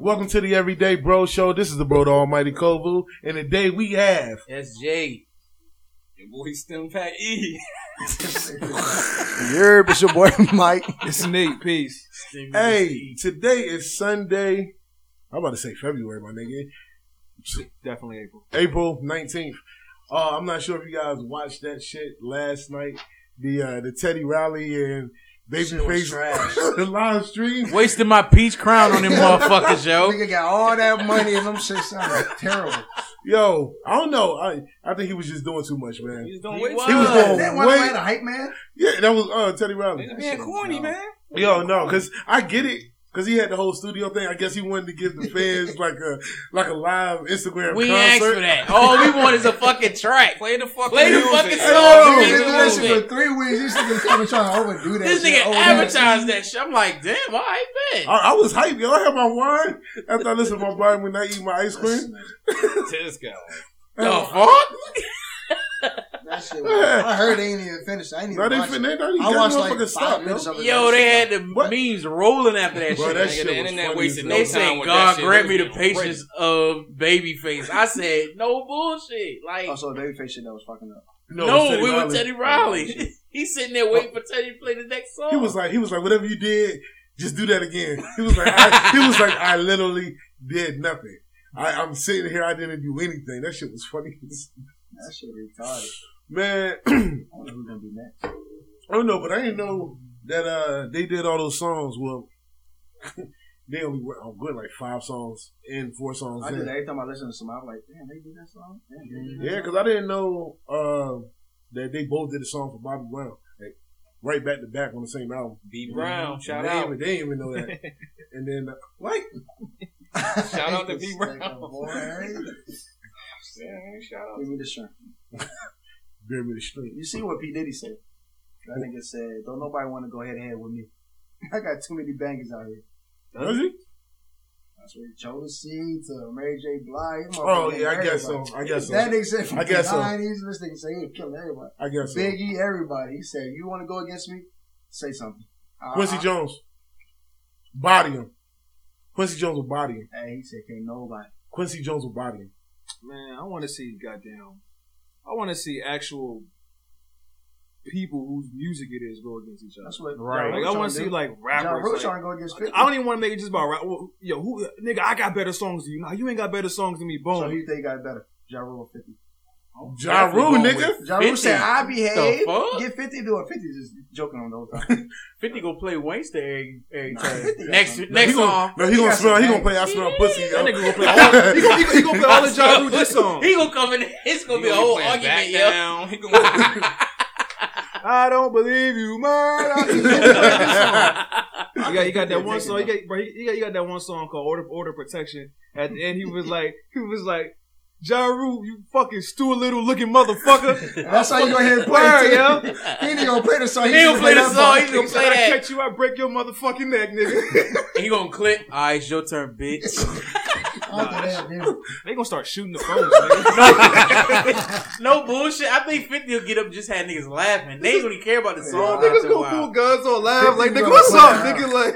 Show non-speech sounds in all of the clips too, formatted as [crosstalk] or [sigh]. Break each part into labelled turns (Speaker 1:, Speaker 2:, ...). Speaker 1: Welcome to the Everyday Bro Show. This is the Bro to Almighty Kovu, and today we have
Speaker 2: SJ. Your boy Stem Pat
Speaker 3: [laughs]
Speaker 2: E.
Speaker 4: You're it's your boy Mike.
Speaker 2: It's Nate. Peace.
Speaker 1: Hey, today is Sunday. I'm about to say February, my nigga.
Speaker 2: Definitely April.
Speaker 1: April 19th. Uh, I'm not sure if you guys watched that shit last night. The uh, the Teddy Riley and Babyface [laughs] the live stream.
Speaker 3: Wasting my peach crown
Speaker 2: [laughs]
Speaker 3: on them motherfuckers, yo.
Speaker 4: Nigga got all that money and them shit sound terrible.
Speaker 1: Yo, I don't know. I I think he was just doing too much, man.
Speaker 2: He's doing
Speaker 3: He
Speaker 2: way too
Speaker 3: was.
Speaker 1: He was
Speaker 4: Is
Speaker 1: doing
Speaker 4: that why
Speaker 1: way.
Speaker 4: I had a hype man?
Speaker 1: Yeah, that was uh, Teddy Riley.
Speaker 2: He's being corny, man.
Speaker 1: Yo, no, because I get it. Because he had the whole studio thing. I guess he wanted to give the fans like a like a live Instagram
Speaker 3: We ain't asked
Speaker 1: concert.
Speaker 3: for that. All we want is a fucking track.
Speaker 2: Play the fucking
Speaker 3: Play the
Speaker 2: music.
Speaker 3: fucking
Speaker 2: Hey,
Speaker 3: song.
Speaker 4: Nigga
Speaker 3: Nigga,
Speaker 4: been doing that
Speaker 3: move
Speaker 4: shit
Speaker 3: it.
Speaker 4: for three weeks. This nigga coming trying to overdo that
Speaker 3: This
Speaker 4: shit.
Speaker 3: nigga
Speaker 4: Oh, that's-
Speaker 3: advertised that shit. I'm like, damn, all right, bet.
Speaker 1: I, I was hyped, yo. I had my wine after I listened to my wine when I eat my ice cream.
Speaker 2: To this guy.
Speaker 3: The fuck?
Speaker 4: That shit was- [laughs] I heard they ain't even finished. I ain't even
Speaker 1: Now they
Speaker 4: watched it.
Speaker 1: fin- they done- you
Speaker 4: I
Speaker 1: got
Speaker 4: watched
Speaker 1: motherfucking
Speaker 4: like five
Speaker 1: stop, yo.
Speaker 4: minutes of it.
Speaker 3: Yo, they had the
Speaker 1: What?
Speaker 3: memes rolling after that
Speaker 1: Bro,
Speaker 3: shit.
Speaker 1: that
Speaker 2: Nigga,
Speaker 1: shit
Speaker 2: the
Speaker 1: was
Speaker 2: internet
Speaker 1: funny
Speaker 2: wasted
Speaker 1: as
Speaker 2: no
Speaker 1: hell.
Speaker 3: They
Speaker 2: time
Speaker 3: said
Speaker 2: with that
Speaker 3: God
Speaker 2: shit.
Speaker 3: grant
Speaker 2: It
Speaker 3: me
Speaker 2: was
Speaker 3: the
Speaker 2: getting
Speaker 3: patience of Babyface. I said no bullshit. Like
Speaker 4: Also, Babyface shit that was fucking up.
Speaker 3: no,
Speaker 1: it was
Speaker 3: we
Speaker 1: Riley.
Speaker 3: were Teddy Oh. Riley. [laughs] He's sitting there waiting for Teddy to play the next song.
Speaker 1: He was like, he was like, whatever you did, just do that again. He was like, I, he was like, I literally did nothing. I, I'm sitting here, I didn't do anything. That shit was funny.
Speaker 4: That shit retarded.
Speaker 1: Man, [clears throat] I
Speaker 4: I wonder who's gonna be next.
Speaker 1: don't know, Oh, but I didn't know that uh they did all those songs. Well, [laughs] they only were I'm good like five songs and four songs.
Speaker 4: I
Speaker 1: in.
Speaker 4: did every time I listen to somebody, I'm like, damn, they did that song. Damn, they did that
Speaker 1: Yeah,
Speaker 4: song.
Speaker 1: because I didn't know uh, that they both did a song for Bobby Brown, like, right back to back on the same album.
Speaker 2: B
Speaker 4: Mm-hmm.
Speaker 2: Brown. Shout
Speaker 1: they
Speaker 2: out.
Speaker 1: Even, they didn't even know that.
Speaker 2: [laughs]
Speaker 1: and then uh, like,
Speaker 4: [laughs]
Speaker 2: Shout out to
Speaker 4: This
Speaker 2: B.
Speaker 4: nigga,
Speaker 2: Brown.
Speaker 4: boy.
Speaker 2: Yeah, Shout out.
Speaker 4: Give me the shirt.
Speaker 1: bear me the street.
Speaker 4: You see what P Diddy said? That nigga said, "Don't nobody want to go head to head with me. [laughs] I got too many bangers out here."
Speaker 1: Was he?
Speaker 4: That's what Jodeci to Mary J. Blige. That
Speaker 1: Oh
Speaker 4: motherfucker
Speaker 1: yeah, I
Speaker 4: named
Speaker 1: guess so.
Speaker 4: everybody.
Speaker 1: I guess
Speaker 4: That
Speaker 1: so.
Speaker 4: nigga said from
Speaker 1: I guess
Speaker 4: the
Speaker 1: so.
Speaker 4: nineties. This nigga said he was killing everybody.
Speaker 1: I guess so.
Speaker 4: Biggie, everybody. He said, "You want to go against me? Say something." Ah, I-
Speaker 1: Quincy
Speaker 4: I-
Speaker 1: Jones, body him. Quincy Jones will body him.
Speaker 4: Hey, he said, "Can't nobody."
Speaker 1: Quincy Jones will body him.
Speaker 5: Man, I want to see goddamn. I want to see actual people whose music it is go against each other.
Speaker 4: That's what.
Speaker 1: Right.
Speaker 5: Like I want to see like
Speaker 4: John Rule
Speaker 5: rappers.
Speaker 4: trying to
Speaker 5: Like,
Speaker 4: go against.
Speaker 5: I
Speaker 4: 50.
Speaker 5: don't even want to make it just about rap. Well, yo, who nigga? I got better songs than you. Nah, you ain't got better songs than me. Boom.
Speaker 4: So who you think got better? Ja Rule or Fifty?
Speaker 1: Ja Rule,
Speaker 3: going
Speaker 1: nigga.
Speaker 4: Ja Rule
Speaker 3: 50?
Speaker 4: said, "I
Speaker 3: the
Speaker 4: behave."
Speaker 3: fuck?
Speaker 4: Get Fifty to do it. Fifty just joking on the whole time.
Speaker 1: [laughs]
Speaker 3: 50 go play Wayster every, every
Speaker 4: Nah,
Speaker 3: time.
Speaker 4: 50 got
Speaker 3: next
Speaker 4: some-
Speaker 1: No, he
Speaker 3: next
Speaker 1: gonna,
Speaker 3: song.
Speaker 1: no, he
Speaker 4: He
Speaker 1: gonna
Speaker 4: got
Speaker 1: smell. He
Speaker 4: some
Speaker 1: gonna play. I smell pussy. Yo.
Speaker 5: that
Speaker 1: [laughs]
Speaker 5: nigga gonna play all. he, gonna, he, gonna, he gonna play all the Ja
Speaker 3: [laughs]
Speaker 5: Rule diss songs.
Speaker 3: He gonna come in. It's gonna be a
Speaker 2: He gonna
Speaker 3: whole
Speaker 2: playing
Speaker 3: argument,
Speaker 2: back
Speaker 3: yo.
Speaker 2: down. He gonna-
Speaker 5: [laughs] I don't believe you,
Speaker 1: [laughs]
Speaker 5: murder. He gonna play that song.
Speaker 3: [laughs]
Speaker 5: You got, you got that one song. You got, bro, you got, you got that one song called "Order Order Protection." At the end, he was like, he was like, "Ja Rule, you fucking Stu Little looking
Speaker 3: [laughs]
Speaker 5: motherfucker."
Speaker 4: That's how you go ahead and play
Speaker 5: Word,
Speaker 4: it.
Speaker 5: yo.
Speaker 4: too. He ain't gonna play the song.
Speaker 3: He gonna play the song. He
Speaker 5: He
Speaker 3: gonna
Speaker 5: said,
Speaker 3: play
Speaker 5: "I
Speaker 3: that.
Speaker 5: catch you, I break your motherfucking neck, nigga."
Speaker 3: He gonna clip. All right, it's your turn, bitch.
Speaker 5: they gonna start shooting the phones, [laughs]
Speaker 3: [laughs]
Speaker 5: nigga.
Speaker 3: no bullshit. I think 50 will get up and just had niggas laughing. They ain't gonna care about the song.
Speaker 5: niggas
Speaker 3: after a
Speaker 5: gonna
Speaker 3: while.
Speaker 5: pull guns on live, like,
Speaker 4: Niggas
Speaker 5: nigga, what's
Speaker 4: gonna
Speaker 5: up,
Speaker 4: play
Speaker 5: nigga? Like,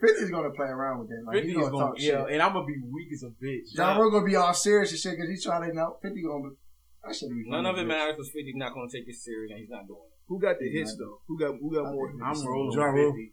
Speaker 4: Fifty's gonna play around with that. Like,
Speaker 3: 50
Speaker 4: he's
Speaker 3: is
Speaker 4: gonna,
Speaker 3: gonna
Speaker 4: talk
Speaker 3: yeah,
Speaker 4: shit.
Speaker 3: and I'm gonna be weak as a bitch.
Speaker 4: John Rule gonna be all serious and shit because he's trying to know. Fifty gonna. be- That should be.
Speaker 2: None
Speaker 4: funny,
Speaker 2: of it
Speaker 4: bitch.
Speaker 2: matters because 50's not going to take it serious and he's not doing it.
Speaker 5: who got the hits though? Who got, who got more?
Speaker 3: I'm rolling
Speaker 1: Ja
Speaker 3: with
Speaker 1: Rule.
Speaker 3: 50.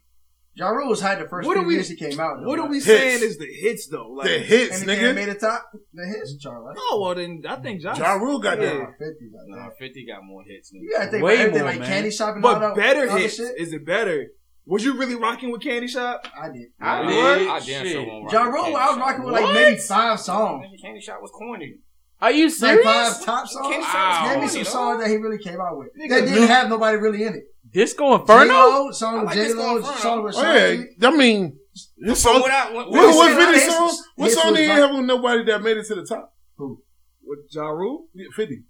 Speaker 4: Ja Rule was high the first
Speaker 5: What
Speaker 4: what few
Speaker 5: are we-
Speaker 4: years he came out. Though,
Speaker 5: What are we
Speaker 4: right?
Speaker 5: saying is the hits though?
Speaker 1: The
Speaker 5: Like,
Speaker 1: hits,
Speaker 4: Anything that
Speaker 1: nigga.
Speaker 4: made the top, the hits chart. Right?
Speaker 5: oh well, then I think Ja.
Speaker 1: Ja Rule got
Speaker 5: Yeah.
Speaker 1: that.
Speaker 4: Nah, Fifty got
Speaker 2: Nah,
Speaker 4: that.
Speaker 2: 50 got more hits than
Speaker 4: You gotta think
Speaker 3: Way
Speaker 4: about everything
Speaker 3: more,
Speaker 4: like
Speaker 3: man.
Speaker 4: candy shop and all
Speaker 5: But
Speaker 4: that
Speaker 5: better
Speaker 4: other
Speaker 5: hits.
Speaker 4: shit.
Speaker 5: Is it better? Was you really rocking with Candy Shop?
Speaker 4: I did.
Speaker 2: I
Speaker 3: What?
Speaker 2: did. I damn sure
Speaker 3: Shit.
Speaker 2: won't rock
Speaker 4: Ja
Speaker 2: with
Speaker 4: Rule,
Speaker 2: Candy
Speaker 4: I was
Speaker 2: Shop.
Speaker 4: rocking with like
Speaker 3: What?
Speaker 4: maybe five songs.
Speaker 2: Nigga, Candy Shop was corny.
Speaker 3: Are you
Speaker 4: Like
Speaker 3: serious?
Speaker 4: five top songs.
Speaker 2: Candy
Speaker 3: Shop was
Speaker 4: Give me
Speaker 3: corny,
Speaker 4: some
Speaker 2: though.
Speaker 4: songs that he really came out with.
Speaker 5: Nigga,
Speaker 4: That didn't
Speaker 1: Luke-
Speaker 4: have nobody really in it.
Speaker 3: Disco Inferno?
Speaker 4: J-Lo,
Speaker 2: I
Speaker 4: song
Speaker 2: like
Speaker 4: with
Speaker 2: this
Speaker 4: J-Lo,
Speaker 2: song,
Speaker 4: song with
Speaker 1: Oh
Speaker 4: Shanti.
Speaker 1: yeah, I mean, his
Speaker 2: So
Speaker 1: song.
Speaker 2: what I, what,
Speaker 1: What,
Speaker 4: Wait,
Speaker 1: what
Speaker 4: say
Speaker 1: Fifty
Speaker 4: that.
Speaker 1: song?
Speaker 4: Hits-
Speaker 1: What
Speaker 4: hits
Speaker 1: song
Speaker 4: was
Speaker 1: did he
Speaker 4: like-
Speaker 1: have with nobody that made it to the top?
Speaker 5: With Ja Rule?
Speaker 1: Yeah, Fifty.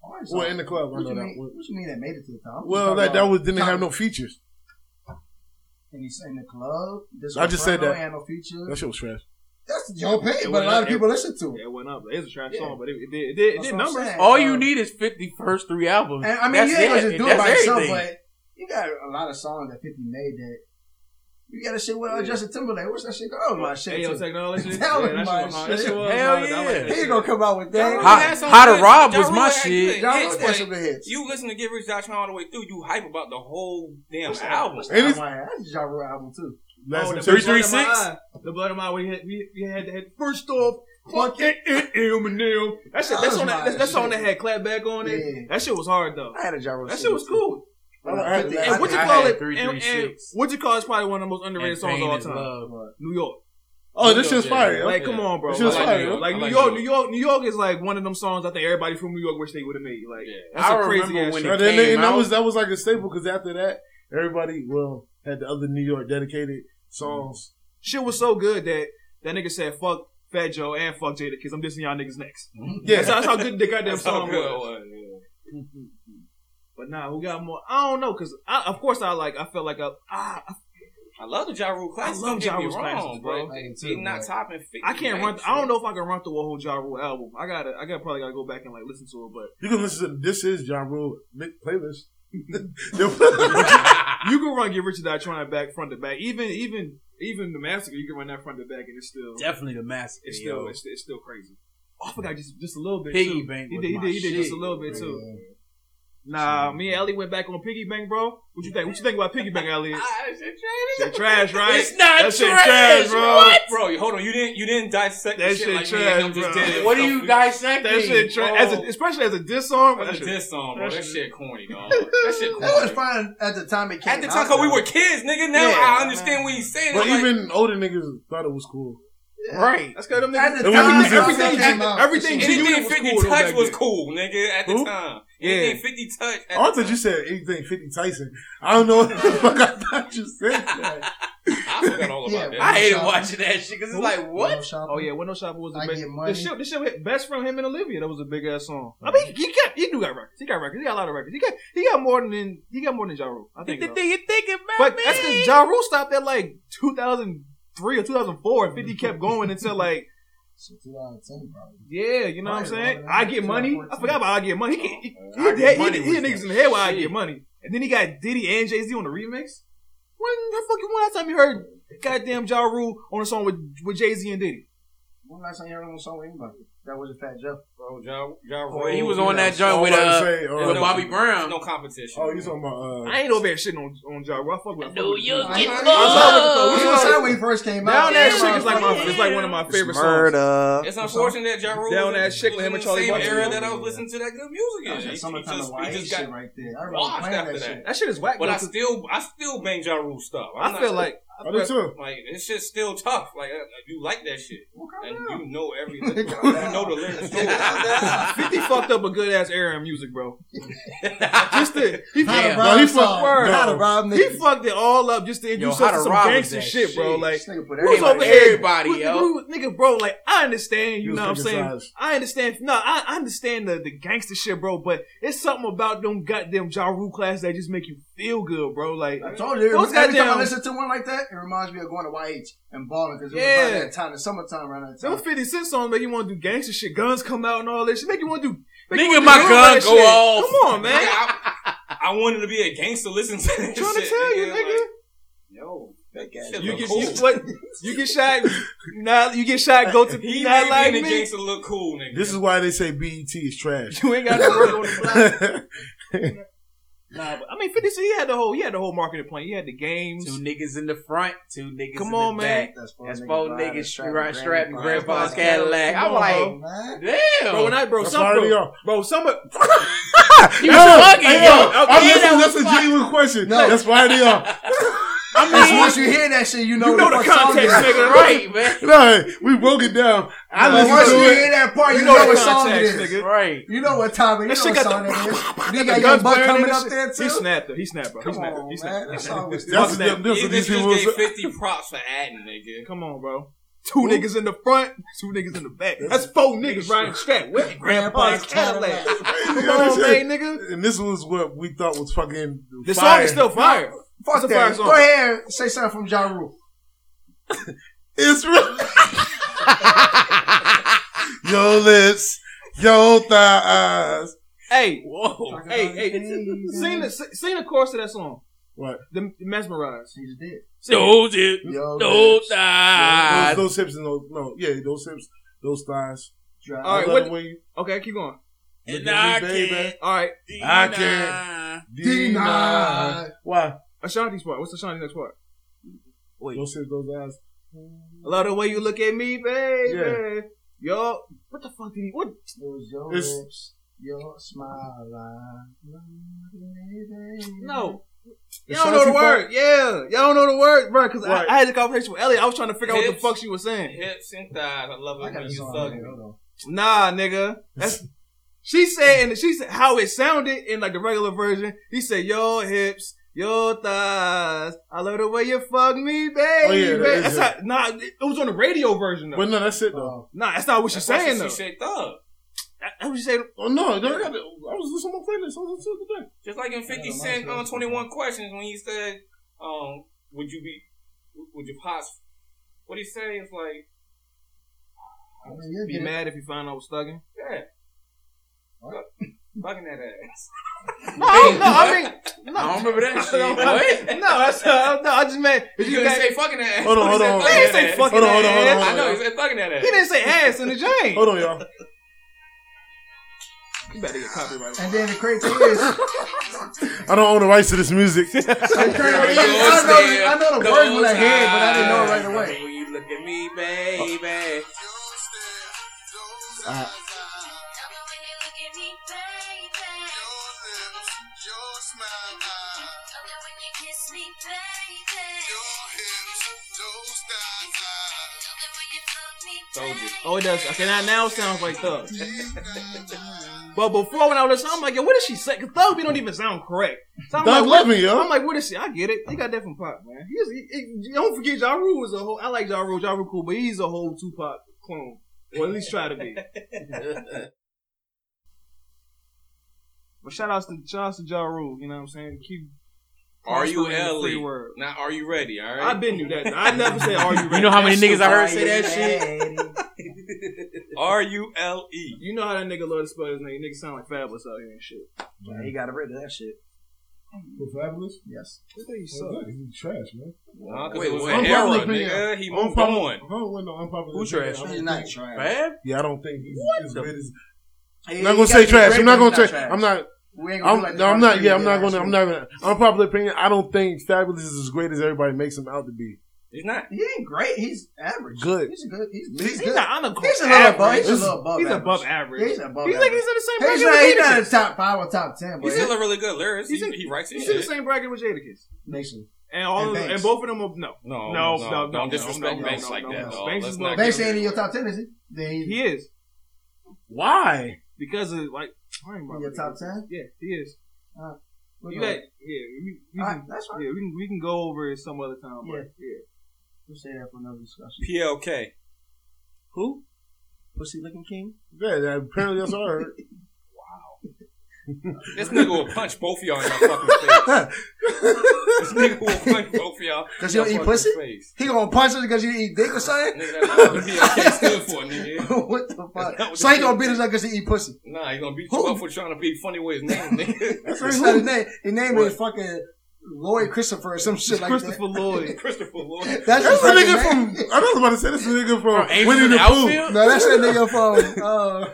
Speaker 4: Why is
Speaker 1: Well,
Speaker 4: that-
Speaker 1: in the club, I
Speaker 4: Oh, What
Speaker 1: know
Speaker 4: you,
Speaker 1: that.
Speaker 4: mean, what you mean that made it to the top?
Speaker 1: Well,
Speaker 4: Talking
Speaker 1: that that
Speaker 4: about
Speaker 1: was didn't
Speaker 4: top.
Speaker 1: have no features.
Speaker 4: And he's in the club. This
Speaker 1: I just said
Speaker 4: Inferno
Speaker 1: that.
Speaker 4: And no feature.
Speaker 1: That shit was trash.
Speaker 4: That's your opinion,
Speaker 5: It
Speaker 4: but a
Speaker 5: went
Speaker 4: lot
Speaker 5: up.
Speaker 4: of people listen to
Speaker 5: Yeah,
Speaker 4: it.
Speaker 5: it went up. It was a trash
Speaker 4: Yeah.
Speaker 5: song, but it, it did it did, it
Speaker 4: That's what
Speaker 5: did
Speaker 4: I'm
Speaker 5: numbers.
Speaker 4: saying.
Speaker 3: All
Speaker 4: Uh,
Speaker 3: you need is 50 first three albums.
Speaker 4: And I mean,
Speaker 3: That's
Speaker 4: you ain't gonna
Speaker 3: it.
Speaker 4: just do it
Speaker 3: That's
Speaker 4: by yourself,
Speaker 3: everything.
Speaker 4: but you got a lot of songs that 50 made that You got a shit with uh, Justin Timberlake. What's that shit called? Oh, my shit.
Speaker 5: Hey, yo,
Speaker 4: too.
Speaker 5: technology. Yeah,
Speaker 4: Tell him
Speaker 5: that
Speaker 4: my
Speaker 5: shit was hot. That
Speaker 4: shit.
Speaker 5: shit was
Speaker 3: Hell
Speaker 5: hot. I like
Speaker 3: yeah.
Speaker 5: that
Speaker 4: He
Speaker 5: shit.
Speaker 4: ain't gonna come out with that.
Speaker 3: How-
Speaker 2: That's on
Speaker 3: How to
Speaker 2: good.
Speaker 3: Rob
Speaker 2: Ja
Speaker 3: was
Speaker 2: Rule
Speaker 3: my
Speaker 2: had good
Speaker 3: shit.
Speaker 4: Y'all
Speaker 2: hits,
Speaker 4: know
Speaker 2: like,
Speaker 4: some of the hits.
Speaker 2: You listen to Get Rich Die Trying all the way through. You hype about the whole damn
Speaker 4: What's that
Speaker 2: album.
Speaker 4: What's
Speaker 1: And
Speaker 4: that
Speaker 1: it's-
Speaker 4: one? That's a Ja Rule album too.
Speaker 1: Last
Speaker 5: Oh, the
Speaker 1: oh,
Speaker 5: blood in my
Speaker 3: 336?
Speaker 5: eye. The blood in my eye. We had, we, we had, had first off. Fuck it, it, Eminem. That shit, that's on that, that's, that's on that had clap back on it.
Speaker 4: Yeah.
Speaker 5: That shit was hard though.
Speaker 4: I had a Ja Rule.
Speaker 5: That
Speaker 4: CD
Speaker 5: shit was
Speaker 4: too.
Speaker 5: cool.
Speaker 4: I like
Speaker 1: I had
Speaker 4: 50.
Speaker 1: that.
Speaker 5: And
Speaker 4: I
Speaker 5: what you
Speaker 4: think-
Speaker 5: call
Speaker 3: had
Speaker 5: it?
Speaker 3: three,
Speaker 5: And,
Speaker 3: three,
Speaker 5: and
Speaker 3: six.
Speaker 5: what you call is probably one of the most underrated
Speaker 3: And
Speaker 5: songs of
Speaker 3: Pain
Speaker 5: all
Speaker 3: is
Speaker 5: time.
Speaker 3: Love.
Speaker 5: New York.
Speaker 1: oh, this shit's
Speaker 3: Yeah.
Speaker 1: fire. yo.
Speaker 5: Like,
Speaker 3: Yeah.
Speaker 5: come on, bro.
Speaker 1: That
Speaker 5: Like,
Speaker 1: shit's fire,
Speaker 5: New
Speaker 1: yo.
Speaker 5: York, like
Speaker 3: I
Speaker 5: New
Speaker 3: like
Speaker 5: York,
Speaker 3: New
Speaker 5: New York, New York is like one of them songs I think everybody from New York wish they would have made. Like,
Speaker 2: Yeah.
Speaker 5: that's
Speaker 3: I
Speaker 5: a crazy
Speaker 3: remember
Speaker 5: ass
Speaker 3: when
Speaker 5: shit.
Speaker 3: it-
Speaker 1: And, then,
Speaker 3: came
Speaker 1: and that
Speaker 3: out.
Speaker 1: was that was like a staple because after that, everybody well had the other New York dedicated songs.
Speaker 5: Shit was so good that that nigga said fuck Fat Joe and fuck Jada because I'm dissing y'all niggas next.
Speaker 1: Yeah,
Speaker 5: That's, how- that's how good
Speaker 2: [laughs]
Speaker 5: the goddamn
Speaker 2: That's how
Speaker 5: song
Speaker 2: good it
Speaker 5: was.
Speaker 2: was,
Speaker 5: But nah, who got more? I don't know because of course I like I felt like I ah, I-
Speaker 2: yeah. I love the Ja Rule classics.
Speaker 5: I love
Speaker 2: don't
Speaker 5: Ja
Speaker 2: get me
Speaker 5: Rule's classics,
Speaker 2: wrong,
Speaker 5: bro.
Speaker 2: bro.
Speaker 4: I do too,
Speaker 2: They not
Speaker 4: bro.
Speaker 2: topping 50.
Speaker 5: I can't run.
Speaker 2: nights,
Speaker 5: I don't
Speaker 2: bro.
Speaker 5: know if I can run through a whole Ja Rule album. I gotta I gotta probably gotta go back and like listen to it. But
Speaker 1: you can listen to this is John Rule mi- playlist.
Speaker 5: you can run Get Rich or Die Trying back front to back. Even even even the massacre you can run that front to back and it's still
Speaker 3: Definitely the master.
Speaker 5: it's still it's, it's still crazy. Oh, I forgot just just a little bit
Speaker 3: Piggy
Speaker 5: too.
Speaker 3: bank
Speaker 5: He
Speaker 3: was
Speaker 5: did, he
Speaker 3: my
Speaker 5: did, he did just
Speaker 3: shit,
Speaker 5: a little bit too.
Speaker 4: Yeah.
Speaker 5: Nah, me and Ellie went back on piggy bank, bro. What you think? What you think about piggy bank,
Speaker 2: [laughs]
Speaker 5: Ellie?
Speaker 2: Ah, it's
Speaker 5: Shit trash, right?
Speaker 2: It's not
Speaker 5: That shit
Speaker 2: trash,
Speaker 5: trash, bro.
Speaker 2: Bro, you- hold on. You didn't you didn't dissect
Speaker 5: That
Speaker 2: the shit
Speaker 5: shit
Speaker 2: like
Speaker 5: trash,
Speaker 2: me. and him just
Speaker 5: bro.
Speaker 2: did it.
Speaker 3: What are you dissecting?
Speaker 5: That shit trash. As a, especially as a diss song. That
Speaker 2: That's a
Speaker 5: shit-
Speaker 2: diss song, bro.
Speaker 5: that
Speaker 2: That
Speaker 5: shit-
Speaker 2: shit corny, dog. That shit
Speaker 4: That was
Speaker 2: corny.
Speaker 4: fine at the time it came
Speaker 2: At the
Speaker 4: out,
Speaker 2: time, cause we
Speaker 4: though.
Speaker 2: were kids, nigga. Now
Speaker 4: Yeah.
Speaker 2: I understand what he's saying.
Speaker 1: But
Speaker 2: I'm like,
Speaker 1: even older niggas thought it was cool.
Speaker 3: right.
Speaker 5: That's because them
Speaker 4: At
Speaker 5: niggas.
Speaker 4: the
Speaker 1: And
Speaker 5: Everything,
Speaker 1: when we
Speaker 4: time,
Speaker 1: was
Speaker 5: everything,
Speaker 1: in-
Speaker 5: everything,
Speaker 4: came out,
Speaker 5: everything,
Speaker 4: it was-
Speaker 5: G-Unit
Speaker 2: anything
Speaker 5: was
Speaker 2: 50
Speaker 5: cool though
Speaker 2: touch
Speaker 5: back
Speaker 2: was
Speaker 5: then.
Speaker 2: cool, nigga. At the
Speaker 1: Who?
Speaker 2: time,
Speaker 5: Yeah.
Speaker 2: anything 50 touch.
Speaker 1: I
Speaker 2: At the
Speaker 1: thought
Speaker 2: time.
Speaker 1: you said anything 50 Tyson. I don't know what the fuck I thought you said. That.
Speaker 2: I forgot all about
Speaker 4: Yeah,
Speaker 2: that.
Speaker 3: I hated
Speaker 4: Who?
Speaker 3: watching that shit because it's like, what?
Speaker 5: Oh yeah, Window Shopper was the
Speaker 4: I
Speaker 5: best.
Speaker 4: Get Money.
Speaker 5: The shit, the shit with best friend him and Olivia. That was a big ass song. I mean, he got, he do got records. He got records. He got a lot of records. He got, he got more than, he got more than Ja Rule. I think.
Speaker 3: The
Speaker 5: so.
Speaker 3: thing you thinking about
Speaker 5: But
Speaker 3: me?
Speaker 5: that's because Ja Rule stopped at like 2003 or 2004, and 50 kept going until like,
Speaker 4: Shit, 2010, probably.
Speaker 5: yeah, you know what I'm
Speaker 4: Right,
Speaker 5: saying?
Speaker 4: right.
Speaker 5: I get money. I forgot about I get money. He, can- [laughs] he, he,
Speaker 3: Oh, I Get
Speaker 5: had- he,
Speaker 3: Money
Speaker 5: he had
Speaker 3: was
Speaker 5: niggas in
Speaker 3: that
Speaker 5: the head while I get
Speaker 3: shit.
Speaker 5: money, and then he got Diddy and Jay Z on the remix. When the fucking when last time you heard goddamn Ja Rule on a song with with Jay Z and Diddy?
Speaker 4: When last time you heard him on song with anybody? That was a Fat Jeff.
Speaker 2: Bro, Ja, ja
Speaker 4: Oh,
Speaker 3: Well,
Speaker 5: Oh,
Speaker 3: he was
Speaker 2: Rule,
Speaker 3: on
Speaker 2: you
Speaker 3: that
Speaker 2: know,
Speaker 1: I
Speaker 3: joint
Speaker 1: was
Speaker 3: with
Speaker 1: about to
Speaker 3: uh,
Speaker 1: say, uh,
Speaker 3: with Bobby
Speaker 2: There's
Speaker 3: Brown.
Speaker 2: no competition.
Speaker 1: Oh, you talking about uh,
Speaker 5: I ain't over here shitting on on Ja Rule. I fuck with.
Speaker 4: I
Speaker 5: I fuck with Diddy.
Speaker 4: thought- I
Speaker 5: Oh,
Speaker 4: thought-
Speaker 5: we
Speaker 4: I
Speaker 5: was-
Speaker 4: thought when he first came out.
Speaker 5: Down that
Speaker 4: that
Speaker 5: shit is like my it's like one of my favorite songs.
Speaker 2: It's unfortunate that Ja Rule
Speaker 5: Down
Speaker 2: was in-
Speaker 5: ass chick with him
Speaker 2: was in
Speaker 5: and
Speaker 2: the
Speaker 5: Charlie
Speaker 2: same
Speaker 5: Watts.
Speaker 2: era that I was listening to that good music.
Speaker 4: That
Speaker 2: in.
Speaker 4: was
Speaker 2: He-
Speaker 4: that
Speaker 2: he
Speaker 4: summertime
Speaker 2: just-
Speaker 4: YA
Speaker 2: he just
Speaker 4: shit
Speaker 2: got-
Speaker 4: right there. I remember
Speaker 2: washed
Speaker 4: playing
Speaker 2: after
Speaker 4: that
Speaker 2: that.
Speaker 4: shit.
Speaker 5: That shit is whack.
Speaker 2: But
Speaker 5: though,
Speaker 2: I
Speaker 5: 'cause
Speaker 2: still, I still bang Ja Rule stuff. I'm
Speaker 5: I feel
Speaker 2: not-
Speaker 5: like
Speaker 1: I
Speaker 2: [laughs]
Speaker 1: do too.
Speaker 2: like this shit's still tough. Like uh, you like that shit,
Speaker 4: Well, calm
Speaker 2: and
Speaker 4: down.
Speaker 2: you know every, you
Speaker 4: Calm down.
Speaker 2: know the lyrics. too.
Speaker 3: uh, [laughs]
Speaker 5: Fifty fucked up a good ass era in music, bro. Just to, he,
Speaker 4: How to
Speaker 3: Damn.
Speaker 4: rob
Speaker 1: No, he
Speaker 4: song.
Speaker 1: fucked-
Speaker 5: Word.
Speaker 4: How to rob
Speaker 5: he
Speaker 4: niggas.
Speaker 5: fucked it all up just to introduce
Speaker 3: how
Speaker 5: us
Speaker 3: to
Speaker 5: to some
Speaker 3: rob
Speaker 5: gangster
Speaker 3: is that
Speaker 5: shit, bro.
Speaker 3: shit?
Speaker 5: Like
Speaker 4: This nigga put
Speaker 5: who's
Speaker 4: everybody-
Speaker 5: over here?
Speaker 3: Everybody,
Speaker 5: Who's-
Speaker 3: yo.
Speaker 5: who's- nigga, bro. Like I understand,
Speaker 1: He
Speaker 5: you
Speaker 1: was
Speaker 5: know what I'm
Speaker 1: thinking
Speaker 5: saying.
Speaker 1: size.
Speaker 5: I understand. No, I, I understand the, the gangster shit, bro. But it's something about them goddamn Ja Rule class that just make you feel good, bro. Like
Speaker 4: I told you,
Speaker 5: Those
Speaker 4: every every time I
Speaker 5: goddamn-
Speaker 4: listen to one like that, it reminds me of going to YH and balling because it was
Speaker 5: Yeah.
Speaker 4: about that time, the summertime around that
Speaker 5: them
Speaker 4: time.
Speaker 5: Fifty Cent songs make you want to do gangster shit. Guns come out and all this shit. Make you want to do. make you
Speaker 3: Nigga,
Speaker 5: wanna do
Speaker 3: my
Speaker 5: real
Speaker 3: gun
Speaker 5: ass
Speaker 3: go
Speaker 5: shit.
Speaker 3: off.
Speaker 5: Come on, man.
Speaker 2: I, I wanted to be a gangster. Listen to
Speaker 5: I'm
Speaker 2: this
Speaker 5: trying to
Speaker 2: shit,
Speaker 5: tell you, nigga.
Speaker 2: like, yo, that guy shit
Speaker 5: You
Speaker 2: look
Speaker 5: get
Speaker 2: cool.
Speaker 5: you what you get shot now you get shot go to
Speaker 2: he
Speaker 5: not
Speaker 2: made
Speaker 5: like
Speaker 2: me the
Speaker 5: me.
Speaker 2: gangster look cool, nigga.
Speaker 1: This is why they say BET is trash.
Speaker 5: [laughs] You ain't got to work
Speaker 1: [laughs]
Speaker 5: on the block.
Speaker 1: That's
Speaker 5: Nah, but I mean fifty so he had the whole he had the whole marketing plan. He had the
Speaker 3: Two
Speaker 5: games.
Speaker 3: niggas in the front, two niggas
Speaker 5: Come
Speaker 3: in
Speaker 5: on,
Speaker 3: the
Speaker 5: man.
Speaker 3: back.
Speaker 4: That's four
Speaker 3: That's four
Speaker 4: riding,
Speaker 3: niggas
Speaker 4: strapping
Speaker 3: strapping, strapping
Speaker 4: grandpa.
Speaker 3: grandpa's
Speaker 5: grandpa's
Speaker 3: Cadillac.
Speaker 5: Cadillac.
Speaker 3: I'm
Speaker 5: Come on,
Speaker 3: like,
Speaker 5: bro.
Speaker 4: Man.
Speaker 3: damn.
Speaker 5: Bro, when I bro, some
Speaker 1: why they
Speaker 5: bro,
Speaker 1: are.
Speaker 5: bro, some of-
Speaker 3: you bugging,
Speaker 1: Hey,
Speaker 3: yo.
Speaker 1: I'm
Speaker 3: Okay,
Speaker 1: just-
Speaker 3: that
Speaker 1: that's
Speaker 3: was
Speaker 1: a
Speaker 3: fire.
Speaker 1: genuine question.
Speaker 4: No.
Speaker 1: That's why they are.
Speaker 5: I
Speaker 4: That's
Speaker 5: mean
Speaker 1: [laughs]
Speaker 4: once you hear that shit, you know,
Speaker 5: you know the
Speaker 4: fuck song
Speaker 5: context,
Speaker 4: it is.
Speaker 5: nigga,
Speaker 3: [laughs] Right,
Speaker 5: right? [laughs]
Speaker 3: man.
Speaker 1: No, hey, we broke it down. I
Speaker 4: But once
Speaker 1: listened
Speaker 4: you
Speaker 1: to it.
Speaker 4: hear that part, you,
Speaker 5: You
Speaker 4: know,
Speaker 5: know
Speaker 4: what
Speaker 5: the
Speaker 4: song it
Speaker 5: context,
Speaker 4: is.
Speaker 5: nigga.
Speaker 3: Right.
Speaker 4: You know what time it
Speaker 5: That
Speaker 4: is. You
Speaker 5: shit
Speaker 4: know what
Speaker 5: got
Speaker 4: song
Speaker 5: the-
Speaker 4: it is. You
Speaker 5: [laughs] The
Speaker 4: got your butt
Speaker 5: guns blaring
Speaker 4: coming
Speaker 5: and
Speaker 4: up
Speaker 5: shit.
Speaker 4: there too.
Speaker 5: He snapped though. He snapped, bro. He
Speaker 4: Come
Speaker 5: snapped.
Speaker 4: on,
Speaker 5: He snapped.
Speaker 4: man.
Speaker 5: He
Speaker 4: That
Speaker 5: snapped.
Speaker 4: song was
Speaker 5: Fuck
Speaker 1: That's
Speaker 5: that.
Speaker 1: them. That's
Speaker 2: He
Speaker 1: what these
Speaker 2: just just
Speaker 1: people. [laughs]
Speaker 2: gave
Speaker 1: was-
Speaker 2: fifty props for adding, nigga.
Speaker 5: Come on, bro. Two niggas in the front, two niggas in the back. That's four niggas
Speaker 4: [laughs]
Speaker 5: riding strap with grandpa's Cadillac. Come on, man, nigga.
Speaker 1: And this was what we thought was fucking.
Speaker 5: The song
Speaker 1: fire.
Speaker 5: is still fire. It's
Speaker 4: Fuck
Speaker 5: a fire
Speaker 4: that.
Speaker 5: song.
Speaker 4: Go ahead, and say something from Ja Rule.
Speaker 1: It's real. your lips, your thighs.
Speaker 5: Hey,
Speaker 2: Whoa,
Speaker 5: hey, hey, sing the sing the chorus of that song.
Speaker 1: What?
Speaker 5: The mesmerized.
Speaker 4: He just did.
Speaker 3: Those hips,
Speaker 4: Yo,
Speaker 3: those
Speaker 5: Ah.
Speaker 1: Yeah,
Speaker 3: thighs.
Speaker 1: those, those hips and those no, yeah, those hips, those thighs.
Speaker 4: Drive.
Speaker 5: All right,
Speaker 1: I
Speaker 5: what-
Speaker 1: love the way you
Speaker 5: Okay, keep going.
Speaker 1: look
Speaker 3: And I
Speaker 1: at me,
Speaker 3: can't
Speaker 5: All right,
Speaker 1: I
Speaker 3: deny.
Speaker 1: Deny. Why?
Speaker 5: Ashanti's part. What's Ashanti's next part?
Speaker 1: Those hips, those eyes.
Speaker 5: I love the way you look at me, baby.
Speaker 1: Yeah.
Speaker 5: Yo, what the fuck did he? What?
Speaker 4: Those your
Speaker 1: It's-
Speaker 4: lips, your smile. I love it.
Speaker 5: No.
Speaker 1: The
Speaker 5: Y'all don't know the
Speaker 1: Ashanti part?
Speaker 5: word. Yeah. Y'all don't know the word, bro. Because
Speaker 1: Right.
Speaker 5: I, I had the conversation with Elliot. I was trying to figure out what the
Speaker 2: Hips.
Speaker 5: fuck she was saying.
Speaker 2: Hips and thighs. I love
Speaker 4: I
Speaker 2: it
Speaker 4: got
Speaker 2: when
Speaker 4: a
Speaker 2: you
Speaker 4: song.
Speaker 2: suck
Speaker 4: man,
Speaker 2: it.
Speaker 4: Hold on.
Speaker 5: Nah, nigga. That's. She said, and she said how it sounded in like the regular version. He said, "Your hips, your thighs. I love the way you fuck me, baby."
Speaker 1: yeah, that
Speaker 5: that's
Speaker 1: is
Speaker 5: how, nah, it it was on the radio version though.
Speaker 1: But no, that's it though.
Speaker 4: Oh,
Speaker 5: nah, that's not what she's
Speaker 2: That's why
Speaker 5: saying though.
Speaker 2: She said thug.
Speaker 5: That- That's what she said.
Speaker 1: Oh no, no I, got it. I was listening to my playlist. I was listening to that.
Speaker 2: Just like in 50
Speaker 4: Yeah,
Speaker 2: Cent
Speaker 4: mine's
Speaker 2: on
Speaker 4: good.
Speaker 2: 21 Questions when he said, um, would you be, would your pops, what he say is like,
Speaker 4: I mean, you
Speaker 5: Be
Speaker 4: did.
Speaker 5: mad if you find out I was thugging.
Speaker 2: yeah.
Speaker 4: What?
Speaker 2: Fucking that ass.
Speaker 5: No, no, I mean,
Speaker 2: I
Speaker 5: no,
Speaker 3: [laughs]
Speaker 2: don't remember that shit.
Speaker 5: no, that's uh, no. I just meant
Speaker 2: [laughs] He
Speaker 5: if you
Speaker 2: didn't
Speaker 5: got,
Speaker 2: say fucking that ass.
Speaker 1: Hold on,
Speaker 2: [laughs] He
Speaker 1: hold
Speaker 2: said
Speaker 1: on,
Speaker 5: he
Speaker 2: fucking
Speaker 5: didn't
Speaker 2: that
Speaker 5: say
Speaker 2: ass.
Speaker 5: fucking
Speaker 1: Hold on, hold on,
Speaker 5: ass.
Speaker 1: hold on,
Speaker 2: I know, he said fucking that ass.
Speaker 5: He didn't say ass in the Jane.
Speaker 1: Hold on, y'all.
Speaker 5: You better get copyrighted.
Speaker 4: And then the crazy is,
Speaker 1: I don't own the rights to this
Speaker 5: [laughs]
Speaker 1: music.
Speaker 4: the crazy is I know, I know the words with I head, but I didn't know it right away.
Speaker 2: When you look at me, baby.
Speaker 1: Uh,
Speaker 2: Told you.
Speaker 5: Oh, it does. Okay, now, now it sounds like thug. but before when I was listening, I'm like, yo, what is she saying? 'Cause Thug, we don't even sound correct. So I'm
Speaker 1: Doug
Speaker 5: like,
Speaker 1: love
Speaker 5: what-
Speaker 1: me, yo.
Speaker 5: I'm like, what is she? I get it. He got that from Pop, man. He's, he, he- don't forget, Ja Rule is a whole. I like Ja Rule. Ja Rule cool, but he's a whole Tupac clone, or at least try to be. but shout outs to shout outs to Ja Rule. You know what I'm saying? Keep
Speaker 2: Are you
Speaker 5: prospering in the free
Speaker 2: Ellie?
Speaker 5: world.
Speaker 2: Now, are you ready? All right.
Speaker 5: I've been knew that. I never said are you.
Speaker 3: You know how many
Speaker 5: E. That's
Speaker 3: niggas I heard
Speaker 5: the-
Speaker 3: say that shit?
Speaker 2: R U L E.
Speaker 5: You know how that nigga love to spell his name. Nigga sound like fabulous out here and shit.
Speaker 4: Yeah, he got rid of that shit.
Speaker 1: What's fabulous?
Speaker 4: Yes.
Speaker 1: So good. He's trash, man.
Speaker 2: Nah, 'cause
Speaker 3: Wait,
Speaker 2: it was
Speaker 3: what?
Speaker 2: an
Speaker 1: Unpopular
Speaker 2: era,
Speaker 1: opinion.
Speaker 2: nigga. He moved
Speaker 1: Unpopular-
Speaker 2: on.
Speaker 1: I don't want no unpopular.
Speaker 3: Who
Speaker 1: opinion.
Speaker 3: trash?
Speaker 1: I
Speaker 4: He's
Speaker 1: don't
Speaker 4: not
Speaker 1: think-
Speaker 4: trash.
Speaker 3: Fab?
Speaker 1: Yeah, I don't think he's as
Speaker 3: the-
Speaker 1: good as.
Speaker 4: Hey,
Speaker 1: I'm not gonna
Speaker 4: he got
Speaker 1: say
Speaker 4: to be
Speaker 1: trash.
Speaker 4: great,
Speaker 1: I'm
Speaker 4: but
Speaker 1: not
Speaker 4: he's
Speaker 1: gonna say. I'm not.
Speaker 4: We ain't gonna
Speaker 1: I'm,
Speaker 4: do like the
Speaker 1: no, I'm not.
Speaker 4: Martin
Speaker 1: Yeah,
Speaker 4: Luther
Speaker 1: I'm not
Speaker 4: King
Speaker 1: gonna. I'm not gonna. Unpopular opinion. I don't think Fabulous is as great as everybody makes him out to be.
Speaker 2: He's not.
Speaker 4: He ain't great. He's average.
Speaker 1: Good.
Speaker 4: He's good. He's,
Speaker 5: He's,
Speaker 4: he's good.
Speaker 5: not. I'm a
Speaker 4: He's a little above. He's a
Speaker 1: He's-
Speaker 4: little above.
Speaker 5: He's
Speaker 4: average.
Speaker 5: above average.
Speaker 4: He's above
Speaker 5: He's like
Speaker 4: average.
Speaker 5: he's in the same
Speaker 4: He's
Speaker 5: bracket
Speaker 4: not. He's
Speaker 5: with
Speaker 4: not in
Speaker 5: Jadakiss.
Speaker 4: the top five or top ten. But
Speaker 2: He's still a really good lyricist.
Speaker 5: He's in-
Speaker 2: He, he writes his
Speaker 5: He's in the
Speaker 2: shit.
Speaker 5: same bracket with Jadakiss.
Speaker 4: Nation.
Speaker 5: And all
Speaker 4: And
Speaker 5: of,
Speaker 4: Banks.
Speaker 5: and both of them are no. No,
Speaker 2: No,
Speaker 5: no, no,
Speaker 2: don't
Speaker 5: no,
Speaker 2: disrespect
Speaker 5: no,
Speaker 2: Banks
Speaker 5: no,
Speaker 2: like
Speaker 5: no,
Speaker 2: that,
Speaker 5: no.
Speaker 2: dog.
Speaker 5: Banks
Speaker 2: Let's
Speaker 5: is
Speaker 2: not
Speaker 5: not-
Speaker 4: They
Speaker 5: Banks
Speaker 2: get
Speaker 4: saying in your
Speaker 2: into it.
Speaker 4: top ten, is he? Then he,
Speaker 5: He is
Speaker 1: Why?
Speaker 5: because of like. I ain't about
Speaker 4: in your
Speaker 5: to-
Speaker 4: top ten.
Speaker 5: Yeah, he is.
Speaker 4: We're
Speaker 5: You
Speaker 4: gonna-
Speaker 5: got yeah. We, we
Speaker 4: All right,
Speaker 5: can,
Speaker 4: that's fine.
Speaker 5: yeah, we can we can go over it some other time. But yeah.
Speaker 4: Yeah. We'll say that for another discussion.
Speaker 2: PLK.
Speaker 4: Who? Pussy looking king.
Speaker 1: Yeah, that- apparently that's all I heard.
Speaker 2: This nigga will punch both of y'all in your fucking face. This nigga will punch both of y'all.
Speaker 4: Does he
Speaker 2: in your
Speaker 4: eat
Speaker 2: fucking
Speaker 4: pussy?
Speaker 2: Face.
Speaker 4: He gonna punch us because you eat dick or something? [laughs]
Speaker 2: Nigga, that's not what PLK stood for, nigga.
Speaker 4: what the
Speaker 2: That's not
Speaker 4: fuck?
Speaker 2: what
Speaker 4: So
Speaker 2: they
Speaker 4: he gonna
Speaker 2: do.
Speaker 4: beat us up because he eat pussy.
Speaker 2: Nah, he gonna beat
Speaker 4: Who?
Speaker 2: you up for trying to be funny with his name, nigga.
Speaker 4: [laughs] That's not his name. His name
Speaker 2: What?
Speaker 4: is fucking Lloyd Christopher or some shit like
Speaker 5: Christopher
Speaker 4: that. [laughs]
Speaker 5: Lloyd.
Speaker 2: Christopher Lloyd.
Speaker 4: That's
Speaker 1: That's
Speaker 4: his
Speaker 1: the
Speaker 4: fucking
Speaker 1: nigga
Speaker 4: name.
Speaker 1: from. I was about to say that's the nigga
Speaker 3: From
Speaker 1: from
Speaker 3: Angels
Speaker 1: Winnie
Speaker 3: in
Speaker 1: the
Speaker 3: the
Speaker 1: Pooh.
Speaker 3: Outfield?
Speaker 4: No, that's that nigga from uh,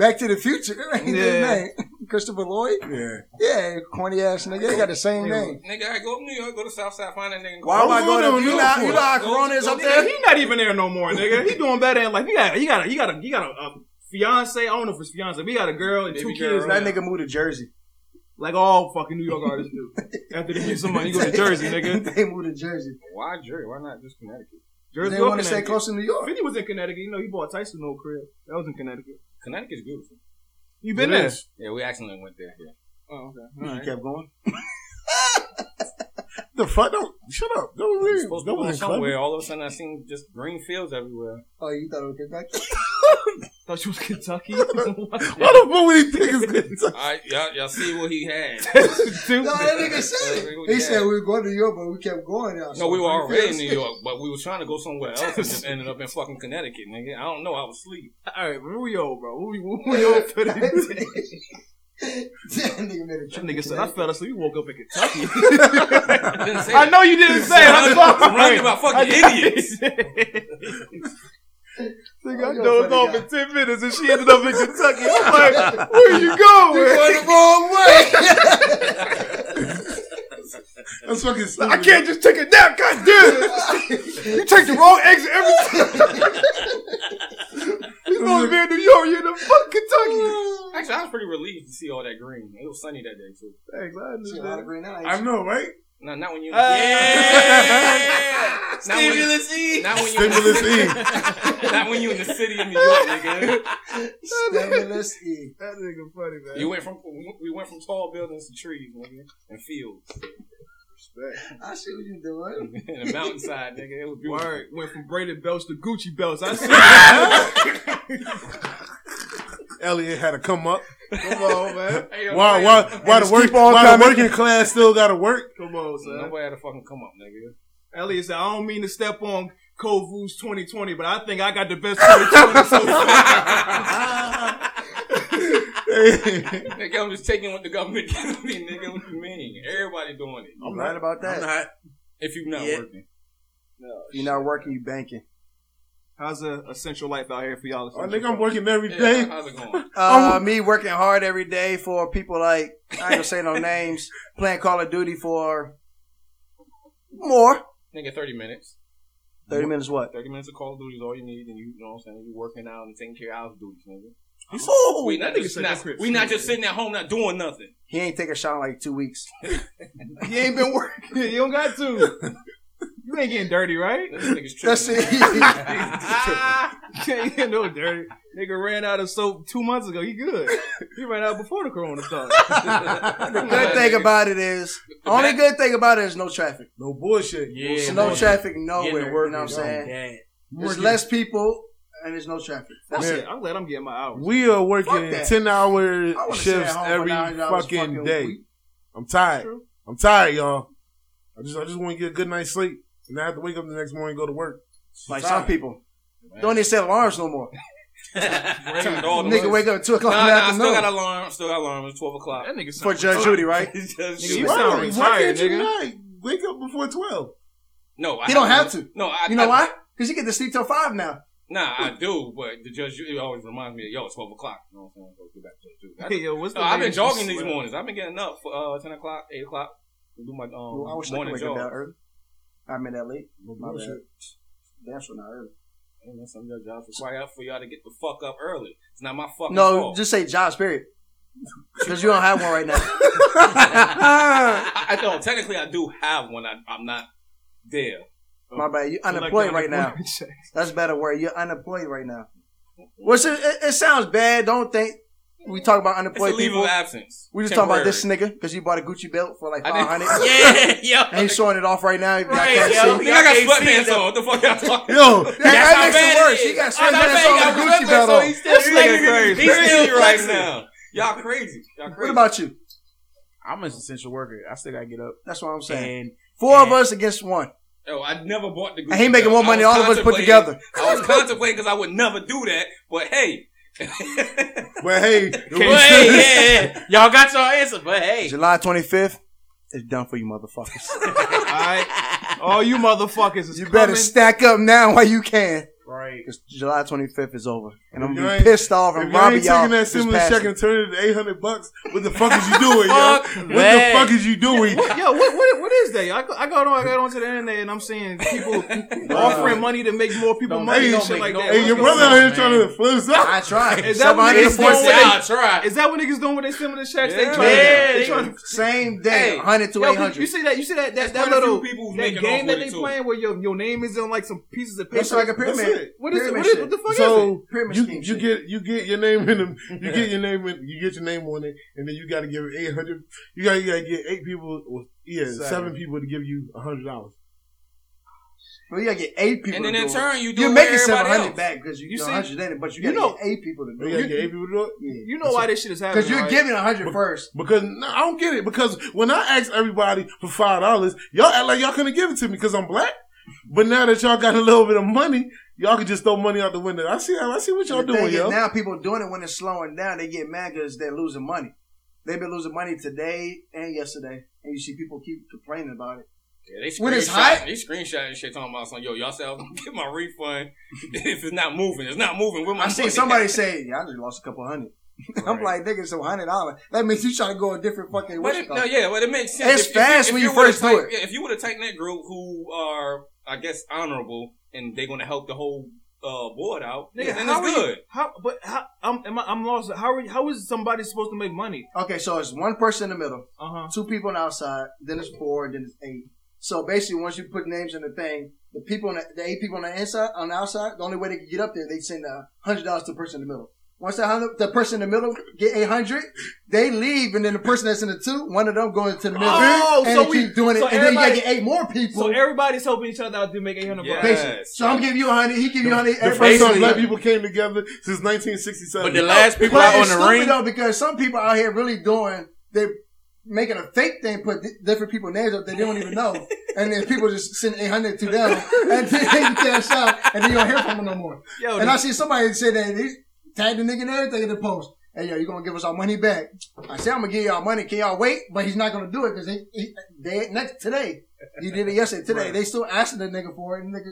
Speaker 4: [laughs] Back to the Future. That ain't his
Speaker 5: Yeah.
Speaker 4: name. Christopher Lloyd.
Speaker 1: Yeah.
Speaker 4: Yeah, corny ass nigga. They got the same
Speaker 5: Yeah.
Speaker 4: name.
Speaker 2: Nigga, I go up New York, go to South Side, find that nigga.
Speaker 4: Why am I
Speaker 1: Who's on
Speaker 4: going to?
Speaker 1: there?
Speaker 4: You know, how-
Speaker 1: Who's
Speaker 4: you know how
Speaker 2: on?
Speaker 4: Corona is up
Speaker 5: Nigga,
Speaker 4: there.
Speaker 5: he not even there no more, nigga. He doing better in life. He got he got a, he got a he got a, a fiance. I don't know if it's fiance. We got a girl and two
Speaker 2: Baby
Speaker 5: kids.
Speaker 2: girl.
Speaker 5: That
Speaker 4: That nigga moved to Jersey.
Speaker 5: Like all fucking New York artists do. After they get some money, you go to
Speaker 4: [laughs]
Speaker 5: Jersey, nigga.
Speaker 4: they moved to Jersey.
Speaker 2: Why Jerry? Why not just Connecticut?
Speaker 5: Jersey
Speaker 4: they
Speaker 5: or
Speaker 4: want to stay
Speaker 5: Connecticut.
Speaker 4: close to New York.
Speaker 5: Vinny was in Connecticut. You know, he bought Tyson old crib. That was in Connecticut.
Speaker 2: Connecticut's beautiful.
Speaker 5: You
Speaker 1: It
Speaker 5: been there?
Speaker 1: is.
Speaker 2: Yeah, we accidentally went there. Yeah.
Speaker 5: Oh, okay.
Speaker 4: You
Speaker 5: All right.
Speaker 4: kept going.
Speaker 1: The fuck? Don't shut up. Don't
Speaker 2: We were
Speaker 1: leave.
Speaker 2: supposed to
Speaker 1: That
Speaker 2: be going
Speaker 1: wasn't clever.
Speaker 2: somewhere. All of a sudden, I seen just green fields everywhere.
Speaker 5: [laughs]
Speaker 4: Oh, you thought it was Kentucky?
Speaker 5: Thought you was Kentucky. [laughs]
Speaker 1: What the fuck would he think is good?
Speaker 2: All right, y'all, y'all see what he
Speaker 5: [laughs]
Speaker 2: had.
Speaker 5: Dude.
Speaker 4: No, that nigga said it. He said we were going to New York, but we kept going. Now.
Speaker 2: No, we were already in
Speaker 4: [laughs]
Speaker 2: New York, but we were trying to go somewhere else and just ended up in fucking Connecticut, nigga. I don't know. I was asleep.
Speaker 5: All right, where we old, bro? Where we, where we old for
Speaker 4: that
Speaker 5: this?
Speaker 4: nigga made a
Speaker 5: That nigga said, I fell asleep. You woke up in Kentucky.
Speaker 2: Didn't
Speaker 5: [laughs]
Speaker 2: say
Speaker 5: I
Speaker 2: that.
Speaker 5: know you didn't say it. I'm
Speaker 2: Surrounded
Speaker 5: sorry.
Speaker 2: [laughs] by fucking idiots.
Speaker 5: [laughs] Nigga,
Speaker 4: Oh,
Speaker 5: I
Speaker 4: you're a
Speaker 5: dozed
Speaker 4: funny
Speaker 5: off
Speaker 4: guy.
Speaker 5: in 10 minutes and she ended up in Kentucky. I'm like, where you going?
Speaker 1: the wrong way. That's fucking stupid.
Speaker 5: I can't just take a nap. God damn it. You take the wrong exit every time. you supposed to be in New York. You're in the fucking Kentucky.
Speaker 2: Actually, I was pretty relieved to see all that green. It was sunny that day too.
Speaker 5: Thanks. I
Speaker 4: Shit, a lot of
Speaker 5: understand.
Speaker 4: green
Speaker 1: I
Speaker 4: eyes.
Speaker 1: know, right?
Speaker 2: No, not when
Speaker 3: [laughs]
Speaker 2: you.
Speaker 3: Yeah.
Speaker 2: Not when-
Speaker 3: Stimulus
Speaker 5: Uh,
Speaker 3: E.
Speaker 2: Not when you.
Speaker 1: Stimulus E.
Speaker 2: Not when you in the [laughs] city of New York, nigga.
Speaker 4: Stimulus E.
Speaker 5: That nigga funny, man.
Speaker 2: You went from we went from tall buildings to trees, nigga, and fields, [laughs]
Speaker 4: I see what you doing.
Speaker 2: and a mountainside, nigga. It was beautiful.
Speaker 5: Word. Went from braided belts to Gucci belts. I see.
Speaker 1: [laughs] Elliot had to come up.
Speaker 5: Come on, man.
Speaker 2: Hey, yo,
Speaker 1: Why? Why? Why the work?
Speaker 5: keep on
Speaker 1: Why the
Speaker 5: coming.
Speaker 1: working class still got to
Speaker 4: [laughs]
Speaker 1: work? [laughs]
Speaker 5: Come on, son.
Speaker 2: Nobody had to fucking come up, nigga. [laughs]
Speaker 5: Elliot said, I don't mean to step on Kovu's 2020, but I think I got the
Speaker 4: [laughs]
Speaker 5: best 2020 so
Speaker 1: Oh,
Speaker 5: far.
Speaker 2: Nigga, I'm just taking what the government [laughs] gives me, nigga. What you mean? Everybody doing it.
Speaker 4: I'm right about
Speaker 3: I'm
Speaker 4: that.
Speaker 3: not.
Speaker 2: If you not
Speaker 3: Yeah.
Speaker 2: working,
Speaker 4: If you're not working, you banking.
Speaker 5: How's a essential life out here for y'all?
Speaker 1: I think I'm working every
Speaker 2: Yeah,
Speaker 1: day.
Speaker 2: how's it going?
Speaker 4: Uh, me working hard every day for people like I ain't gonna say no names. Playing Call of Duty for more
Speaker 2: nigga, thirty minutes.
Speaker 4: thirty minutes. What?
Speaker 2: Thirty minutes of Call of Duty is all you need, and you, you know what I'm saying. You working out and taking care of house duties, nigga.
Speaker 4: [laughs] Oh,
Speaker 2: we
Speaker 5: that
Speaker 2: not
Speaker 5: nigga
Speaker 2: just
Speaker 5: said
Speaker 2: not,
Speaker 5: that crib
Speaker 2: we not
Speaker 5: smooth,
Speaker 2: just sitting at home not
Speaker 4: [laughs]
Speaker 2: doing nothing.
Speaker 4: He ain't taking a shot in like two weeks.
Speaker 5: He ain't been working. [laughs] you don't got to. You ain't getting dirty, right? [laughs]
Speaker 2: This nigga's tripping.
Speaker 4: That's it.
Speaker 5: You ain't getting no dirty. Nigga ran out of soap two months ago. He good. He ran out before the
Speaker 4: [laughs]
Speaker 5: corona started.
Speaker 4: the good thing about it is only good thing about it is no traffic.
Speaker 1: [laughs] No bullshit.
Speaker 3: [laughs] Yeah.
Speaker 4: no
Speaker 3: man.
Speaker 4: traffic
Speaker 3: Getting to
Speaker 4: nowhere. You
Speaker 3: work
Speaker 4: know what I'm
Speaker 3: is
Speaker 4: saying?
Speaker 3: bad.
Speaker 4: There's less people and there's no traffic.
Speaker 5: That's
Speaker 4: [laughs]
Speaker 1: Man.
Speaker 5: it. I'm glad I'm getting my hours.
Speaker 1: We are
Speaker 4: Fuck
Speaker 1: working
Speaker 4: that.
Speaker 1: ten hour
Speaker 4: I wanna stay at
Speaker 1: shifts
Speaker 4: home for
Speaker 1: every
Speaker 4: $9
Speaker 1: fucking,
Speaker 4: fucking
Speaker 1: day.
Speaker 4: week.
Speaker 1: I'm tired.
Speaker 5: True.
Speaker 1: I'm tired, y'all. I just I just want to get a good night's sleep, and I have to wake up the next morning and go to work.
Speaker 4: Like some people don't even set alarms no more.
Speaker 3: [laughs]
Speaker 2: Turned all the
Speaker 4: Nigga
Speaker 2: lights.
Speaker 4: wake up at two o'clock
Speaker 2: Oh, Nah,
Speaker 4: in
Speaker 2: nah,
Speaker 4: the
Speaker 2: I still
Speaker 4: afternoon
Speaker 2: got alarm. Still got alarm. It's twelve o'clock.
Speaker 5: That nigga
Speaker 4: for
Speaker 5: sound
Speaker 4: Judge Judy,
Speaker 2: [laughs]
Speaker 4: right?
Speaker 2: It's just
Speaker 5: Nigga,
Speaker 2: shit.
Speaker 5: you sound retired,
Speaker 1: you
Speaker 5: nigga.
Speaker 1: not wake up before twelve?
Speaker 2: no, I
Speaker 4: He don't have to.
Speaker 2: No, I,
Speaker 4: You know
Speaker 2: I-
Speaker 4: why? Because you get to sleep till five now.
Speaker 2: Nah, I do, but the judge it always reminds me, of, yo, it's twelve o'clock. You know what I'm saying? Go get back to the dude. I-
Speaker 5: Hey, yo, what's the
Speaker 2: No, I've been
Speaker 5: latest-
Speaker 2: jogging these mornings. I've been getting up for uh, ten o'clock, eight o'clock. to Do my um,
Speaker 4: Well, I wish I could
Speaker 2: morning
Speaker 4: wake up that
Speaker 2: jog.
Speaker 4: early. I mean that late. My bad.
Speaker 1: bullshit.
Speaker 4: Damn sure not early.
Speaker 2: Hey, man, some of your jobs require for y'all to get the fuck up early. It's not my fucking
Speaker 4: No,
Speaker 2: fault.
Speaker 4: just say jobs, period. Because you don't have one right now.
Speaker 2: [laughs] I, I know. Technically, I do have one. I, I'm not there.
Speaker 4: My bad. You're
Speaker 5: So, like,
Speaker 4: unemployed
Speaker 5: the
Speaker 4: right now.
Speaker 5: unemployment check.
Speaker 4: That's a better word. You're unemployed right now. Which it, it, it sounds bad. Don't think we talk about
Speaker 2: It's a
Speaker 4: unemployed
Speaker 2: leave
Speaker 4: people.
Speaker 2: of absence.
Speaker 4: We just
Speaker 2: talk
Speaker 4: talking about this nigga because you bought a Gucci belt for like
Speaker 2: I didn't-
Speaker 4: five hundred.
Speaker 3: [laughs] Yeah, yo.
Speaker 4: And he's showing it off right now. [laughs] Y'all
Speaker 3: Right,
Speaker 4: can't
Speaker 3: yo.
Speaker 4: see.
Speaker 2: I think I got
Speaker 3: Y'all can't see
Speaker 2: sweatpants on. What the fuck y'all talking
Speaker 1: Yo,
Speaker 2: about?
Speaker 4: That, that
Speaker 3: how
Speaker 4: makes
Speaker 3: bad
Speaker 4: it
Speaker 3: it
Speaker 4: worse.
Speaker 3: is.
Speaker 4: He got
Speaker 3: Oh, that
Speaker 4: sweatpants
Speaker 3: man
Speaker 4: on
Speaker 3: got
Speaker 4: and a Gucci belt on.
Speaker 5: This nigga crazy.
Speaker 2: He's still
Speaker 3: flexing.
Speaker 2: flexing now. Y'all crazy. Y'all
Speaker 4: What
Speaker 2: crazy.
Speaker 4: about you?
Speaker 3: I'm an essential worker. I still gotta get up
Speaker 4: That's what I'm
Speaker 3: [laughs]
Speaker 4: saying.
Speaker 3: and
Speaker 4: Four of
Speaker 3: and-
Speaker 4: us
Speaker 1: [laughs]
Speaker 4: against one.
Speaker 2: Yo, I never bought the. Gucci
Speaker 4: And he making
Speaker 2: belt.
Speaker 4: more
Speaker 2: I
Speaker 4: money
Speaker 2: was
Speaker 4: than all of us put
Speaker 2: contemplating-
Speaker 4: together.
Speaker 2: I was contemplating because I would never do that, but hey,
Speaker 1: but hey,
Speaker 3: But hey, yeah, yeah. y'all got your answer.
Speaker 1: [laughs]
Speaker 3: But hey,
Speaker 4: July 25th, it's done for
Speaker 3: [laughs]
Speaker 4: you motherfuckers.
Speaker 5: All right. All you motherfuckers is
Speaker 4: you better
Speaker 5: coming.
Speaker 4: stack up now while you can.
Speaker 1: right.
Speaker 4: Because July 25th is over. And I'm
Speaker 1: If
Speaker 4: going
Speaker 1: you
Speaker 4: to
Speaker 1: ain't-
Speaker 4: be pissed off
Speaker 1: If
Speaker 4: and
Speaker 1: you
Speaker 4: robbing
Speaker 1: ain't
Speaker 4: y'all.
Speaker 1: taking that
Speaker 4: this
Speaker 1: stimulus
Speaker 4: past
Speaker 1: check
Speaker 4: year.
Speaker 1: and turning it to eight hundred bucks, what the fuck is you doing, yo?
Speaker 3: Fuck
Speaker 1: What
Speaker 3: that.
Speaker 1: the fuck is you doing?
Speaker 5: Yo, what, what what is that? I go, I go on I got onto the internet and I'm seeing
Speaker 2: [laughs]
Speaker 5: people offering money to make more people
Speaker 3: Don't
Speaker 5: money
Speaker 1: make-
Speaker 5: and
Speaker 1: don't
Speaker 5: shit like
Speaker 3: make
Speaker 5: that.
Speaker 3: no-
Speaker 1: Hey, your
Speaker 5: What's
Speaker 1: brother out
Speaker 5: going on?
Speaker 1: here
Speaker 3: man.
Speaker 1: trying to flip us up. [laughs]
Speaker 4: I tried.
Speaker 5: Is that
Speaker 4: Somebody
Speaker 5: what
Speaker 4: to
Speaker 5: it
Speaker 4: force
Speaker 5: is?
Speaker 4: it out.
Speaker 3: y'all try.
Speaker 5: Is that what niggas doing with their stimulus checks? They
Speaker 2: Yeah.
Speaker 5: trying
Speaker 3: Yeah,
Speaker 5: to, they
Speaker 3: they-
Speaker 5: trying to
Speaker 4: Same day,
Speaker 5: Hey,
Speaker 4: 100 to
Speaker 5: Yo,
Speaker 4: 800.
Speaker 5: You see that? You see that? That,
Speaker 2: There's
Speaker 5: that
Speaker 2: quite a few
Speaker 5: little
Speaker 2: people who's making
Speaker 5: that
Speaker 2: off
Speaker 5: game that
Speaker 2: with
Speaker 5: they
Speaker 2: it, too.
Speaker 5: playing where your your name is in like some pieces of paper.
Speaker 4: It's like a
Speaker 1: That's
Speaker 4: pyramid.
Speaker 1: it.
Speaker 5: what is it?
Speaker 4: pyramid
Speaker 5: What, is,
Speaker 4: shit.
Speaker 5: what the fuck is it?
Speaker 1: So
Speaker 4: Pyramid
Speaker 1: you,
Speaker 4: scheme
Speaker 1: you
Speaker 4: shit.
Speaker 1: get you get your name in them you get your name in you get your name on it and then you got to give eight hundred you got to you got to get eight people or yeah
Speaker 5: Seven.
Speaker 1: seven, people to give you a hundred dollars.
Speaker 4: Well, you gotta get eight people.
Speaker 2: and
Speaker 4: to
Speaker 2: then
Speaker 4: do
Speaker 2: in
Speaker 4: it.
Speaker 2: turn you do
Speaker 4: you're
Speaker 2: it
Speaker 4: making
Speaker 2: with
Speaker 4: seven
Speaker 2: everybody
Speaker 4: hundred
Speaker 2: else.
Speaker 4: back because you,
Speaker 5: You
Speaker 4: you know
Speaker 5: see-
Speaker 4: hundred in it, but you
Speaker 5: you
Speaker 4: gotta
Speaker 5: know-
Speaker 4: get eight people to
Speaker 1: You
Speaker 4: do
Speaker 1: got to
Speaker 4: it.
Speaker 1: get eight people to do it
Speaker 4: Yeah,
Speaker 5: You know why this shit is happening?
Speaker 4: because you're
Speaker 5: right?
Speaker 4: giving a hundred first.
Speaker 1: because no, I don't get it because when I ask everybody for five dollars y'all act like y'all couldn't give it to me because I'm black. But now that y'all got a little bit of money, y'all can just throw money out the window. I see I see what y'all
Speaker 4: The thing
Speaker 1: doing,
Speaker 4: is,
Speaker 1: yo.
Speaker 4: Now people doing it when it's slowing down. They get mad because they're losing money. They've been losing money today and yesterday, and you see people keep complaining about it.
Speaker 2: Yeah, they
Speaker 4: When it's
Speaker 2: screenshot-
Speaker 4: hot?
Speaker 2: they screenshotting shit talking about something. Yo, y'all say I'm gonna get my refund [laughs] if it's not moving. It's not moving. Where my
Speaker 4: I seen
Speaker 2: money
Speaker 4: somebody say, "Yeah, I just lost a couple hundred. [laughs] I'm like, "Nigga, so hundred dollars? That means you try to go a different fucking
Speaker 2: [laughs] But
Speaker 4: what you
Speaker 2: it,
Speaker 4: call
Speaker 2: no,
Speaker 4: it.
Speaker 2: yeah, but it makes sense.
Speaker 4: It's fast when you
Speaker 2: would've
Speaker 4: first do
Speaker 2: taken-
Speaker 4: it.
Speaker 2: yeah, If you would have taken that group who are, I guess, honorable and they're going to help the whole uh, board out,
Speaker 5: Nigga,
Speaker 2: then
Speaker 5: how are
Speaker 2: it's
Speaker 5: you-
Speaker 2: good.
Speaker 5: How? But how? I'm am I, I'm lost. How are? you- How is somebody supposed to make money?
Speaker 4: Okay, so it's one person in the middle,
Speaker 5: Uh huh.
Speaker 4: two people on the outside, then it's four, and then it's eight. So basically, once you put names in the thing, the people on the, the eight people on the inside, on the outside, the only way they can get up there, they send a hundred dollars to the person in the middle. Once the, hundred, the person in the middle get eight hundred, they leave, and then the person that's in the two, one of them goes into the middle,
Speaker 5: Oh,
Speaker 4: and
Speaker 5: so
Speaker 4: they
Speaker 5: we-
Speaker 4: keep doing it,
Speaker 5: so
Speaker 4: and then you gotta
Speaker 5: everybody-
Speaker 4: get eight more people.
Speaker 5: So everybody's helping each other out to make eight hundred
Speaker 2: Yeah.
Speaker 5: bucks.
Speaker 4: Basically. So I'm giving you a hundred. He give you a hundred.
Speaker 1: The
Speaker 4: everybody-
Speaker 1: first time
Speaker 3: Basically-
Speaker 1: black people came together since 1967.
Speaker 3: But the last people
Speaker 4: But
Speaker 3: out on
Speaker 4: it's
Speaker 3: the
Speaker 4: stupid
Speaker 3: ring,
Speaker 4: though because some people out here really doing they making a fake thing, put di- different people names up they don't
Speaker 3: [laughs]
Speaker 4: even know, and then people just send eight hundred to them, and [laughs] then you cash out, and then you don't hear from them no more.
Speaker 5: Yo,
Speaker 4: And I see somebody say that they tagged the nigga and everything in the post. Hey yo, you gonna give us our money back? I said I'm gonna give y'all money. Can y'all wait? But he's not gonna do it because he, he they next today. You did it yesterday. Today
Speaker 5: Right.
Speaker 4: they still asking the nigga for it. And nigga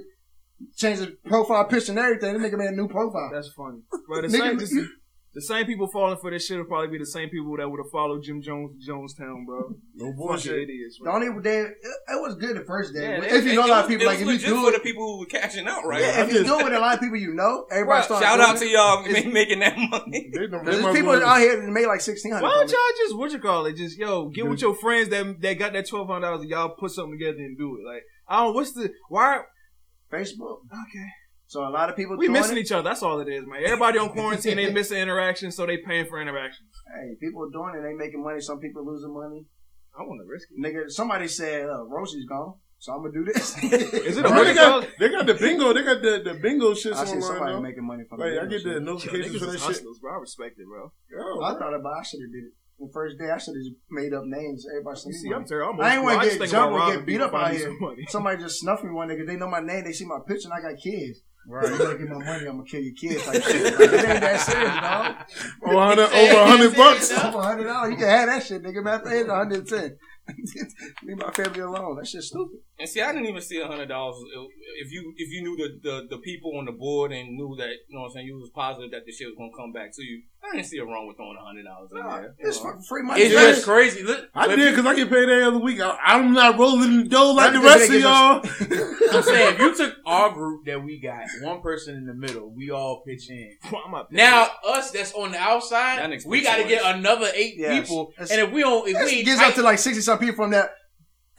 Speaker 4: changed his profile picture and everything. The nigga made a new profile.
Speaker 5: that's funny. Bro, the same.
Speaker 4: Nigga,
Speaker 5: This,
Speaker 4: you-
Speaker 5: the same people falling for this shit will probably be the same people that would have followed Jim Jones to Jonestown, bro.
Speaker 1: no
Speaker 5: Bunch of
Speaker 1: bullshit.
Speaker 5: idiots.
Speaker 4: The
Speaker 5: Bro.
Speaker 4: only day it, it was good the first day.
Speaker 5: Yeah,
Speaker 4: but
Speaker 2: It-
Speaker 4: if you know
Speaker 2: it
Speaker 4: a lot
Speaker 2: was-
Speaker 4: of people,
Speaker 2: it
Speaker 4: like
Speaker 2: was
Speaker 4: if you
Speaker 2: legit
Speaker 4: do
Speaker 2: for the
Speaker 4: it,
Speaker 2: people who were cashing out, right?
Speaker 4: yeah,
Speaker 1: I
Speaker 4: if you
Speaker 1: just-
Speaker 4: do it with a lot of people you know, everybody
Speaker 2: Shout
Speaker 4: starts.
Speaker 2: out to
Speaker 4: you.
Speaker 2: y'all
Speaker 4: It's-
Speaker 2: [laughs] ma- making that money.
Speaker 1: They don't- they
Speaker 4: There's
Speaker 1: might
Speaker 4: people
Speaker 1: as well-
Speaker 4: out here that made like sixteen hundred.
Speaker 5: Why don't y'all just what you call it? Just yo, get with your friends that that got that twelve hundred dollars and y'all put something together and do it. Like I don't. What's the why?
Speaker 4: Facebook?
Speaker 5: Okay,
Speaker 4: So a lot of people
Speaker 5: we
Speaker 4: doing
Speaker 5: missing
Speaker 4: it.
Speaker 5: each other. That's all it is, man. Everybody on quarantine, they missing interaction, so they paying for interaction.
Speaker 4: Hey, people doing it. They making money. Some people losing money.
Speaker 5: I want to risk it.
Speaker 4: Nigga, somebody said uh, Rosie's gone, so I'm gonna do this.
Speaker 5: Is it a
Speaker 1: Bro, they,
Speaker 5: hundred dollars?
Speaker 1: got, they got the bingo. They got the, the bingo shits
Speaker 4: I see
Speaker 1: online.
Speaker 4: somebody
Speaker 1: though.
Speaker 4: making money from
Speaker 1: Like,
Speaker 4: it.
Speaker 1: I get the notifications for
Speaker 5: Niggas
Speaker 1: that
Speaker 5: is
Speaker 1: shit.
Speaker 5: hustlers, bro. I respect it, bro.
Speaker 1: Yo,
Speaker 4: I thought about. I should have did it the first day. I should have just made up names. Everybody.
Speaker 5: You
Speaker 4: said,
Speaker 5: see,
Speaker 4: "Hmm."
Speaker 5: I'm terrible. I'm
Speaker 4: I ain't
Speaker 5: old
Speaker 4: wanna
Speaker 5: school.
Speaker 4: get
Speaker 5: just think
Speaker 4: jumped
Speaker 5: about
Speaker 4: or get
Speaker 5: robbing
Speaker 4: beat
Speaker 5: people,
Speaker 4: up out
Speaker 5: finding
Speaker 4: here.
Speaker 5: some money. [laughs]
Speaker 4: Somebody [laughs] just snuffed me one nigga. They know my name. They see my picture, and I got kids. Right. You
Speaker 1: Right.
Speaker 4: better get my money. I'm gonna kill your kids. Like, shit. Like, it ain't that serious, dog. [laughs]
Speaker 1: Over a hundred- over a hundred bucks.
Speaker 4: Over hundred dollars, you can have that shit, nigga. Matter of fact, it's one hundred and ten. [laughs] Leave my family alone. That shit's stupid.
Speaker 2: And see, I didn't even see a hundred dollars. If you if you knew the, the the people on the board and knew that you know what I'm saying, you was positive that the shit was gonna come back to you. I didn't see a wrong with throwing a hundred dollars in
Speaker 4: Nah,
Speaker 2: there. you
Speaker 4: It's
Speaker 2: know.
Speaker 4: fucking free money.
Speaker 3: it's
Speaker 1: Yeah.
Speaker 3: just crazy. Look,
Speaker 1: I
Speaker 3: if
Speaker 1: did
Speaker 3: you-
Speaker 1: because I get paid every other week. I, I'm not rolling the dough like
Speaker 4: Not
Speaker 1: the
Speaker 4: that
Speaker 1: rest
Speaker 4: they
Speaker 1: of
Speaker 4: give
Speaker 1: y'all.
Speaker 4: [laughs]
Speaker 3: I'm saying if you took our group that we got, one person in the middle, we all pitch in.
Speaker 5: I'm not paying.
Speaker 3: Now us that's on the
Speaker 2: That
Speaker 3: outside,
Speaker 2: nigga's
Speaker 3: we got to
Speaker 2: pitching
Speaker 3: get another eight
Speaker 4: Yes.
Speaker 3: people.
Speaker 4: That's-
Speaker 3: and if we don't, if
Speaker 4: This
Speaker 3: we ain't
Speaker 4: gets up
Speaker 3: tight,
Speaker 4: to like sixty some people from that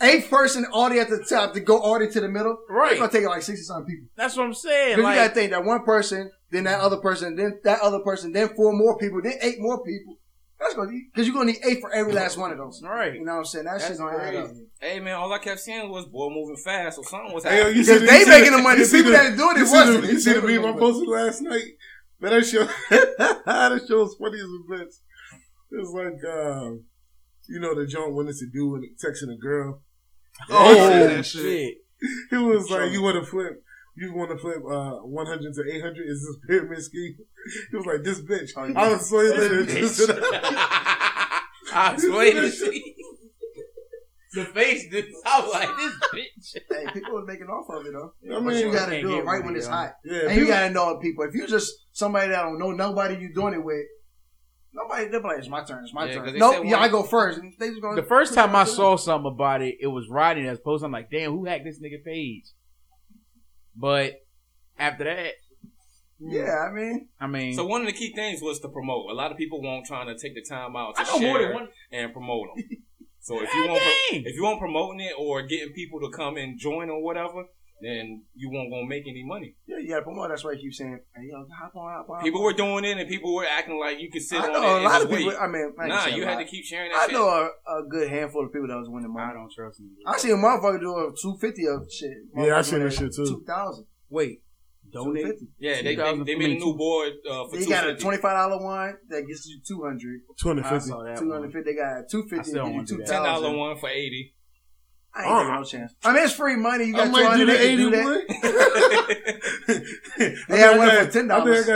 Speaker 4: eighth person all the way at the top to go all the way to the middle. It's gonna
Speaker 3: right,
Speaker 4: take like sixty some people.
Speaker 3: that's what I'm saying.
Speaker 4: Because you
Speaker 3: Like,
Speaker 4: gotta think that one person, then that other person, then that other person, then four more people, then eight more people. That's gonna because you're gonna need eight for every last one of those.
Speaker 3: right,
Speaker 4: You know what I'm saying? That
Speaker 3: that's
Speaker 4: shit's gonna add up.
Speaker 3: crazy.
Speaker 2: Hey man, all I kept seeing was boy moving fast or something was
Speaker 1: Hey, yo,
Speaker 2: happening.
Speaker 1: you
Speaker 4: Because
Speaker 1: see-
Speaker 4: they
Speaker 1: you see
Speaker 4: making the money.
Speaker 1: you see
Speaker 4: People that do it, it
Speaker 1: you see the-
Speaker 4: wasn't.
Speaker 1: You see the
Speaker 4: They
Speaker 1: meme I
Speaker 4: wasn't.
Speaker 1: posted last night? Man, that show [laughs] that show's funny as a bitch. It's like um, you know the John wanted to do when texting a girl.
Speaker 5: Oh,
Speaker 1: Oh,
Speaker 5: that shit.
Speaker 1: It was like you want to flip. You want to flip uh, 100 to 800? Is this pyramid scheme? [laughs] He was like, this bitch.
Speaker 4: Oh, yeah.
Speaker 1: I was so
Speaker 3: [laughs] Bitch.
Speaker 1: later.
Speaker 3: I explained it to you. The face, dude. I was like, this bitch.
Speaker 4: Hey, people was making off of it though.
Speaker 1: I
Speaker 4: But you
Speaker 1: mean,
Speaker 4: gotta
Speaker 3: Can't
Speaker 4: do
Speaker 3: get
Speaker 4: it right
Speaker 3: one,
Speaker 4: when it's
Speaker 3: yo.
Speaker 4: hot.
Speaker 1: yeah,
Speaker 4: And you
Speaker 1: people-
Speaker 4: gotta know people. If you just somebody that don't know nobody you doing it with, nobody they're like, it's my turn, it's my
Speaker 2: Yeah, 'cause
Speaker 4: turn.
Speaker 2: they
Speaker 4: Nope,
Speaker 2: said
Speaker 4: yeah,
Speaker 2: one-
Speaker 4: I go first. And they just gonna
Speaker 3: The first time I saw something about it, it was Rodney that's posting. I'm like, damn, who hacked this nigga page? But after that,
Speaker 4: Yeah, I mean
Speaker 3: I mean,
Speaker 2: So one of the key things was to promote. A lot of people won't trying to take the time out to
Speaker 3: I know more than
Speaker 2: share
Speaker 3: one.
Speaker 2: and promote
Speaker 4: [laughs]
Speaker 2: them. So if you
Speaker 3: Dang.
Speaker 2: want if you want promoting it or getting people to come and join or whatever, then you won't gonna make any money.
Speaker 4: yeah, you gotta promote. That's why I keep saying, hey, yo, hop on, hop on.
Speaker 2: People were doing it and people were acting like you could sit
Speaker 4: I
Speaker 2: on
Speaker 4: know
Speaker 2: it
Speaker 4: a
Speaker 2: and
Speaker 4: lot
Speaker 2: just
Speaker 4: of people.
Speaker 2: wait.
Speaker 4: I mean, I
Speaker 2: nah, you had
Speaker 4: to
Speaker 2: to keep sharing that
Speaker 4: I
Speaker 2: shit.
Speaker 4: know a, a good handful of people that was winning money.
Speaker 3: I don't trust him.
Speaker 4: I seen a motherfucker do a two fifty of shit.
Speaker 1: Yeah, I seen that shit, too.
Speaker 4: Two thousand.
Speaker 3: Wait, donate.
Speaker 4: $250.
Speaker 2: Yeah, they, they,
Speaker 3: 2000
Speaker 2: they
Speaker 3: for
Speaker 2: made
Speaker 3: me
Speaker 2: a new
Speaker 3: too.
Speaker 2: board uh, for
Speaker 4: They
Speaker 2: two
Speaker 4: got a
Speaker 2: fifty.
Speaker 4: twenty five dollar one that gets you two hundred.
Speaker 3: I
Speaker 1: 250.
Speaker 3: saw that.
Speaker 4: Two
Speaker 3: one.
Speaker 4: hundred fifty. They got a two
Speaker 3: I
Speaker 4: fifty.
Speaker 3: still don't wanna do
Speaker 4: Two
Speaker 3: that.
Speaker 2: Ten dollar
Speaker 4: thousand.
Speaker 2: one for eighty.
Speaker 4: I ain't taking no chance. I mean, it's free money. You
Speaker 1: I
Speaker 4: got two
Speaker 1: might do
Speaker 4: hundred.
Speaker 1: the
Speaker 4: They can do
Speaker 1: 81.
Speaker 4: that.
Speaker 1: I
Speaker 4: [laughs] They had
Speaker 1: think I
Speaker 4: one
Speaker 1: got- [laughs]
Speaker 4: for $10.
Speaker 1: I think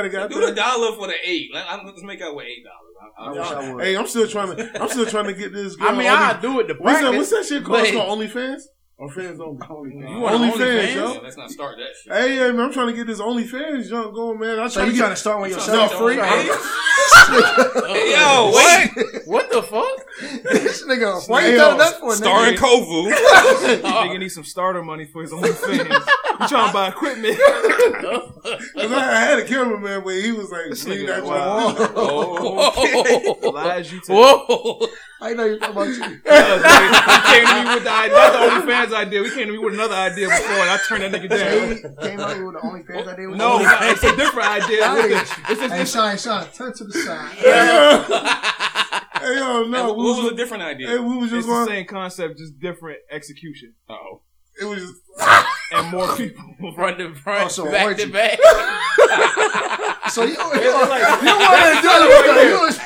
Speaker 1: I got it.
Speaker 2: Do the dollar for the eight. Let, I'm, let's make out with eight dollars.
Speaker 4: [laughs]
Speaker 2: I,
Speaker 4: I wish I would.
Speaker 1: Hey, I'm still trying to. I'm still trying to get this. Girl
Speaker 3: I mean,
Speaker 1: on
Speaker 3: I do it to
Speaker 1: what's, that,
Speaker 3: practice.
Speaker 1: what's that shit called? It's
Speaker 3: but-
Speaker 1: called OnlyFans or fans only.
Speaker 2: You
Speaker 1: want
Speaker 3: Only
Speaker 1: OnlyFans,
Speaker 3: fans?
Speaker 1: yo?
Speaker 2: Yeah, let's not start that shit.
Speaker 1: Hey, yeah, man, I'm trying to get this OnlyFans junk going, man. I'm
Speaker 4: So
Speaker 1: trying
Speaker 4: you
Speaker 1: to
Speaker 4: trying
Speaker 1: get.
Speaker 4: to start one
Speaker 2: You
Speaker 4: yourself?
Speaker 2: trying
Speaker 4: Free?
Speaker 2: to
Speaker 5: Uh,
Speaker 3: Uh,
Speaker 2: Hey,
Speaker 3: yo,
Speaker 2: yo, what?
Speaker 3: [laughs] What the [laughs] fuck?
Speaker 4: [laughs] this nigga, why
Speaker 1: Hey,
Speaker 4: you telling
Speaker 1: yo,
Speaker 4: us for? nigga?
Speaker 2: Starring Kovu.
Speaker 5: Nigga need some starter money for his own fans. He trying to buy equipment.
Speaker 1: Cause I, I had a cameraman where he was like,
Speaker 5: This
Speaker 1: "Nigga,
Speaker 5: nigga
Speaker 1: that
Speaker 5: wild.
Speaker 1: [laughs]
Speaker 5: [laughs] Oh.
Speaker 1: junk."
Speaker 3: Oh, Whoa.
Speaker 5: Lies you tell.
Speaker 3: Whoa.
Speaker 4: I know you talking about you.
Speaker 5: Cuz, nigga, He came to me with the idea. That's the only fans idea. We came to me with another idea before, and I turned that nigga down.
Speaker 4: They came out with the OnlyFans idea. with
Speaker 5: No,
Speaker 4: you.
Speaker 5: no, it's a different idea. It's a- It's a
Speaker 4: Hey, Sean, Sean, turn to the [laughs] side.
Speaker 1: Hey, yo, no,
Speaker 2: What
Speaker 1: we was,
Speaker 2: was a different
Speaker 1: hey,
Speaker 2: idea?
Speaker 1: we was
Speaker 5: It's
Speaker 1: just
Speaker 5: the
Speaker 1: going.
Speaker 5: same concept, just different execution
Speaker 2: Oh,
Speaker 1: It was just,
Speaker 5: and more people.
Speaker 3: Front to front,
Speaker 4: Oh, so
Speaker 3: back
Speaker 4: orgy.
Speaker 3: to back.
Speaker 4: So [laughs] you, you, want to do
Speaker 5: like-
Speaker 4: it? You was-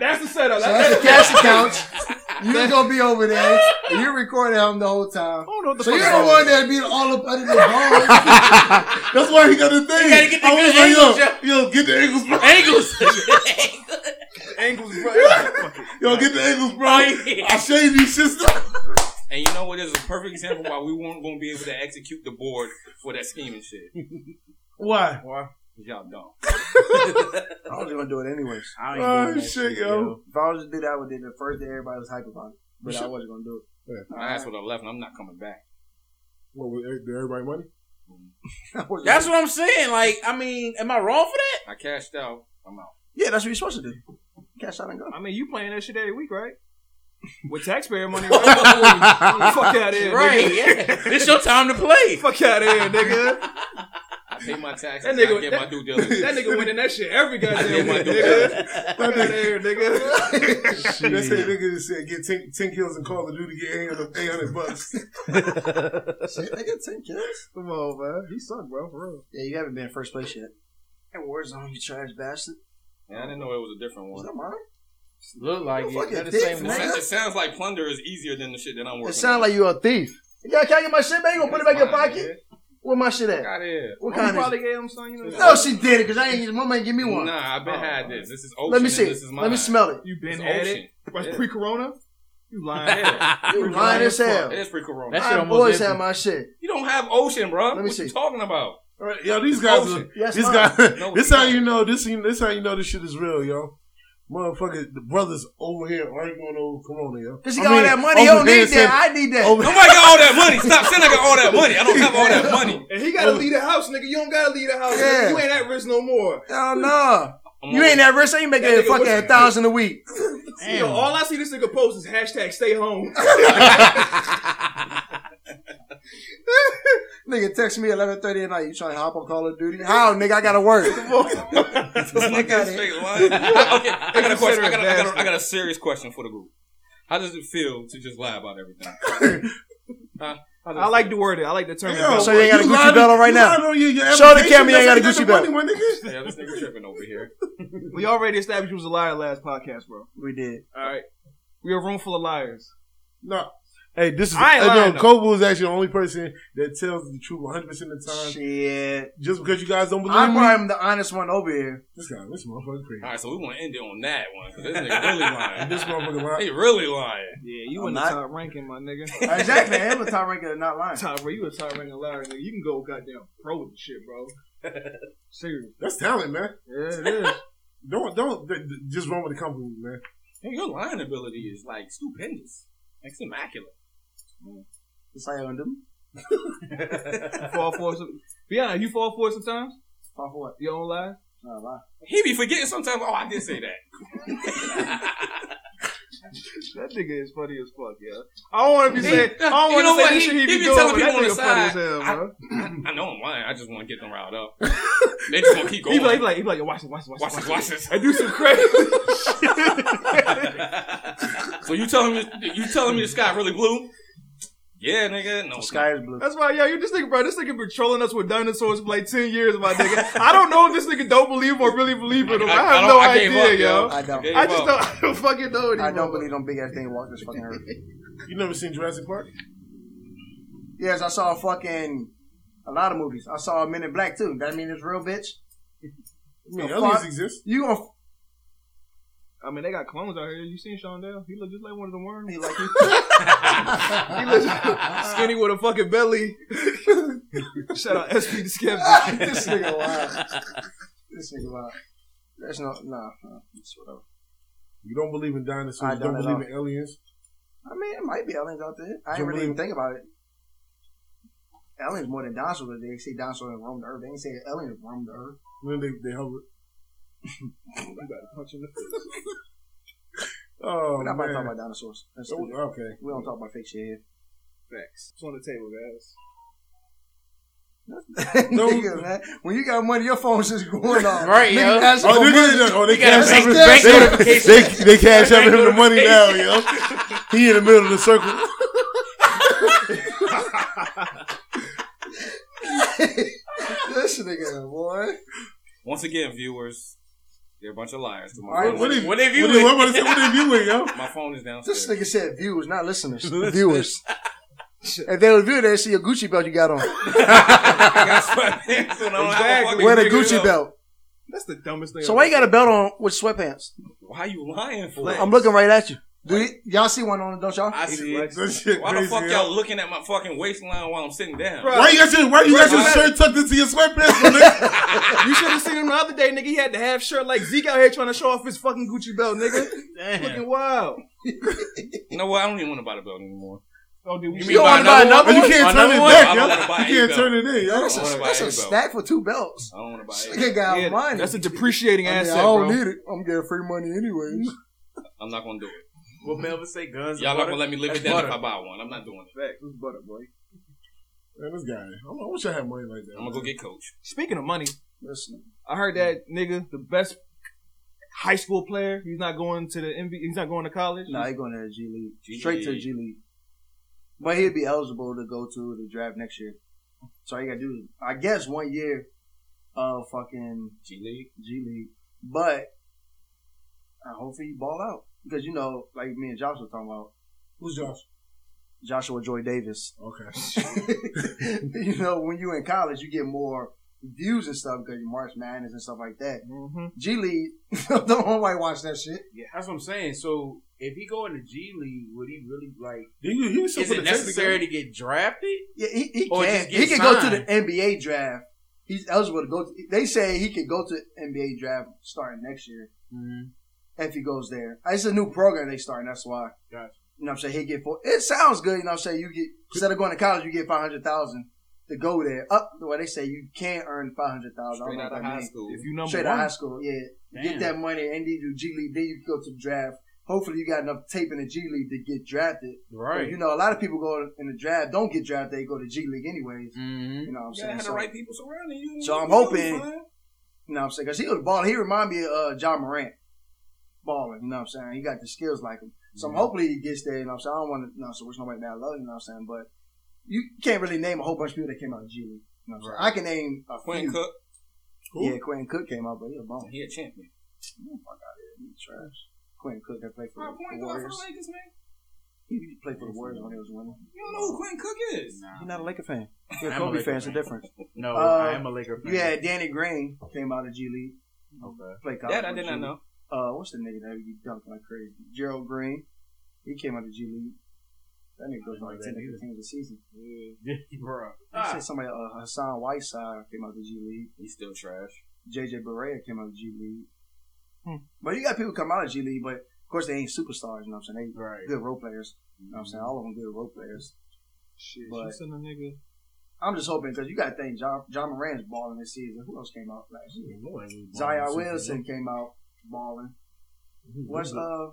Speaker 5: That's the setup.
Speaker 4: So [laughs] that's
Speaker 5: That's, that's,
Speaker 4: the cash account. You're gonna be over there, and you're recording him the whole time.
Speaker 5: I don't know what the
Speaker 4: So
Speaker 5: fuck.
Speaker 4: you're Oh, the one that be all up under the ball.
Speaker 3: [laughs]
Speaker 1: that's why he got the thing.
Speaker 3: gotta get the
Speaker 1: I was
Speaker 3: good
Speaker 1: like, yo, yo, get the angles, bro.
Speaker 3: Angles.
Speaker 5: angles, bro.
Speaker 1: Yo, get the angles, bro.
Speaker 3: Oh, yeah.
Speaker 1: I shave you, sister.
Speaker 2: and you know what? This is a perfect example why we weren't going to be able to execute the board for that scheming shit. 'Cause
Speaker 1: Why?
Speaker 2: Y'all dumb.
Speaker 4: I was gonna do it anyways.
Speaker 3: I
Speaker 1: Oh,
Speaker 3: doing that
Speaker 1: shit, yo.
Speaker 4: [laughs] If I was to do that, I would did the first day everybody was hype about it, but I wasn't gonna do
Speaker 2: That's what I left, and I'm not coming back.
Speaker 1: What with every- did everybody money?
Speaker 4: it. [laughs] I wasn't-
Speaker 3: That's what I'm saying. Like, I mean, am I wrong for that?
Speaker 2: I cashed out. I'm out.
Speaker 4: yeah, that's what you're supposed to do. Cash out and go.
Speaker 5: I mean, you playing that shit every week, right? With taxpayer money, right? fuck out of here,
Speaker 3: right.
Speaker 5: Nigga. [laughs]
Speaker 3: Yeah. It's your time to play.
Speaker 5: Fuck out of here, [laughs] nigga.
Speaker 2: I pay my taxes.
Speaker 5: That nigga-
Speaker 2: I get my due diligence.
Speaker 5: That nigga winning that shit every
Speaker 2: Yeah,
Speaker 5: goddamn
Speaker 2: my
Speaker 5: week,
Speaker 2: dude.
Speaker 5: [laughs] nigga. Fuck out of here, nigga.
Speaker 1: That's [laughs] it. Nigga just said get 10, 10 kills and Call of Duty, get 800, 800 bucks. [laughs]
Speaker 4: Shit, they got ten kills.
Speaker 5: Come on, man. He suck, bro, for real.
Speaker 4: Yeah, you haven't been in first place yet. And Warzone, you trash bastard.
Speaker 2: Yeah, I didn't know it was a different
Speaker 4: Was
Speaker 2: one.
Speaker 4: that mine?
Speaker 3: [laughs] Look like
Speaker 4: You fucking
Speaker 3: it. They're the
Speaker 4: dick,
Speaker 3: same
Speaker 2: It
Speaker 4: man.
Speaker 3: one.
Speaker 2: sounds, it sounds like plunder is easier than the shit that I'm working.
Speaker 4: It sounded like you a thief. Yeah, can I get my shit back? You gonna put it back in your pocket? Where my shit at?
Speaker 2: Out here.
Speaker 4: What
Speaker 5: He
Speaker 4: kind of?
Speaker 5: probably gave him some, you know.
Speaker 4: No, she did it because I ain't. Mama ain't give me one.
Speaker 2: Nah, I've been had this. This is ocean.
Speaker 4: Let me
Speaker 2: and
Speaker 4: see.
Speaker 2: Oh, This is mine.
Speaker 4: Let me smell it.
Speaker 5: You
Speaker 2: It's
Speaker 5: Oh, been had
Speaker 2: ocean.
Speaker 5: it. [laughs] That's
Speaker 2: Yeah.
Speaker 5: pre-corona. You lying.
Speaker 3: [laughs]
Speaker 5: [laughs]
Speaker 4: You lying as hell.
Speaker 2: It is pre-corona.
Speaker 3: That's- That shit
Speaker 4: I
Speaker 3: almost
Speaker 4: always
Speaker 3: empty.
Speaker 4: had my shit.
Speaker 2: you don't have ocean, bro.
Speaker 4: Let me
Speaker 2: what
Speaker 4: see.
Speaker 2: you talking about?
Speaker 4: [laughs]
Speaker 1: All right, yo, these guys,
Speaker 2: Ocean.
Speaker 1: are,
Speaker 4: Yes,
Speaker 1: this
Speaker 4: mine.
Speaker 1: guy,
Speaker 2: No,
Speaker 1: this
Speaker 2: it's
Speaker 1: how
Speaker 2: not.
Speaker 1: you know this. This how you know this shit is real, yo. Motherfucker, the brothers over here arguing over Corona, yo.
Speaker 4: Cause he
Speaker 1: I
Speaker 4: got
Speaker 1: mean,
Speaker 4: all that money. He
Speaker 1: over
Speaker 4: don't need
Speaker 1: there said-
Speaker 4: that. I need that.
Speaker 1: over-
Speaker 2: Nobody got all that money. Stop saying I got all that money. I don't have
Speaker 4: [laughs]
Speaker 2: all that money.
Speaker 5: And he gotta leave the house, nigga. You don't gotta leave the house.
Speaker 4: Yeah.
Speaker 5: nigga. You ain't at risk no more.
Speaker 4: Hell no.
Speaker 2: I'm
Speaker 4: You
Speaker 2: on-
Speaker 4: ain't that rich. I ain't making
Speaker 5: That
Speaker 4: a
Speaker 5: nigga
Speaker 4: fucking
Speaker 5: was-
Speaker 4: thousand a week. [laughs]
Speaker 5: Yo, all I see this nigga post is hashtag stay [laughs] home.
Speaker 4: Nigga text me eleven thirty at night. You trying to hop on Call of Duty? How, nigga? I gotta work.
Speaker 2: This nigga
Speaker 4: got
Speaker 2: is
Speaker 4: it. [laughs]
Speaker 2: straight lying. [laughs] Okay, I got a question. I got a, I, got a, I
Speaker 5: Bastard.
Speaker 2: got a serious question for the group. How does it feel to just lie about everything?
Speaker 4: [laughs]
Speaker 2: Huh? How does
Speaker 5: I
Speaker 2: it
Speaker 5: like the word. I like the term.
Speaker 1: Yo,
Speaker 4: So you ain't got a Gucci
Speaker 1: lied-
Speaker 4: belt on right
Speaker 1: you
Speaker 4: now?
Speaker 1: lied on your- your
Speaker 4: Show the
Speaker 1: application,
Speaker 4: camera you ain't got a
Speaker 1: that's how you
Speaker 4: Gucci
Speaker 1: the money, my nigga.
Speaker 2: Yeah, this nigga tripping over here.
Speaker 5: We already established you was a liar last podcast, bro.
Speaker 4: We did.
Speaker 5: All right. We a room full of liars.
Speaker 1: No. Hey, this is
Speaker 5: I ain't
Speaker 1: hey,
Speaker 5: lying,
Speaker 1: no,
Speaker 5: though.
Speaker 1: Kobo is actually the only person that tells the truth 100 percent of the time.
Speaker 4: Shit.
Speaker 1: Just because you guys don't believe
Speaker 4: I'm
Speaker 1: me,
Speaker 4: probably the honest one over here.
Speaker 1: this guy, this motherfucker crazy. [laughs]
Speaker 2: All right, so we want to end it on that one because this nigga really lying.
Speaker 1: This motherfucker lying.
Speaker 2: He really lying.
Speaker 5: Yeah, you
Speaker 4: I'm
Speaker 5: in the
Speaker 4: not.
Speaker 5: top ranking, my nigga.
Speaker 4: Exactly. I'm a top ranker, not
Speaker 5: [laughs]
Speaker 4: lying.
Speaker 5: top bro, you a top ranking liar, nigga. You can go goddamn pro with the shit, bro.
Speaker 2: [laughs]
Speaker 5: Serious.
Speaker 1: That's talent, man.
Speaker 5: Yeah, it is.
Speaker 1: Don't don't th- th- just run with the company, man.
Speaker 2: Hey, your lying ability is like stupendous. Like, It's immaculate.
Speaker 4: That's how you gonna do. me?
Speaker 5: You fall for it. some- Be honest, you fall for it sometimes.
Speaker 4: Fall for what?
Speaker 5: Your own lies.
Speaker 4: Not a lie.
Speaker 2: He be forgetting sometimes. Oh, I did say that.
Speaker 5: [laughs] That nigga is funny as fuck, yeah. I don't want to be
Speaker 2: He-
Speaker 5: saying. I don't
Speaker 2: you know
Speaker 5: want to
Speaker 2: what?
Speaker 5: say this
Speaker 2: He-
Speaker 5: shit he,
Speaker 2: he
Speaker 5: be
Speaker 2: be
Speaker 5: doing,
Speaker 2: telling
Speaker 5: but that
Speaker 2: people on
Speaker 5: nigga
Speaker 2: the
Speaker 5: funny as
Speaker 2: side,
Speaker 5: hell,
Speaker 2: I-
Speaker 5: bro.
Speaker 2: I know I'm lying. I just want to get them riled up. They just gonna keep
Speaker 5: He
Speaker 2: going.
Speaker 5: be like, he be like, he be like, yo, watch this, watch this,
Speaker 2: watch this, watch this.
Speaker 5: I do some crazy. [laughs]
Speaker 2: [laughs] so you telling me you telling me the sky really blue? Yeah, nigga. No,
Speaker 4: The
Speaker 2: it's
Speaker 4: sky is blue.
Speaker 5: That's why, yo, you just think, bro, this nigga been trolling us with dinosaurs for like 10 years, my
Speaker 2: [laughs]
Speaker 5: nigga. I don't know if this nigga don't believe or really believe in him. I,
Speaker 2: I- I
Speaker 5: have
Speaker 2: don't-
Speaker 5: no
Speaker 2: I gave
Speaker 5: idea,
Speaker 2: up,
Speaker 5: yo.
Speaker 2: yo.
Speaker 4: I don't.
Speaker 2: Okay.
Speaker 5: I just don't, [laughs] I don't fucking know anymore.
Speaker 4: I don't believe them big ass thing walk this fucking earth.
Speaker 1: You never seen Jurassic Park?
Speaker 4: Yes, I saw fucking a lot of movies. I saw Men in Black too. That mean it's real, bitch.
Speaker 1: I mean,
Speaker 4: The
Speaker 1: aliens
Speaker 4: fuck?
Speaker 1: exist.
Speaker 4: You gonna?
Speaker 5: I mean, they got clones out here. You seen Sean Dale? He look just like one of the worms.
Speaker 4: He like you. [laughs]
Speaker 1: [laughs]
Speaker 5: He looks [laughs] skinny with a fucking belly. [laughs] Shout out SP the Skeptic.
Speaker 4: this nigga wild. This nigga wild. That's not nah. nah it's whatever.
Speaker 1: You don't believe in dinosaurs.
Speaker 4: I
Speaker 1: you don't
Speaker 4: don't at
Speaker 1: believe in aliens.
Speaker 4: I mean, it might be aliens out there. I
Speaker 1: So
Speaker 4: didn't really
Speaker 1: believe-
Speaker 4: even think about it. Aliens more than dinosaurs. They say dinosaurs roamed the earth. They ain't say aliens roamed the earth.
Speaker 1: When they they hover.
Speaker 5: You gotta punch him in the face.
Speaker 1: Oh
Speaker 4: We're not about to talk
Speaker 1: man.
Speaker 4: about dinosaurs. That's
Speaker 1: Oh,
Speaker 4: stupid.
Speaker 1: Okay.
Speaker 4: We don't talk about fake shit [laughs] here.
Speaker 5: Facts. It's on the table, guys.
Speaker 1: No.
Speaker 4: Nigga, man. When you got money, your phone's just going off.
Speaker 3: Right,
Speaker 4: Nigga,
Speaker 3: yo.
Speaker 4: that's [laughs]
Speaker 1: Oh,
Speaker 4: for
Speaker 1: they,
Speaker 4: money.
Speaker 1: they, oh, they
Speaker 3: You gotta
Speaker 1: cash
Speaker 3: make
Speaker 1: up him.
Speaker 3: the bank
Speaker 1: They, they,
Speaker 3: notification.
Speaker 1: they cash up
Speaker 3: Bank
Speaker 1: him the money now, yo. He in the middle of the circle.
Speaker 4: this nigga, boy.
Speaker 2: Once again, viewers, they're a bunch of liars. to my
Speaker 4: All right,
Speaker 2: phone.
Speaker 1: What is
Speaker 3: What they
Speaker 1: What,
Speaker 3: viewing?
Speaker 1: what, what, is- what they viewing, yo?
Speaker 2: my phone is downstairs.
Speaker 4: This nigga said viewers, not listeners. viewers. if they were viewers, they'd see a Gucci belt you
Speaker 2: [laughs]
Speaker 4: got on.
Speaker 2: [laughs] I got sweatpants, so I don't have a fucking
Speaker 4: Wear the
Speaker 2: figure it
Speaker 4: Gucci
Speaker 2: out.
Speaker 4: belt.
Speaker 5: That's the dumbest thing.
Speaker 4: So why you got a belt on with sweatpants?
Speaker 2: Why you lying for?
Speaker 5: Flex.
Speaker 4: I'm looking right at you. Do y- y'all see one on it, don't y'all?
Speaker 2: I see.
Speaker 5: Flex.
Speaker 2: it.
Speaker 1: That shit
Speaker 2: Why the
Speaker 1: crazy,
Speaker 2: fuck
Speaker 1: yo.
Speaker 2: y'all looking at my fucking waistline while I'm sitting down?
Speaker 5: Bruh.
Speaker 1: Why you got your Why you got your
Speaker 5: Right.
Speaker 1: shirt tucked into your sweatpants? my nigga?
Speaker 5: You should have seen him the other day, nigga. He had the half shirt like Zeke out here trying to show off his fucking Gucci belt, nigga.
Speaker 3: Damn.
Speaker 5: Looking wild.
Speaker 2: You know what? I don't even want to buy the belt anymore.
Speaker 5: Oh, dude, we
Speaker 3: You
Speaker 5: should-
Speaker 3: mean
Speaker 5: Yo,
Speaker 3: by
Speaker 5: I'm
Speaker 3: another
Speaker 1: But you
Speaker 3: one?
Speaker 1: can't turn
Speaker 3: Another
Speaker 1: it
Speaker 3: one?
Speaker 1: back,
Speaker 2: I'm
Speaker 1: yo.
Speaker 2: gonna buy
Speaker 1: You
Speaker 2: it,
Speaker 1: can't turn it in, yo.
Speaker 4: That's
Speaker 2: I
Speaker 4: a,
Speaker 2: wanna buy
Speaker 4: that's
Speaker 2: a
Speaker 4: a
Speaker 2: belt.
Speaker 4: stack for two belts.
Speaker 2: I don't want to buy
Speaker 4: This
Speaker 2: it.
Speaker 4: nigga got
Speaker 5: Yeah,
Speaker 4: money.
Speaker 5: That's a depreciating
Speaker 4: I mean,
Speaker 5: asset,
Speaker 4: I don't
Speaker 5: bro.
Speaker 4: need it. I'm getting free money anyways.
Speaker 2: [laughs] I'm not gonna do it.
Speaker 3: Will Melvin say guns?
Speaker 2: Y'all not gonna let me live it
Speaker 3: That's
Speaker 2: down if
Speaker 3: butter.
Speaker 2: I buy one. I'm not doing it.
Speaker 5: Facts. It's butter, boy.
Speaker 1: Man, this guy. I I wish I had money like that.
Speaker 2: I'm gonna go get coach.
Speaker 5: Speaking of money,
Speaker 4: Listen,
Speaker 5: I heard that nigga, the best high school player, he's not going to the NBA. He's not going to college.
Speaker 4: nah, he going to the G League,
Speaker 2: G
Speaker 4: straight to the
Speaker 2: League.
Speaker 4: G League. But he'd be eligible to go to the draft next year. So all you got to do, is, I guess, one year of fucking
Speaker 2: G League.
Speaker 4: G League. But uh, hopefully you ball out because you know, like me and Josh were talking about
Speaker 1: Who's Josh?
Speaker 4: Joshua Joy Davis.
Speaker 1: Okay.
Speaker 4: [laughs] you know, when you in college, you get more views and stuff because you March Madness and stuff like that.
Speaker 5: Mm-hmm.
Speaker 4: G League, [laughs] don't nobody watch that shit.
Speaker 3: That's what I'm saying. So if he go in the G League, would he really like?
Speaker 1: He, he still
Speaker 3: Is
Speaker 1: put
Speaker 3: it
Speaker 1: the check
Speaker 3: necessary to get drafted?
Speaker 4: Yeah, he, he
Speaker 3: Or
Speaker 4: can.
Speaker 3: just get
Speaker 4: He can go to
Speaker 3: signed.
Speaker 4: the NBA draft. He's eligible to go. To, they say he could go to NBA draft starting next year
Speaker 3: Mm-hmm.
Speaker 4: if he goes there. It's a new program they starting. That's why.
Speaker 1: Gotcha.
Speaker 4: You know what I'm saying? He get four. It sounds good. You know what I'm saying? You get instead of going to college, you get five hundred thousand to go there. Up the way they say you can earn five hundred thousand.
Speaker 2: Straight out of high school.
Speaker 5: If you number
Speaker 4: Straight
Speaker 5: one,
Speaker 4: out of high school. Yeah. Get that money and then you do G League. Then you go to the draft. Hopefully you got enough tape in the G League to get drafted.
Speaker 3: Right.
Speaker 4: You know, a lot of people go in the draft, don't get drafted, they go to G League anyways.
Speaker 3: Mm-hmm.
Speaker 4: You know what I'm
Speaker 2: You gotta
Speaker 4: saying?
Speaker 2: have the
Speaker 4: So,
Speaker 2: right people surrounding you.
Speaker 4: So I'm
Speaker 2: You gonna
Speaker 4: hoping-
Speaker 2: be fine.
Speaker 4: You know what I'm saying? Because he was balling. He reminded me of uh, John Morant balling. You know what I'm saying? He got the skills like him. So I'm hopefully he gets there. You know what I'm saying? I don't want to, you know, so wish nobody bad luck. You know what I'm saying? But you can't really name a whole bunch of people that came out of G League. You know what I'm saying? I can name a
Speaker 2: Quinn
Speaker 4: few.
Speaker 2: Cook,
Speaker 4: Yeah, Quentin Cook came out, but he a bum.
Speaker 2: he a champion.
Speaker 4: Oh, fuck out of here. He trash. Quentin Cook that played for the
Speaker 2: Right, point guard for
Speaker 4: Warriors.
Speaker 2: the Lakers, man.
Speaker 4: He played for the Warriors when he was winning.
Speaker 2: You don't know who Quinn Cook is.
Speaker 4: You're not a Laker fan.
Speaker 2: [laughs]
Speaker 4: You're a
Speaker 3: I'm a
Speaker 4: Kobe
Speaker 3: Laker
Speaker 4: fan. It's the
Speaker 3: fan.
Speaker 4: difference.
Speaker 3: No,
Speaker 4: Uh,
Speaker 3: I am a Laker fan.
Speaker 4: You had Danny Green came out of G League.
Speaker 3: Okay.
Speaker 4: Played college.
Speaker 2: That I
Speaker 4: with
Speaker 2: did
Speaker 4: G
Speaker 2: not
Speaker 4: League.
Speaker 2: know.
Speaker 4: Uh, what's the nigga that you dunked like crazy? Gerald Green. He came out of G League. That nigga goes like
Speaker 3: that
Speaker 4: 10 to
Speaker 3: either.
Speaker 4: 15 a season. Yeah.
Speaker 3: Bro.
Speaker 4: I said somebody, uh, Hassan Whiteside came out of G League.
Speaker 2: He's still trash.
Speaker 4: JJ Barea came out of G League.
Speaker 5: Hmm.
Speaker 4: But you got people come out of G League, but of course they ain't superstars, you know what I'm saying?
Speaker 3: Right.
Speaker 4: They good role players. You know what I'm saying? All of them good role players.
Speaker 5: shit,
Speaker 4: But-
Speaker 5: she sent a nigga.
Speaker 4: I'm just hoping, because you got to think, John, John Moran's balling this season. Who else came out last year? Zion Wilson came out balling. What's uh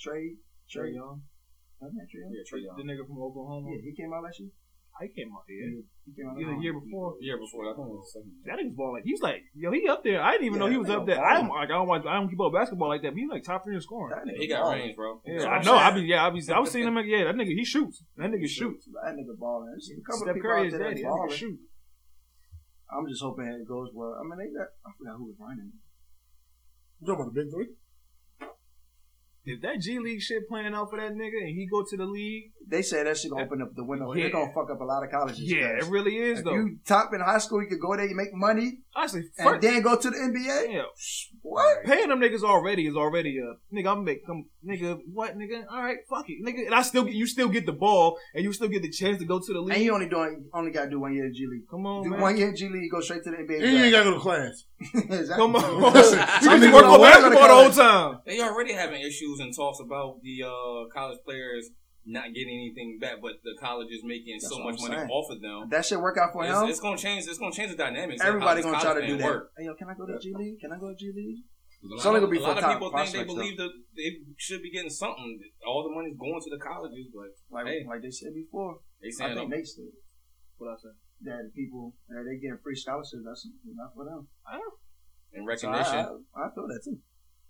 Speaker 4: Trey Trey Young? Wasn't that Trey Young?
Speaker 2: Yeah, Trae Young.
Speaker 5: The nigga from Oklahoma.
Speaker 4: Yeah, he came out last year.
Speaker 5: I came out here.
Speaker 4: He came out
Speaker 5: Either
Speaker 4: last
Speaker 5: year before.
Speaker 2: Yeah, before that, I think it was second.
Speaker 5: That nigga's balling. He's like, yo, he up there. I didn't even
Speaker 4: Yeah,
Speaker 5: know he was
Speaker 4: that nigga
Speaker 5: up there.
Speaker 4: balling.
Speaker 5: I don't like. I don't watch. I don't keep up with basketball like that. But he's like top three in scoring.
Speaker 4: That nigga
Speaker 2: He got
Speaker 4: balling.
Speaker 2: range, bro.
Speaker 5: Yeah,
Speaker 4: So
Speaker 5: I
Speaker 4: I'm
Speaker 5: know. I
Speaker 4: saying-
Speaker 5: be yeah. I be. I was seeing him. like, Yeah, that nigga. He shoots. That nigga shoots.
Speaker 4: That nigga balling. There's a couple
Speaker 5: Steph
Speaker 4: people
Speaker 5: Curry
Speaker 4: out
Speaker 5: is
Speaker 4: there that
Speaker 5: daddy. That nigga
Speaker 4: balling.
Speaker 5: shoot.
Speaker 4: I'm just hoping it goes well. I mean, they got. I forgot who was running.
Speaker 1: You talking about the big three?
Speaker 5: If that G League shit playing out for that nigga and he go to the league
Speaker 4: They said that shit gonna open up the window.
Speaker 5: Yeah.
Speaker 4: They're gonna fuck up a lot of colleges.
Speaker 5: Yeah, it
Speaker 4: guys.
Speaker 5: really is
Speaker 4: if
Speaker 5: though.
Speaker 4: you top in high school, you could go there, you make money,
Speaker 5: Honestly,
Speaker 4: and
Speaker 5: first,
Speaker 4: then go to the NBA.
Speaker 5: yeah,
Speaker 4: What?
Speaker 5: paying them niggas already is already a nigga. I'm make come nigga. What nigga? All right, fuck it, nigga. And I still get you still get the ball and you still get the chance to go to the league.
Speaker 4: And you only doing only gotta do one year in G League.
Speaker 5: come on,
Speaker 4: Do
Speaker 5: man.
Speaker 4: one year in G League, go straight to the NBA.
Speaker 1: And you ain't gotta
Speaker 4: draft.
Speaker 1: go to class.
Speaker 4: [laughs] Exactly.
Speaker 5: Come on.
Speaker 1: [laughs] Listen,
Speaker 5: you
Speaker 1: I mean,
Speaker 5: used to work
Speaker 1: we're
Speaker 4: going
Speaker 5: on
Speaker 4: to
Speaker 5: basketball the whole
Speaker 4: college.
Speaker 5: time.
Speaker 2: They already having issues and talks about the uh, college players not getting anything back, but the college is making
Speaker 4: That's
Speaker 2: so
Speaker 4: what I'm
Speaker 2: much money
Speaker 4: saying.
Speaker 2: off of them.
Speaker 4: That shit work out for
Speaker 2: It's,
Speaker 4: him.
Speaker 2: it's gonna change. It's gonna change the dynamics. of
Speaker 4: Everybody gonna
Speaker 2: how this
Speaker 4: try to
Speaker 2: college
Speaker 4: do
Speaker 2: thing
Speaker 4: that.
Speaker 2: work.
Speaker 4: Hey, yo, can I go to G League? Can I go to G League?
Speaker 2: A
Speaker 4: It's
Speaker 2: lot
Speaker 4: only
Speaker 2: of-
Speaker 4: gonna be for
Speaker 2: a lot of
Speaker 4: top
Speaker 2: people think they
Speaker 4: prospects,
Speaker 2: believe that they should be getting something. All the money's going to the colleges, but
Speaker 4: Like
Speaker 2: Hey.
Speaker 4: like they said before, I
Speaker 2: they saying
Speaker 4: think
Speaker 2: uh,
Speaker 4: they said what I said. That people that they getting free scholarships. That's not for them. So
Speaker 2: in
Speaker 4: I, I,
Speaker 2: recognition.
Speaker 4: I feel that too.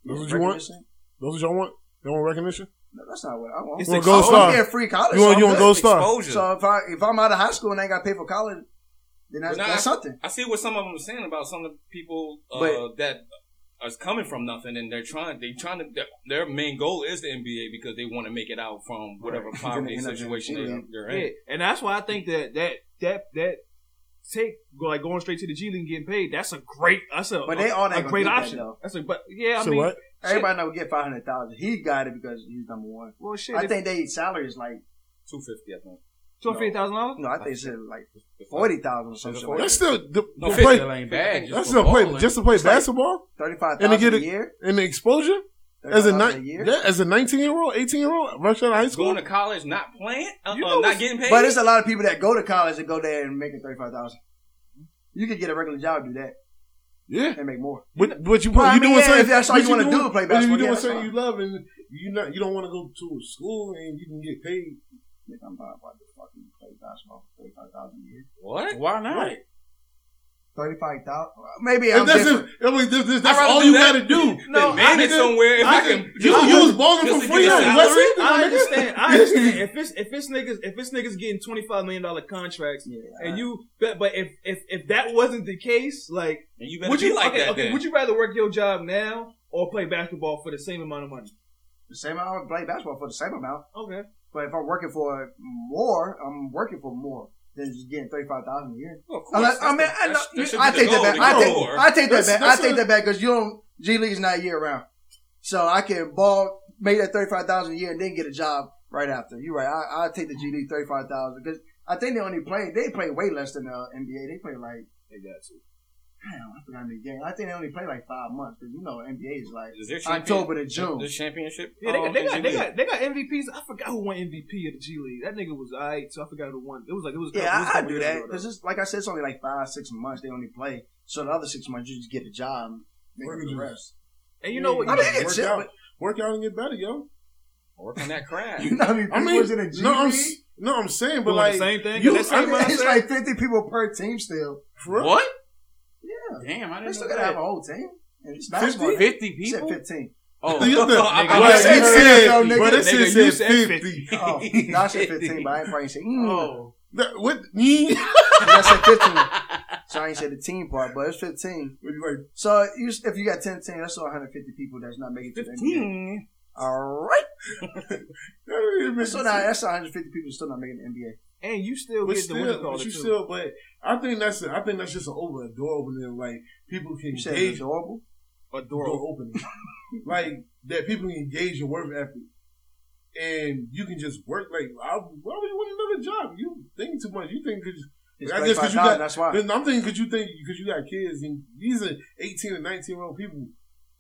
Speaker 1: That's what you want?
Speaker 4: Recognition?
Speaker 1: Those what y'all want? They want recognition?
Speaker 4: No, that's not what I want.
Speaker 5: It's
Speaker 1: You want
Speaker 5: ex-
Speaker 1: gold
Speaker 5: oh,
Speaker 4: I want
Speaker 1: star?
Speaker 4: to get free college.
Speaker 1: You want
Speaker 4: so
Speaker 1: you
Speaker 4: I'm
Speaker 1: want gold star?
Speaker 4: good.
Speaker 2: Exposure.
Speaker 4: So if I if I'm out of high school and I ain't got to pay for college, then that's,
Speaker 2: But now
Speaker 4: that's
Speaker 2: I-
Speaker 4: something.
Speaker 2: I see what some of them are saying about some of the people uh,
Speaker 4: But-
Speaker 2: that are coming from nothing and they're trying. They trying to. Their, their main goal is the NBA because they want to make it out
Speaker 5: [laughs]
Speaker 2: from whatever
Speaker 4: Right.
Speaker 2: poverty
Speaker 4: End up in
Speaker 2: situation
Speaker 4: the
Speaker 2: they're,
Speaker 4: G
Speaker 2: they're
Speaker 5: Yeah,
Speaker 2: in.
Speaker 5: and that's why I think that that that that take like going straight to the G League and getting paid. That's a great. That's a
Speaker 4: But they all
Speaker 5: a
Speaker 4: ain't gonna get
Speaker 5: great
Speaker 4: that,
Speaker 5: option.
Speaker 4: though.
Speaker 5: that's a but yeah. I
Speaker 1: So
Speaker 5: mean,
Speaker 1: what?
Speaker 4: Everybody know get five hundred thousand. He got it because he's number one.
Speaker 5: well, shit.
Speaker 4: I think they salary is like
Speaker 2: Two fifty, I think.
Speaker 5: two fifty thousand dollars.
Speaker 4: no, I think it's like forty thousand or something. Like
Speaker 1: That's still the,
Speaker 2: No,
Speaker 1: the
Speaker 2: fifty.
Speaker 1: play.
Speaker 3: Still ain't bad.
Speaker 1: That's
Speaker 3: Just
Speaker 1: the
Speaker 3: for
Speaker 1: play.
Speaker 3: bowling.
Speaker 1: Just to play
Speaker 4: It's like-
Speaker 1: basketball
Speaker 4: thirty five
Speaker 1: And to get
Speaker 4: thousand a
Speaker 1: it-
Speaker 4: year.
Speaker 1: and the exposure as a,
Speaker 4: $35,000
Speaker 1: ni-
Speaker 4: year.
Speaker 1: yeah, as a nineteen year old, eighteen year old, rush out of high
Speaker 2: Going
Speaker 1: school.
Speaker 2: to college, not playing, uh,
Speaker 5: You
Speaker 2: uh,
Speaker 5: know
Speaker 2: not
Speaker 5: what's-
Speaker 2: getting paid.
Speaker 4: But it's a lot of people that go to college and go there and make it thirty five thousand. You could get a regular job, do that,
Speaker 1: Yeah,
Speaker 4: and make more.
Speaker 1: but but you
Speaker 4: Well, I
Speaker 1: you
Speaker 4: mean,
Speaker 1: doing
Speaker 4: yeah,
Speaker 1: something
Speaker 4: if that's all
Speaker 1: but
Speaker 4: you wanna do,
Speaker 1: doing-
Speaker 4: play
Speaker 1: but
Speaker 4: basketball,
Speaker 1: You
Speaker 4: yeah,
Speaker 1: doing
Speaker 4: that's
Speaker 1: something
Speaker 4: fine.
Speaker 1: you love and you not you don't want to go to school and you can get paid.
Speaker 4: Nigga, I'm about to fucking play basketball for thirty five thousand a year. [laughs]
Speaker 2: what?
Speaker 3: Why not?
Speaker 1: Right.
Speaker 4: Thirty five thousand, maybe. I'm
Speaker 1: If that's
Speaker 4: different.
Speaker 1: it, I mean, this- this-
Speaker 2: I'd
Speaker 1: that's
Speaker 2: rather
Speaker 1: all
Speaker 2: do
Speaker 1: you
Speaker 2: that.
Speaker 1: gotta do.
Speaker 5: No,
Speaker 2: No, man,
Speaker 5: I
Speaker 2: it's somewhere. If I, can,
Speaker 1: You,
Speaker 2: just-
Speaker 1: you was balling
Speaker 2: just
Speaker 1: for
Speaker 2: to
Speaker 1: free.
Speaker 2: get a
Speaker 1: at
Speaker 2: salary?
Speaker 1: West End,
Speaker 5: I
Speaker 1: my nigga.
Speaker 5: understand.
Speaker 4: [laughs]
Speaker 5: I understand. if it's if it's niggas if it's niggas getting twenty five million dollar contracts
Speaker 4: Yeah, uh,
Speaker 5: and you but but if if if that wasn't the case, like
Speaker 2: And you better
Speaker 5: would
Speaker 2: be
Speaker 5: you
Speaker 2: like
Speaker 5: okay,
Speaker 2: that.
Speaker 5: okay,
Speaker 2: then.
Speaker 5: would you rather work your job now or play basketball for the same amount of money?
Speaker 4: the same amount. I would play basketball for the same amount,
Speaker 5: Okay.
Speaker 4: but if I'm working for more, I'm working for more than just getting thirty five thousand a year.
Speaker 2: Well, of course,
Speaker 4: Unless, I
Speaker 2: that's
Speaker 4: mean,
Speaker 2: the-
Speaker 4: I, know,
Speaker 2: that's- should
Speaker 4: I
Speaker 2: be
Speaker 4: take
Speaker 2: the
Speaker 4: that back.
Speaker 2: goal,
Speaker 4: I
Speaker 2: the
Speaker 4: take,
Speaker 2: goal.
Speaker 4: I take that
Speaker 1: That's-
Speaker 4: back. I
Speaker 1: that's
Speaker 4: take
Speaker 1: a-
Speaker 4: that back because you don't G League's not year round, so I can ball make that thirty five thousand a year and then get a job right after. You're right. I I take the G League thirty five thousand because I think they only play they play way less than the NBA. They play like
Speaker 2: They got you.
Speaker 4: damn, I forgot the game. I think they only play like five months because you know NBA is like
Speaker 2: Is there champion-
Speaker 4: October to June.
Speaker 2: The championship.
Speaker 5: Yeah, they
Speaker 2: um,
Speaker 5: got, Oh, they, got, they,
Speaker 2: NBA?
Speaker 5: got, they got MVPs. I forgot who won MVP of the G League. That nigga was alright, so I forgot who won. It was like it was. a couple- it
Speaker 4: Yeah,
Speaker 5: was a
Speaker 4: I, I
Speaker 5: couple
Speaker 4: do
Speaker 5: years
Speaker 4: that
Speaker 5: ago, though.
Speaker 4: because it's like I said, it's only like five six months they only play. So the other six months you just get a job, and make up the
Speaker 1: Workers.
Speaker 4: rest. [laughs]
Speaker 5: And you know what?
Speaker 4: I mean,
Speaker 1: Work
Speaker 4: it's shit,
Speaker 1: out,
Speaker 4: but
Speaker 1: work out and get better, yo.
Speaker 2: Work on that craft.
Speaker 4: you know how many
Speaker 1: I
Speaker 4: people
Speaker 1: mean,
Speaker 4: is in a G
Speaker 1: no, I'm
Speaker 4: League?
Speaker 1: s- no, I'm saying, but
Speaker 5: Doing
Speaker 1: like [laughs]
Speaker 5: the same thing.
Speaker 1: you-
Speaker 5: that
Speaker 1: I
Speaker 5: same
Speaker 1: mean,
Speaker 5: mindset.
Speaker 4: it's like 50 people per team still.
Speaker 1: for real,
Speaker 2: What?
Speaker 4: Yeah.
Speaker 3: Damn, I
Speaker 4: They
Speaker 3: didn't
Speaker 4: still
Speaker 3: know
Speaker 4: got to
Speaker 3: that.
Speaker 4: have a whole team. And it's
Speaker 1: 50?
Speaker 4: basketball.
Speaker 3: Fifty
Speaker 4: You said
Speaker 3: people.
Speaker 4: 15.
Speaker 3: Oh,
Speaker 5: [laughs]
Speaker 1: The- the-
Speaker 2: I-
Speaker 1: bro,
Speaker 2: I-
Speaker 1: it said-
Speaker 4: said fifty.
Speaker 1: bro, that shit
Speaker 5: Nigga, you
Speaker 1: said
Speaker 5: said
Speaker 1: 50. [laughs]
Speaker 4: Oh, no, I said 15, but I ain't probably say, mm.
Speaker 5: Oh.
Speaker 1: That- What? Yeah.
Speaker 4: I said
Speaker 1: Oh.
Speaker 4: 15. So I ain't say the team part, but it's 15. So you, if you got 10 teams, that's all 150 people that's not making it to the NBA.
Speaker 2: Fifteen.
Speaker 4: All right. So now
Speaker 1: But
Speaker 4: that's 150 people still not making the NBA.
Speaker 5: And you still get the
Speaker 1: still,
Speaker 5: winner call
Speaker 1: but
Speaker 5: too.
Speaker 1: you still, but I think that's a, I think that's just an over door opening. Like people can
Speaker 4: You said
Speaker 1: gauge
Speaker 4: it's adorable.
Speaker 5: Adorable.
Speaker 1: door opening, like that people can gauge your work ethic, and you can just work. Like I, why would you want another job? You think too much. You think because
Speaker 4: It's
Speaker 1: I guess 'cause you
Speaker 4: 35,000,
Speaker 1: got-
Speaker 4: that's why.
Speaker 1: I'm thinking because you think because you got kids and these are 18 and 19 year old people.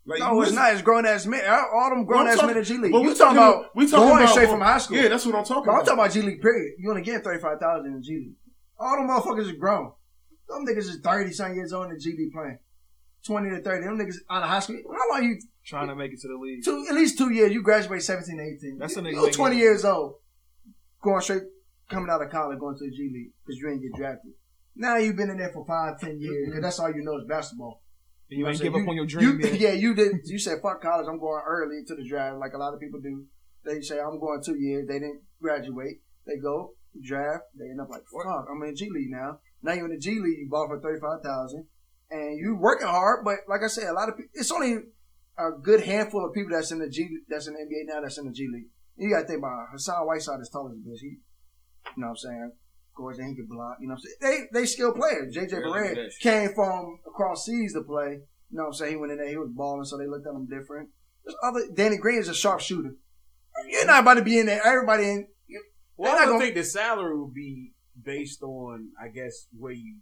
Speaker 1: Like
Speaker 4: No, it's
Speaker 1: listen-
Speaker 4: not. It's grown ass men. All them grown ass
Speaker 1: talking-
Speaker 4: men in G League.
Speaker 1: But
Speaker 4: You
Speaker 1: we talking about we talking
Speaker 4: going
Speaker 1: about
Speaker 4: straight from high school.
Speaker 1: Yeah, that's what I'm talking
Speaker 4: No, I'm
Speaker 1: about.
Speaker 4: talking about G League period. You only get thirty five thousand in G League. All them motherfuckers is grown. Them niggas is thirty some years old in G League playing. Twenty to thirty. Them niggas out of high school. How long you
Speaker 5: Trying to make it to the league.
Speaker 4: two at least two years, you graduate 17, 18.
Speaker 5: That's a nigga
Speaker 4: you
Speaker 5: making-
Speaker 4: twenty years old. Going straight coming out of college, going to the G League, because you ain't get drafted. Now you've been in there for five, ten years, and that's all you know is basketball.
Speaker 5: And you
Speaker 4: know
Speaker 5: ain't
Speaker 4: what I'm
Speaker 5: give up
Speaker 4: saying?
Speaker 5: on your
Speaker 4: You-
Speaker 5: dream yet.
Speaker 4: yeah, you did you said fuck college, I'm going early to the draft, like a lot of people do. They say I'm going two years, they didn't graduate, they go, draft, they end up like, fuck, I'm in G League now. Now you're in the G League, you bought for thirty five thousand and you working hard, but like I said, a lot of people it's only a good handful of people that's in the G that's in the NBA now that's in the G League. You gotta think about it. Hassan Whiteside is tall as a bitch. He, you know what I'm saying? Of course, and he can block. You know what I'm saying? They they skilled players. JJ
Speaker 2: Yeah,
Speaker 4: Barrett
Speaker 2: that's-
Speaker 4: came from across seas to play. You know what I'm saying? He went in there, he was balling, so they looked at him different. There's other Danny Green is a sharp shooter. You're not about to be in there. Everybody in
Speaker 3: Well,
Speaker 4: They're
Speaker 3: I
Speaker 4: not
Speaker 3: don't
Speaker 4: gonna-
Speaker 3: think the salary would be based on, I guess, where you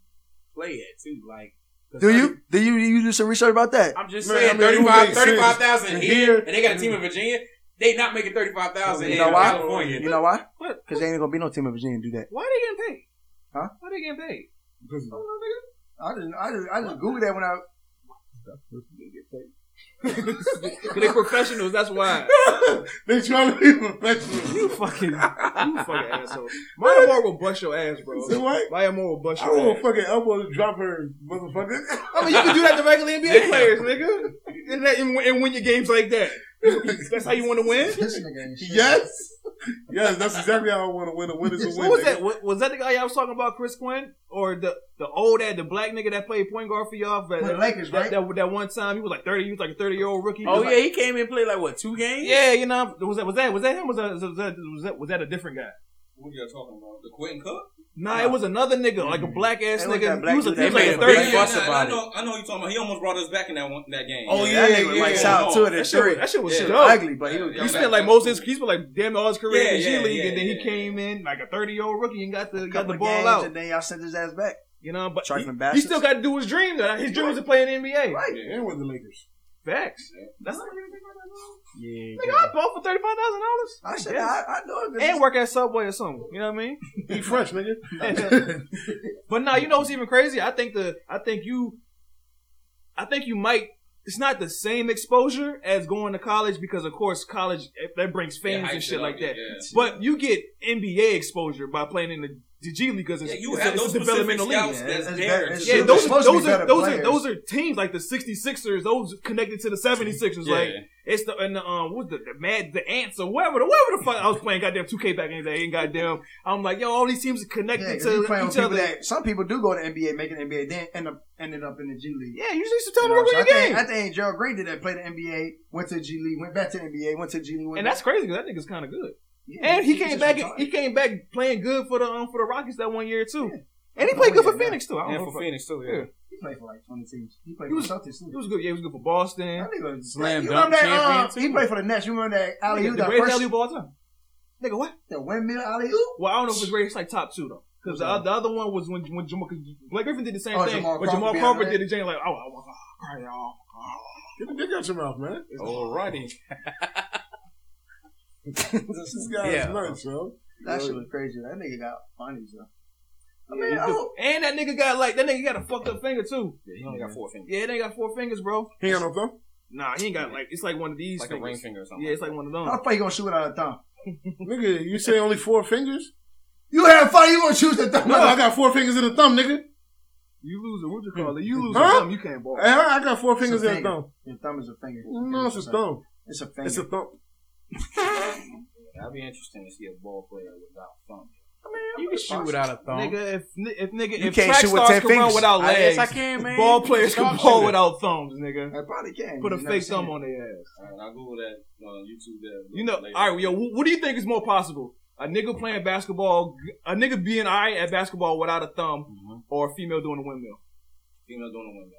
Speaker 3: play at too. Like, 'cause
Speaker 4: Do
Speaker 3: thirty-
Speaker 4: you? Do you you do some research about that?
Speaker 3: I'm just
Speaker 1: Man, I
Speaker 3: saying,
Speaker 1: mean, it would
Speaker 2: Thirty-five,
Speaker 1: make
Speaker 2: thirty-five thousand
Speaker 1: sense.
Speaker 2: here,
Speaker 1: Here.
Speaker 2: and they got a team in Virginia. They not making thirty-five thousand
Speaker 4: You
Speaker 2: in
Speaker 4: know why?
Speaker 2: California.
Speaker 4: You know why?
Speaker 5: What?
Speaker 4: Because there ain't gonna be no team in Virginia do that.
Speaker 5: Why are they getting paid?
Speaker 4: Huh?
Speaker 5: Why are they getting [laughs] paid?
Speaker 1: Because
Speaker 5: I don't know, nigga.
Speaker 4: I just I just I just googled that when I
Speaker 5: They professionals. That's why.
Speaker 1: [laughs] they trying to be professional.
Speaker 5: You fucking, [laughs] you fucking asshole. Maya Moore will bust your ass, bro.
Speaker 1: Say what?
Speaker 5: Maya Moore will bust
Speaker 1: I
Speaker 5: your
Speaker 1: want
Speaker 5: ass.
Speaker 1: a fucking elbow to drop her, motherfucker. [laughs]
Speaker 5: I mean, you can do that to regular [laughs] NBA players, nigga. And, that, and, win- and win your games like that. [laughs] That's how you want to win.
Speaker 4: this nigga ain't shit.
Speaker 1: yes, yes, that's exactly how I want to win. A win is a win.
Speaker 5: What was
Speaker 1: nigga.
Speaker 5: that? What, was that the guy y'all was talking about, Chris Quinn, or the the old ad, the black nigga that played point guard for y'all? That,
Speaker 4: With the Lakers,
Speaker 5: that,
Speaker 4: right?
Speaker 5: that, that one time he was like thirty. He was like a thirty year old rookie. He
Speaker 3: Oh
Speaker 5: was
Speaker 3: yeah, he came in and played like what two
Speaker 5: like-
Speaker 3: games?
Speaker 5: yeah. You know, was that was that was that him? Was that was that was that, was that a different guy?
Speaker 2: What are y'all talking about? The Quentin Cook?
Speaker 5: Nah, it was another nigga, like a black ass
Speaker 4: It Mm-hmm. was that black
Speaker 5: nigga. he was, a,
Speaker 4: dude
Speaker 5: he
Speaker 3: that
Speaker 5: was like a
Speaker 3: made a
Speaker 5: thirty.
Speaker 3: big
Speaker 5: year-
Speaker 3: fuss
Speaker 2: nah,
Speaker 3: about
Speaker 2: I know, I know what you're talking about. He almost brought us back in that one, that game.
Speaker 5: Oh,
Speaker 4: Yeah, that
Speaker 5: yeah,
Speaker 4: nigga, like
Speaker 5: yeah.
Speaker 4: shot two of the
Speaker 5: That shit was-
Speaker 4: three.
Speaker 5: that shit was
Speaker 2: Yeah.
Speaker 5: shit.
Speaker 4: ugly, but he was.
Speaker 2: Yeah,
Speaker 5: He
Speaker 2: yeah.
Speaker 5: spent like most of his, he spent like damn all his career
Speaker 2: Yeah,
Speaker 5: in the G
Speaker 2: yeah,
Speaker 5: League,
Speaker 2: yeah,
Speaker 5: and then he
Speaker 2: yeah.
Speaker 5: came in like a thirty year old rookie and got the got
Speaker 4: Couple
Speaker 5: the
Speaker 4: of
Speaker 5: ball
Speaker 4: games,
Speaker 5: out.
Speaker 4: and then y'all sent his ass back.
Speaker 5: You know, but
Speaker 4: Charged
Speaker 5: he,
Speaker 4: him
Speaker 5: he
Speaker 4: bastards.
Speaker 5: still got to do his dream. Though. His dream was to play in the NBA.
Speaker 4: Right.
Speaker 1: And with the Lakers.
Speaker 5: Facts. That's not
Speaker 3: yeah.
Speaker 5: nigga. I bought for thirty five thousand dollars.
Speaker 4: I said, I, I know it.
Speaker 5: and work at Subway or something. You know what I mean?
Speaker 1: Be fresh,
Speaker 4: [laughs]
Speaker 1: nigga.
Speaker 5: [laughs] But now you know what's even crazy. I think the I think you, I think you might. It's not the same exposure as going to college because, of course, college eh, that brings fans
Speaker 2: hypes
Speaker 5: and
Speaker 2: it
Speaker 5: shit
Speaker 2: up,
Speaker 5: like that.
Speaker 2: yeah.
Speaker 5: But you get NBA exposure by playing in the, the G League because it's,
Speaker 2: Yeah, you
Speaker 5: it's,
Speaker 2: have
Speaker 5: a, it's
Speaker 2: those
Speaker 5: a
Speaker 2: specific
Speaker 5: developmental league.
Speaker 2: scouts
Speaker 4: Yeah,
Speaker 2: that's
Speaker 4: it's
Speaker 2: there.
Speaker 4: better- it's
Speaker 5: Yeah,
Speaker 4: They're
Speaker 5: those are
Speaker 4: supposed to be
Speaker 5: those are
Speaker 4: better
Speaker 5: those are
Speaker 4: players.
Speaker 5: those are teams like the 66ers, those connected to the 76ers.
Speaker 2: Yeah.
Speaker 5: Like it's the and the um what the, the mad the ants or whatever the whatever the fuck I was playing goddamn 2K back in the day and goddamn I'm like, yo, all these teams are connected
Speaker 4: Yeah, 'cause you
Speaker 5: to
Speaker 4: playing with
Speaker 5: each
Speaker 4: people
Speaker 5: other.
Speaker 4: that some people do go to NBA, make an NBA, then end up ended up in the G League.
Speaker 5: yeah, you just used to tell
Speaker 4: You know,
Speaker 5: them to
Speaker 4: so
Speaker 5: win
Speaker 4: I,
Speaker 5: your
Speaker 4: think,
Speaker 5: game.
Speaker 4: I think Gerald Green did that. Played the NBA, went to G League, went back to NBA, went to G League, went
Speaker 5: and
Speaker 4: back-
Speaker 5: that's crazy because that nigga's kind of good.
Speaker 4: Yeah,
Speaker 5: And he
Speaker 4: he's
Speaker 5: came
Speaker 4: just
Speaker 5: back.
Speaker 4: retired.
Speaker 5: He came back playing good for the um, for the Rockets that one year too. And he played
Speaker 4: Oh,
Speaker 5: good
Speaker 4: yeah,
Speaker 5: for
Speaker 4: yeah.
Speaker 5: Phoenix too. I don't
Speaker 2: And
Speaker 5: know
Speaker 2: for
Speaker 5: if I-
Speaker 2: Phoenix too,
Speaker 5: Yeah.
Speaker 2: yeah.
Speaker 4: He played for like twenty teams. He played
Speaker 5: He was-
Speaker 4: for the Celtics. too.
Speaker 5: He was good. Yeah, he was good for Boston.
Speaker 4: That nigga was-
Speaker 3: Slam
Speaker 4: you
Speaker 3: dunk
Speaker 4: remember that,
Speaker 3: champion,
Speaker 4: uh, He played for the Nets. You remember that alley
Speaker 5: Nigga,
Speaker 4: oop?
Speaker 5: the
Speaker 4: That
Speaker 5: greatest
Speaker 4: first,
Speaker 5: alley all time. Nigga, what?
Speaker 4: the windmill alley oop.
Speaker 5: Well, I don't know if it's greatest like top two though. Because the,
Speaker 4: Okay.
Speaker 5: the other one was when when Jamal, 'cause Blake Griffin did the same
Speaker 4: Oh,
Speaker 5: thing,
Speaker 4: Jamal
Speaker 5: but Jamal
Speaker 4: Crawford
Speaker 5: Crawford
Speaker 4: being
Speaker 5: did the same like oh, oh, oh, cry, oh, oh.
Speaker 1: Get the dick out your mouth, man.
Speaker 2: Alrighty.
Speaker 1: [laughs] This is guy's
Speaker 3: Yeah.
Speaker 1: nuts, yo.
Speaker 4: That shit was crazy. That nigga got funny though. I
Speaker 5: Yeah,
Speaker 4: mean, I
Speaker 5: he
Speaker 4: don't,
Speaker 5: do. and that nigga got like that nigga got a fucked up finger too.
Speaker 2: Yeah, he only got four fingers.
Speaker 5: Yeah, they got four fingers, bro.
Speaker 1: He ain't got no thumb.
Speaker 5: Nah, he ain't got like it's like one of these.
Speaker 2: Like a
Speaker 5: fingers.
Speaker 2: ring finger or something.
Speaker 5: Yeah, it's like one of
Speaker 4: how [laughs]
Speaker 5: them.
Speaker 4: the fuck you gonna shoot without a thumb?
Speaker 1: Nigga, you say only four fingers?
Speaker 4: You had fun. You gonna choose the thumb?
Speaker 1: No, I got four fingers in a thumb, nigga.
Speaker 5: You lose it. What you call it? You lose
Speaker 1: Huh?
Speaker 5: it. You can't ball.
Speaker 1: Hey, Uh, I I got four fingers
Speaker 4: It's a
Speaker 1: in a thumb.
Speaker 4: Your thumb is a finger.
Speaker 1: No, it's a thumb.
Speaker 4: It's a finger.
Speaker 1: It's a thumb.
Speaker 2: That'd be interesting to see a ball player without thumb.
Speaker 3: You can shoot without a thumb.
Speaker 5: Nigga, if ni- if nigga
Speaker 4: You
Speaker 5: if
Speaker 4: can't
Speaker 5: track
Speaker 4: shoot with
Speaker 5: stars
Speaker 4: 10
Speaker 5: can run
Speaker 4: fingers.
Speaker 5: without
Speaker 3: I, yes,
Speaker 5: legs,
Speaker 3: I can, man.
Speaker 5: ball players can
Speaker 3: Stop
Speaker 5: ball
Speaker 3: shooting.
Speaker 5: without thumbs, nigga.
Speaker 4: I probably can.
Speaker 5: Put a
Speaker 4: You've never
Speaker 5: fake
Speaker 4: seen
Speaker 5: thumb
Speaker 4: it.
Speaker 5: on their ass.
Speaker 2: Alright, I'll Google that on YouTube that.
Speaker 5: You know,
Speaker 2: later.
Speaker 5: all right, yo, wh- what do you think is more possible? A nigga playing basketball, g- a nigga being all right at basketball without a thumb,
Speaker 2: Mhm.
Speaker 5: or a female doing a windmill?
Speaker 2: Female doing a windmill.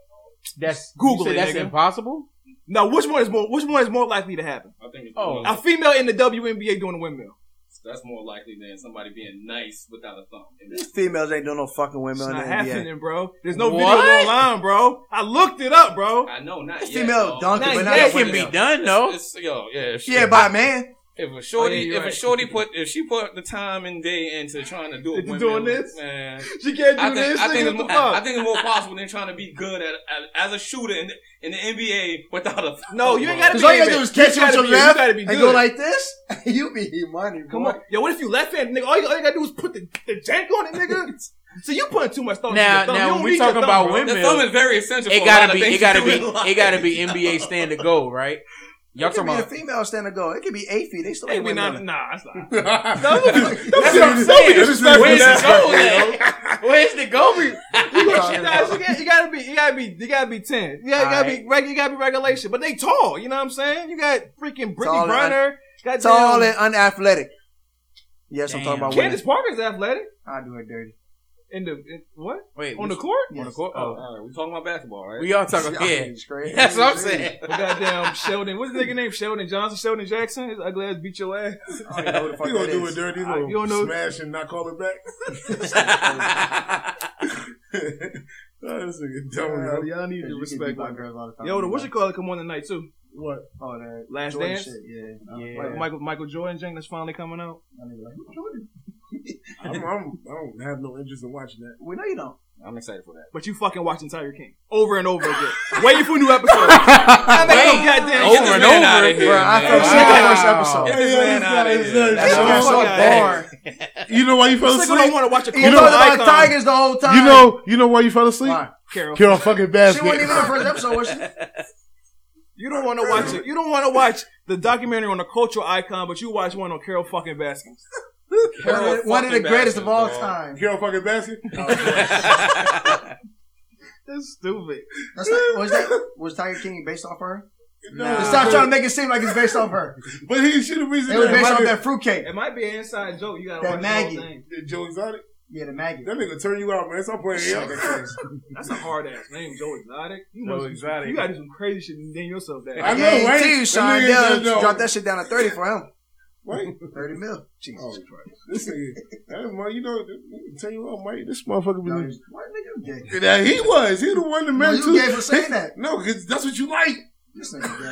Speaker 3: That's
Speaker 5: Google
Speaker 3: Google. You
Speaker 5: it,
Speaker 3: said that's
Speaker 5: nigga.
Speaker 3: impossible.
Speaker 5: Now, which one is more? Which one is more likely to happen?
Speaker 2: I think it's
Speaker 3: Oh.
Speaker 5: A female in the WNBA doing a windmill.
Speaker 2: that's more likely than somebody being nice without a thumb. And
Speaker 4: These
Speaker 2: that's-
Speaker 4: females ain't doing no fucking
Speaker 5: It's
Speaker 4: windmill in the
Speaker 5: not
Speaker 4: NBA.
Speaker 5: happening, bro. There's no
Speaker 3: What?
Speaker 5: videos online, bro. I looked it up, bro.
Speaker 2: I know not
Speaker 4: It's
Speaker 2: yet.
Speaker 4: female
Speaker 2: dog.
Speaker 4: dunking,
Speaker 5: Not
Speaker 4: but
Speaker 5: yet,
Speaker 4: not
Speaker 5: it
Speaker 4: a
Speaker 5: can
Speaker 3: can
Speaker 5: be
Speaker 3: be
Speaker 4: windmill.
Speaker 3: done though.
Speaker 2: It's, it's, yo, yeah. If she,
Speaker 4: Yeah, by a man.
Speaker 2: If a shorty,
Speaker 5: Oh, yeah, you're
Speaker 2: if a
Speaker 5: right.
Speaker 2: shorty put, if she put the time and day into trying to do it,
Speaker 5: Into doing this? [laughs]
Speaker 2: man.
Speaker 5: She can't do
Speaker 2: I think,
Speaker 5: this.
Speaker 2: I,
Speaker 5: nigga,
Speaker 2: think it's
Speaker 5: what
Speaker 2: more,
Speaker 5: the fuck?
Speaker 2: I think it's more possible than trying to be good at, at as a shooter in, the- in the NBA without a.
Speaker 5: No, you ain't gotta
Speaker 4: Cause
Speaker 5: be
Speaker 4: all you gotta
Speaker 5: able-
Speaker 4: do is catch
Speaker 5: you
Speaker 4: it with
Speaker 5: gotta
Speaker 4: your
Speaker 5: be- you
Speaker 4: left
Speaker 5: gotta be
Speaker 4: and go
Speaker 5: good.
Speaker 4: like this. [laughs] you be money, boy.
Speaker 5: Come on, yo, what if you left handed, nigga? All you, all you gotta do is put the, the jank on it, nigga. so you putting too much thought. into
Speaker 3: Now-
Speaker 5: your thumb.
Speaker 3: now
Speaker 5: You
Speaker 3: when
Speaker 5: don't
Speaker 3: we
Speaker 5: need your
Speaker 3: talking
Speaker 5: thumb,
Speaker 3: about
Speaker 5: bro.
Speaker 3: women-
Speaker 2: [laughs] The thumb is very essential. for
Speaker 3: It
Speaker 2: a lot
Speaker 3: gotta
Speaker 2: of
Speaker 3: be.
Speaker 2: things
Speaker 3: It gotta
Speaker 2: to
Speaker 3: be.
Speaker 2: do in life.
Speaker 3: It gotta be
Speaker 2: [laughs]
Speaker 3: NBA stand to go, [laughs] right? Y'all
Speaker 4: It could
Speaker 3: talking
Speaker 4: be a
Speaker 3: about?
Speaker 4: female stand to go. It could be eight feet. They still
Speaker 5: Hey,
Speaker 4: ain't
Speaker 5: we
Speaker 4: windmill.
Speaker 5: not, nah, that's not.
Speaker 3: [laughs]
Speaker 1: That's
Speaker 5: No, look, look,
Speaker 1: what
Speaker 5: I'm
Speaker 3: Where's
Speaker 5: saying.
Speaker 3: the
Speaker 1: disrespectful.
Speaker 3: goal at? Where's the goal?
Speaker 5: Nah, you, gotta, you gotta be, you gotta be, you gotta be ten. Yeah, you gotta be, reg, you gotta be regulation. But they tall, you know what I'm saying? You got freaking Brittany
Speaker 4: Tall and-
Speaker 5: Griner God
Speaker 4: tall
Speaker 5: damn.
Speaker 4: and unathletic. Yes, I'm
Speaker 3: Damn.
Speaker 4: talking about women.
Speaker 5: Candace Parker's athletic
Speaker 4: I do her dirty.
Speaker 5: in the in, what
Speaker 3: Wait,
Speaker 5: on
Speaker 3: we-
Speaker 5: the court?
Speaker 4: Yes.
Speaker 3: on the court.
Speaker 2: Oh,
Speaker 3: Oh,
Speaker 2: all right. We talking about basketball, right?
Speaker 3: we all talking.
Speaker 4: Y'all [laughs]
Speaker 3: Yeah,
Speaker 4: niggas crazy.
Speaker 3: that's what I'm
Speaker 5: [laughs]
Speaker 3: saying.
Speaker 5: But goddamn Sheldon, what's his nigga name? Sheldon Johnson, Sheldon Jackson. His ugly ass beat your ass.
Speaker 4: I don't even know who the
Speaker 1: [laughs]
Speaker 4: fuck
Speaker 1: You gonna
Speaker 4: that
Speaker 1: do a
Speaker 4: is.
Speaker 1: dirty
Speaker 5: Alright,
Speaker 1: little
Speaker 5: you don't know-
Speaker 1: smash and not call it back? [laughs] Ah, oh, this nigga dumb. yo.
Speaker 5: y'all
Speaker 4: Yeah,
Speaker 5: need
Speaker 4: you
Speaker 5: to
Speaker 4: can
Speaker 5: respect
Speaker 4: beat my
Speaker 5: my
Speaker 4: girls all the time.
Speaker 5: Yo, the what you call it? Come on tonight too.
Speaker 1: What?
Speaker 4: Oh, that
Speaker 5: Last
Speaker 4: Jordan
Speaker 5: Dance.
Speaker 4: shit, yeah.
Speaker 3: Yeah.
Speaker 5: Like Michael Michael Jordan Jang that's finally coming out.
Speaker 4: I mean, like, who Jordan?
Speaker 1: I'm, I'm, I don't have no interest in watching that.
Speaker 4: We know you don't.
Speaker 2: I'm excited for that.
Speaker 5: But you fucking watching Tiger King over and over again, waiting for a new
Speaker 4: [laughs]
Speaker 5: episode. I make no goddamn
Speaker 3: Over
Speaker 5: sense.
Speaker 3: and
Speaker 2: Man,
Speaker 3: over.
Speaker 2: outta here,
Speaker 4: Bro, I
Speaker 2: man.
Speaker 4: felt sick
Speaker 3: Wow.
Speaker 4: the first episode.
Speaker 2: Get this
Speaker 1: Hey, yo,
Speaker 2: man
Speaker 1: this
Speaker 2: outta
Speaker 1: guy is
Speaker 2: here.
Speaker 1: nuts.
Speaker 4: That
Speaker 5: That's
Speaker 4: shit was so
Speaker 5: what I'm saying.
Speaker 4: boring.
Speaker 1: You know why you fell
Speaker 5: This nigga don't
Speaker 1: asleep?
Speaker 5: want to watch a
Speaker 4: He
Speaker 5: you
Speaker 1: know,
Speaker 4: thought about
Speaker 5: icon.
Speaker 4: tigers the whole time.
Speaker 1: You know, you know why you fell asleep?
Speaker 4: Why?
Speaker 5: Carol.
Speaker 1: Carol fucking
Speaker 4: She wasn't
Speaker 1: basket.
Speaker 4: even the first episode, was she?
Speaker 5: You don't want to watch it. You don't want to watch the documentary on a cultural icon, but you watch one on Carol fucking Baskins.
Speaker 4: One
Speaker 5: [laughs]
Speaker 4: of the- One of the
Speaker 2: fucking
Speaker 4: greatest
Speaker 2: Baskin,
Speaker 4: of all
Speaker 2: dog.
Speaker 4: time.
Speaker 1: [laughs] Carol fucking basket.
Speaker 4: Oh,
Speaker 5: That's stupid.
Speaker 4: That's not, was that was Tiger King based off her?
Speaker 1: No,
Speaker 4: Stop trying to make it seem like it's based off her.
Speaker 1: But he should have reason
Speaker 4: It was
Speaker 1: that
Speaker 4: based off
Speaker 1: Michael-
Speaker 4: that fruitcake.
Speaker 5: It might be an inside joke. You gotta
Speaker 4: That
Speaker 5: watch Maggie.
Speaker 4: Maggie.
Speaker 5: the whole thing.
Speaker 1: Joe Exotic.
Speaker 4: Yeah, the maggot.
Speaker 1: That nigga turn you out, man. Stop playing. yo.
Speaker 4: [laughs]
Speaker 5: That's a hard ass name, Joe Exotic. You,
Speaker 3: Joe
Speaker 5: must,
Speaker 3: Exotic.
Speaker 5: you gotta do some crazy shit and name yourself that.
Speaker 1: I know,
Speaker 4: Guarantee
Speaker 1: right?
Speaker 4: you,
Speaker 1: That
Speaker 4: Sean
Speaker 1: nigga
Speaker 4: Dell
Speaker 1: don't know.
Speaker 4: dropped that shit down to thirty for him.
Speaker 1: Wait,
Speaker 4: Thirty mil. Jesus
Speaker 1: Oh,
Speaker 4: Christ.
Speaker 1: this nigga. That, man, you know, tell you what, Mike. This motherfucker
Speaker 4: No,
Speaker 1: been.
Speaker 4: he's- What nigga you gay?
Speaker 1: That he was. He the one that meant
Speaker 4: you
Speaker 1: to.
Speaker 4: gay for
Speaker 1: [laughs]
Speaker 4: saying that.
Speaker 1: No, because that's what you like.
Speaker 4: This nigga gay.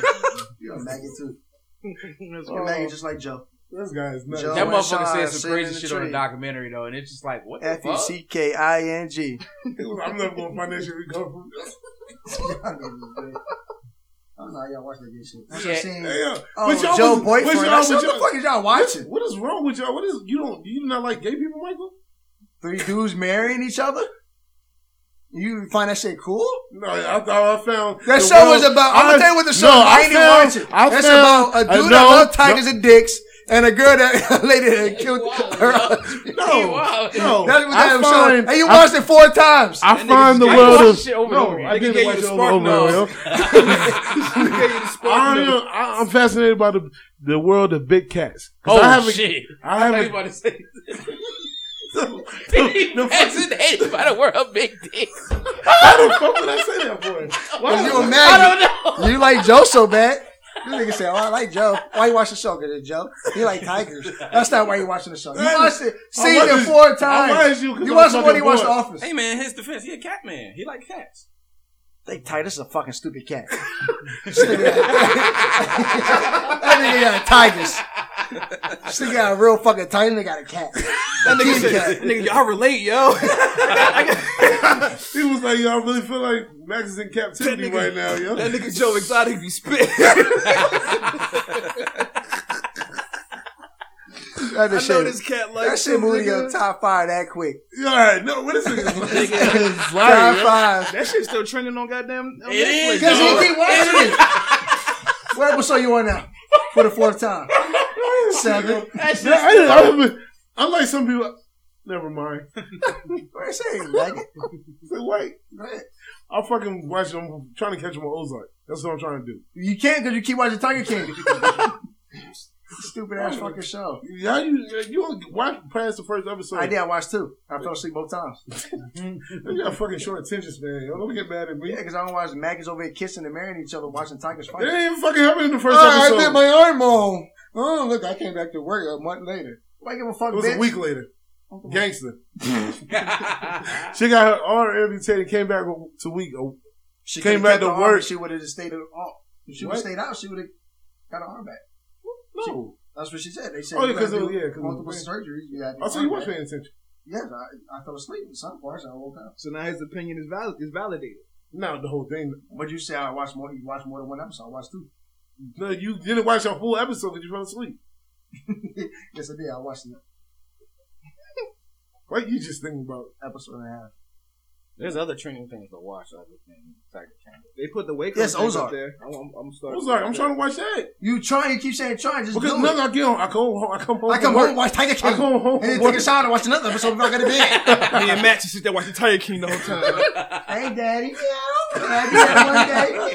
Speaker 4: You're a maggot too.
Speaker 5: That's
Speaker 4: You're a
Speaker 5: all.
Speaker 4: maggot just like Joe.
Speaker 1: This guy is nuts.
Speaker 4: Joe.
Speaker 3: That
Speaker 4: Oh,
Speaker 3: motherfucker
Speaker 4: Sean
Speaker 3: said
Speaker 4: sitting
Speaker 3: some
Speaker 4: in the
Speaker 3: crazy shit on the
Speaker 4: tree.
Speaker 3: documentary though, and it's just like what the
Speaker 4: F
Speaker 3: fuck?
Speaker 4: E
Speaker 3: [laughs]
Speaker 4: C K I N G.
Speaker 1: [laughs] I'm never going to financially recover
Speaker 4: [laughs]
Speaker 1: from this. [laughs]
Speaker 4: I don't know how y'all watch that gay shit. Once I
Speaker 3: Yeah.
Speaker 4: seen
Speaker 1: Hey, yo.
Speaker 4: oh,
Speaker 1: But y'all
Speaker 4: Joe
Speaker 1: was-
Speaker 4: boyfriend.
Speaker 1: but y'all
Speaker 4: I
Speaker 1: was-
Speaker 4: said, what the fuck is y'all watching?
Speaker 1: What is wrong with y'all? What is you don't you not like gay people, Michael?
Speaker 4: three dudes marrying each other? You find that shit cool?
Speaker 1: No, I thought I found
Speaker 4: That
Speaker 1: the
Speaker 4: show
Speaker 1: world-
Speaker 4: was about.
Speaker 1: I-
Speaker 4: I'm gonna tell you what the show.
Speaker 1: No,
Speaker 4: was.
Speaker 1: I
Speaker 4: I, ain't
Speaker 1: found-
Speaker 4: even watch it.
Speaker 1: I
Speaker 4: That's
Speaker 1: found-
Speaker 4: about a
Speaker 1: I-
Speaker 4: dude
Speaker 1: no,
Speaker 4: that loved tigers and dicks and a girl that [laughs] a lady that killed her.
Speaker 1: No, no.
Speaker 4: That's
Speaker 1: I
Speaker 4: what that was showing.
Speaker 1: find-
Speaker 4: And you
Speaker 1: I-
Speaker 4: watched it four times.
Speaker 1: I
Speaker 5: That
Speaker 1: find
Speaker 5: nigga's
Speaker 1: the
Speaker 5: gay.
Speaker 1: world
Speaker 5: I
Speaker 1: of
Speaker 5: watched shit over and
Speaker 1: no.
Speaker 5: over.
Speaker 1: I
Speaker 5: Nigga
Speaker 1: did
Speaker 5: gave
Speaker 1: watch it
Speaker 5: you the
Speaker 1: over
Speaker 5: spark
Speaker 1: and over. yo.
Speaker 5: [laughs] notes. You gave you the
Speaker 1: I
Speaker 5: spark
Speaker 1: don't
Speaker 5: notes.
Speaker 1: know. I- I'm fascinated by the the world of big cats. 'Cause
Speaker 3: Oh
Speaker 1: I haven't,
Speaker 3: shit!
Speaker 1: I
Speaker 3: I thought you
Speaker 1: haven't.
Speaker 3: about to say. [laughs] Fascinated by the world, big dick.
Speaker 1: How the fuck would I say that for?
Speaker 4: Cause you a
Speaker 1: Why?
Speaker 4: maggot.
Speaker 3: I don't know.
Speaker 4: You like Joe so bad. This nigga said, "Oh, I like Joe. Why you watch the show? Cause it's Joe. You like tigers. That's not why you watching the show. You
Speaker 1: Hey,
Speaker 4: watched it,
Speaker 1: I
Speaker 4: seen
Speaker 1: watched
Speaker 4: it
Speaker 1: it-
Speaker 4: four
Speaker 1: I
Speaker 4: times.
Speaker 1: watched you 'cause
Speaker 4: You
Speaker 1: I'm
Speaker 4: watched it when
Speaker 1: fucking
Speaker 4: you watched The
Speaker 1: bored.
Speaker 4: Office.
Speaker 2: Hey man, his defense, he a cat man. He like cats.
Speaker 4: Like Titus is a fucking stupid cat. This nigga got- [laughs] that nigga got tigers. This nigga got a real fucking tiger. They got a cat.
Speaker 5: That nigga said, nigga, y'all relate, yo.
Speaker 1: He was like, yo, I really feel like Max is in captivity
Speaker 5: That nigga-
Speaker 1: right now, yo. [laughs]
Speaker 5: That nigga Joe Exotic be spit.
Speaker 4: That,
Speaker 5: I
Speaker 4: shit,
Speaker 5: know this cat like
Speaker 4: that shit moved to your
Speaker 5: nigga.
Speaker 4: top five that quick.
Speaker 1: All right, no, what is this? [laughs]
Speaker 4: top
Speaker 1: lying, yo.
Speaker 4: five.
Speaker 5: That shit's still trending on goddamn. on
Speaker 3: It is,
Speaker 5: Netflix,
Speaker 4: Because
Speaker 5: dog.
Speaker 4: he keep watching it. What episode you on now? For the fourth time. Seven.
Speaker 3: That's
Speaker 1: No, I, didn't- I haven't- unlike some people, never mind.
Speaker 4: What you say? Like it?
Speaker 1: Say, wait,
Speaker 4: Go ahead.
Speaker 1: I'll fucking watch them. I'm trying to catch them on Ozark. That's what I'm trying to do.
Speaker 4: You can't because you keep watching Tiger King. Stupid ass fucking show.
Speaker 1: How you you don't watch past the first episode?
Speaker 4: I did. I watched two. I fell asleep both times.
Speaker 1: You got fucking short attention span. Yo, don't get mad at me.
Speaker 4: Yeah, because I don't watch maggots over here kissing and marrying each other, watching tigers
Speaker 1: It
Speaker 4: fight.
Speaker 1: didn't even fucking happen in the first
Speaker 4: Oh, I
Speaker 1: episode.
Speaker 4: bit my arm on. Oh, look, I came back to work a month later. Why give a fuck,
Speaker 1: it was
Speaker 4: bitch?
Speaker 1: a week later.
Speaker 4: [laughs]
Speaker 1: Gangster.
Speaker 3: I
Speaker 1: She got her arm amputated, came back to week.
Speaker 4: She
Speaker 1: Came
Speaker 4: could've
Speaker 1: back
Speaker 4: kept
Speaker 1: to
Speaker 4: her arm
Speaker 1: work.
Speaker 4: if She would have stayed out. If she would have
Speaker 1: What?
Speaker 4: stayed out, she would have got her arm back.
Speaker 1: No.
Speaker 4: That's what she said. They said,
Speaker 1: Oh, yeah,
Speaker 4: you
Speaker 1: 'cause
Speaker 4: gotta
Speaker 1: it was-
Speaker 4: do
Speaker 1: yeah, 'cause it was
Speaker 4: multiple
Speaker 1: bad.
Speaker 4: surgeries. You got
Speaker 1: I saw you was paying attention.
Speaker 4: Yes, I, I fell asleep in some parts. I woke up.
Speaker 5: So now his opinion is valid is validated.
Speaker 1: Not the whole thing.
Speaker 4: But you say I watched more. You watched more than one episode. I watched two.
Speaker 1: No, you didn't watch a full episode because you fell asleep.
Speaker 4: [laughs] Yes, I did. I watched an
Speaker 1: What you just thinking about?
Speaker 4: episode and a half.
Speaker 2: There's other trending things to watch other than Tiger King.
Speaker 5: They put the wake up
Speaker 4: Yes,
Speaker 5: thing
Speaker 4: Ozark.
Speaker 5: up there. I'm, I'm, I'm starting.
Speaker 1: Ozark. I'm trying to watch that.
Speaker 4: You trying? You keep saying trying. Just
Speaker 1: Because
Speaker 4: do
Speaker 1: look,
Speaker 4: it.
Speaker 1: I get home. I come home. I come home.
Speaker 4: I come
Speaker 1: from
Speaker 4: home
Speaker 1: work.
Speaker 4: and watch Tiger King.
Speaker 1: I come home.
Speaker 4: and then
Speaker 1: From
Speaker 4: take
Speaker 1: work.
Speaker 4: a shower and watch another episode before I go to bed.
Speaker 5: Me and Matt just sit there watching Tiger King the whole time.
Speaker 4: Hey, Daddy. Meow. Can I do that one day?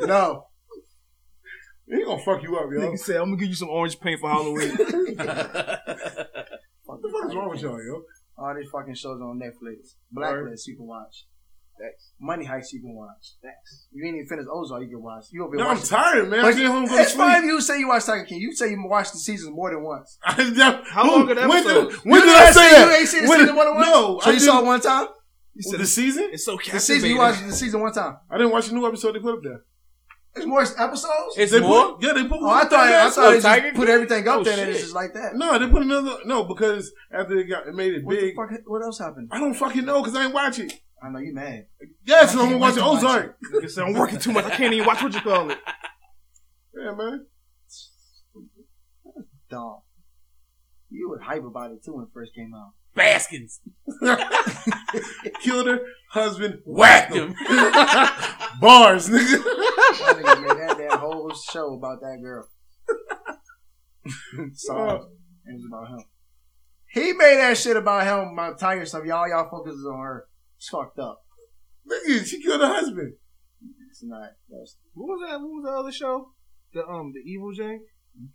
Speaker 4: Meow. No.
Speaker 1: He gonna fuck you up, yo.
Speaker 5: Nigga said, I'm gonna give you some orange paint for Halloween.
Speaker 1: What the fuck is wrong with y'all, yo?
Speaker 4: All these fucking shows on Netflix. Blacklist you can watch. Thanks. Money Heist you can watch. Thanks. You ain't even finished Ozark you can watch. You over here
Speaker 1: No, I'm
Speaker 4: watching.
Speaker 1: tired, man. I'm
Speaker 4: But-
Speaker 1: getting home go to
Speaker 4: It's fine
Speaker 1: sleep. [laughs]
Speaker 4: if you say you watch Tiger King. You say you watched the seasons more than once.
Speaker 1: How
Speaker 5: long are the
Speaker 1: When did,
Speaker 5: episodes?
Speaker 1: when
Speaker 4: You
Speaker 1: did I
Speaker 4: ain't
Speaker 1: say
Speaker 4: seen- You
Speaker 1: that?
Speaker 4: ain't seen the
Speaker 1: When
Speaker 4: season
Speaker 1: did-
Speaker 4: more than once.
Speaker 1: No,
Speaker 4: so
Speaker 1: I
Speaker 4: you saw it
Speaker 1: didn't-
Speaker 4: one time.
Speaker 5: He said,
Speaker 1: the season.
Speaker 5: it's so
Speaker 4: The
Speaker 5: captivating.
Speaker 4: season you watched the season one time.
Speaker 1: I didn't watch the new episode they put up there.
Speaker 4: There's more episodes.
Speaker 3: It's
Speaker 1: They
Speaker 3: more.
Speaker 1: Put, yeah, they put.
Speaker 4: oh, I
Speaker 1: one
Speaker 4: thought I
Speaker 1: last
Speaker 4: thought
Speaker 3: Oh,
Speaker 4: they just
Speaker 3: Tiger
Speaker 4: put
Speaker 3: King?
Speaker 4: everything up
Speaker 3: Oh,
Speaker 4: there and it's
Speaker 3: shit.
Speaker 4: just like that.
Speaker 1: No, they put another. No, because after they got it made it
Speaker 4: What the
Speaker 1: big,
Speaker 4: fuck? What else happened?
Speaker 1: I don't fucking know because I ain't watch it.
Speaker 4: I know you mad.
Speaker 1: Yes,
Speaker 4: I
Speaker 1: I'm gonna
Speaker 4: can't
Speaker 1: watch Oh,
Speaker 4: wait to watch
Speaker 1: Ozark.
Speaker 5: Nigga said, I'm working too much. I can't even watch what you call it.
Speaker 1: Yeah, man.
Speaker 4: Dumb. You were hype about it too when it first came out.
Speaker 3: [laughs] Baskins.
Speaker 1: Killed her
Speaker 5: [laughs]
Speaker 1: husband, whacked him.
Speaker 3: [laughs] him.
Speaker 1: Bars, nigga. [laughs]
Speaker 4: That nigga made that damn whole show about that girl. [laughs] Sorry. It was about him. He made that shit about him, about Tiger stuff. Y'all, y'all focuses on her. It's fucked up.
Speaker 1: Nigga, she killed her husband.
Speaker 4: It's not. That's,
Speaker 5: What was that? What was the other show? The um, the Evil Jane.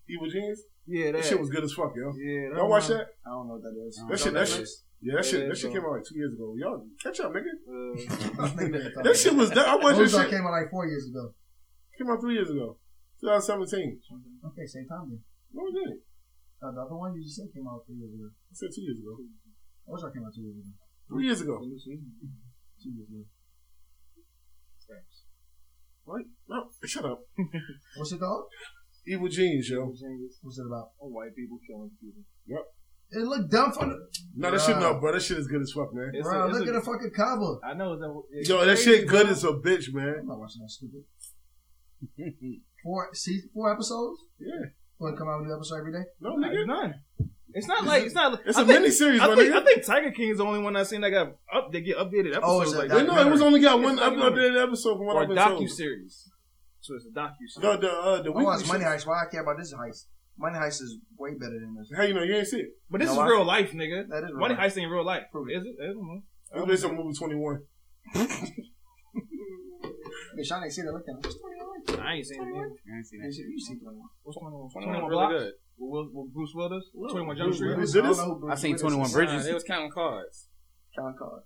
Speaker 1: Evil genius.
Speaker 5: Yeah, that,
Speaker 1: That shit was good as fuck, yo.
Speaker 5: Yeah,
Speaker 1: Y'all watch that?
Speaker 4: I don't know what that is.
Speaker 1: That shit. That shit. Yeah, that
Speaker 5: Yeah,
Speaker 1: shit. That
Speaker 5: so-
Speaker 1: shit came out like two years ago. Y'all catch up, nigga.
Speaker 5: uh,
Speaker 4: [laughs] shit.
Speaker 1: That shit was. That I watched that shit.
Speaker 4: came out like four years ago.
Speaker 1: Came out three years ago, 2017.
Speaker 4: Okay, same time then.
Speaker 1: No, it didn't.
Speaker 4: Uh, the other one you just said came out three years ago.
Speaker 1: I said two years ago.
Speaker 4: Ozark came out two years ago.
Speaker 1: Three years ago.
Speaker 4: Two years ago. Thanks.
Speaker 1: What? No, shut up.
Speaker 4: What's it called?
Speaker 1: Evil genius, yo.
Speaker 4: What's it about?
Speaker 5: Oh, white people killing people.
Speaker 4: It looked dumb for the.
Speaker 1: No, that shit,
Speaker 4: Nah.
Speaker 1: no, bro. That shit is good as fuck, man.
Speaker 5: It's
Speaker 4: Bro,
Speaker 5: a- it's
Speaker 4: look
Speaker 5: a-
Speaker 4: at the fucking cover.
Speaker 5: I know that. it's
Speaker 1: Yo, that
Speaker 5: crazy,
Speaker 1: shit good
Speaker 5: bro.
Speaker 1: as a bitch, man.
Speaker 5: [laughs]
Speaker 4: I'm not watching that stupid. four season, four episodes.
Speaker 1: Yeah.
Speaker 4: Want to come out with a new episode every day?
Speaker 1: No,
Speaker 5: Not-
Speaker 1: nigga.
Speaker 5: None. It's not like it's not.
Speaker 1: It's
Speaker 5: I
Speaker 1: a
Speaker 5: think-
Speaker 1: miniseries,
Speaker 5: I
Speaker 1: my
Speaker 5: think,
Speaker 1: nigga.
Speaker 5: I think Tiger King is the only one I've seen that got up. They get updated episodes
Speaker 4: Oh, is it
Speaker 5: like
Speaker 4: that-
Speaker 1: Wait,
Speaker 5: that,
Speaker 1: no, it was only got one
Speaker 5: It's not
Speaker 1: uploaded episode from what
Speaker 5: or
Speaker 1: I've
Speaker 5: a
Speaker 1: been
Speaker 5: docu
Speaker 1: told.
Speaker 5: series. So it's a docu series.
Speaker 1: No, the uh, the
Speaker 4: I watch
Speaker 1: weekly
Speaker 4: Money
Speaker 1: shit.
Speaker 4: Heist. Why I care about this heist? Money Heist is way better than this.
Speaker 1: How you know you ain't see it?
Speaker 5: But this
Speaker 4: No,
Speaker 5: is
Speaker 4: I-
Speaker 5: real life, nigga.
Speaker 4: That is real
Speaker 5: Money
Speaker 4: life.
Speaker 5: heist ain't real life.
Speaker 4: Prove it.
Speaker 5: Is it? I don't know.
Speaker 1: It's based on movie twenty one.
Speaker 4: Bitch, I ain't seen it. Look at it. It's 21.
Speaker 5: I ain't seen it.
Speaker 4: Man, shit, you seen 21.
Speaker 5: What's going on?
Speaker 2: 21
Speaker 5: 21
Speaker 2: really
Speaker 5: Blocks?
Speaker 2: good.
Speaker 5: With, Will- with Bruce Willis?
Speaker 4: Whoa.
Speaker 5: 21 Jump Street?
Speaker 1: Willis.
Speaker 4: I don't know who Bruce
Speaker 3: I seen
Speaker 4: Willis
Speaker 3: 21
Speaker 4: is.
Speaker 2: Nah,
Speaker 3: Bridges.
Speaker 2: Uh, they was counting cards.
Speaker 4: John Carter.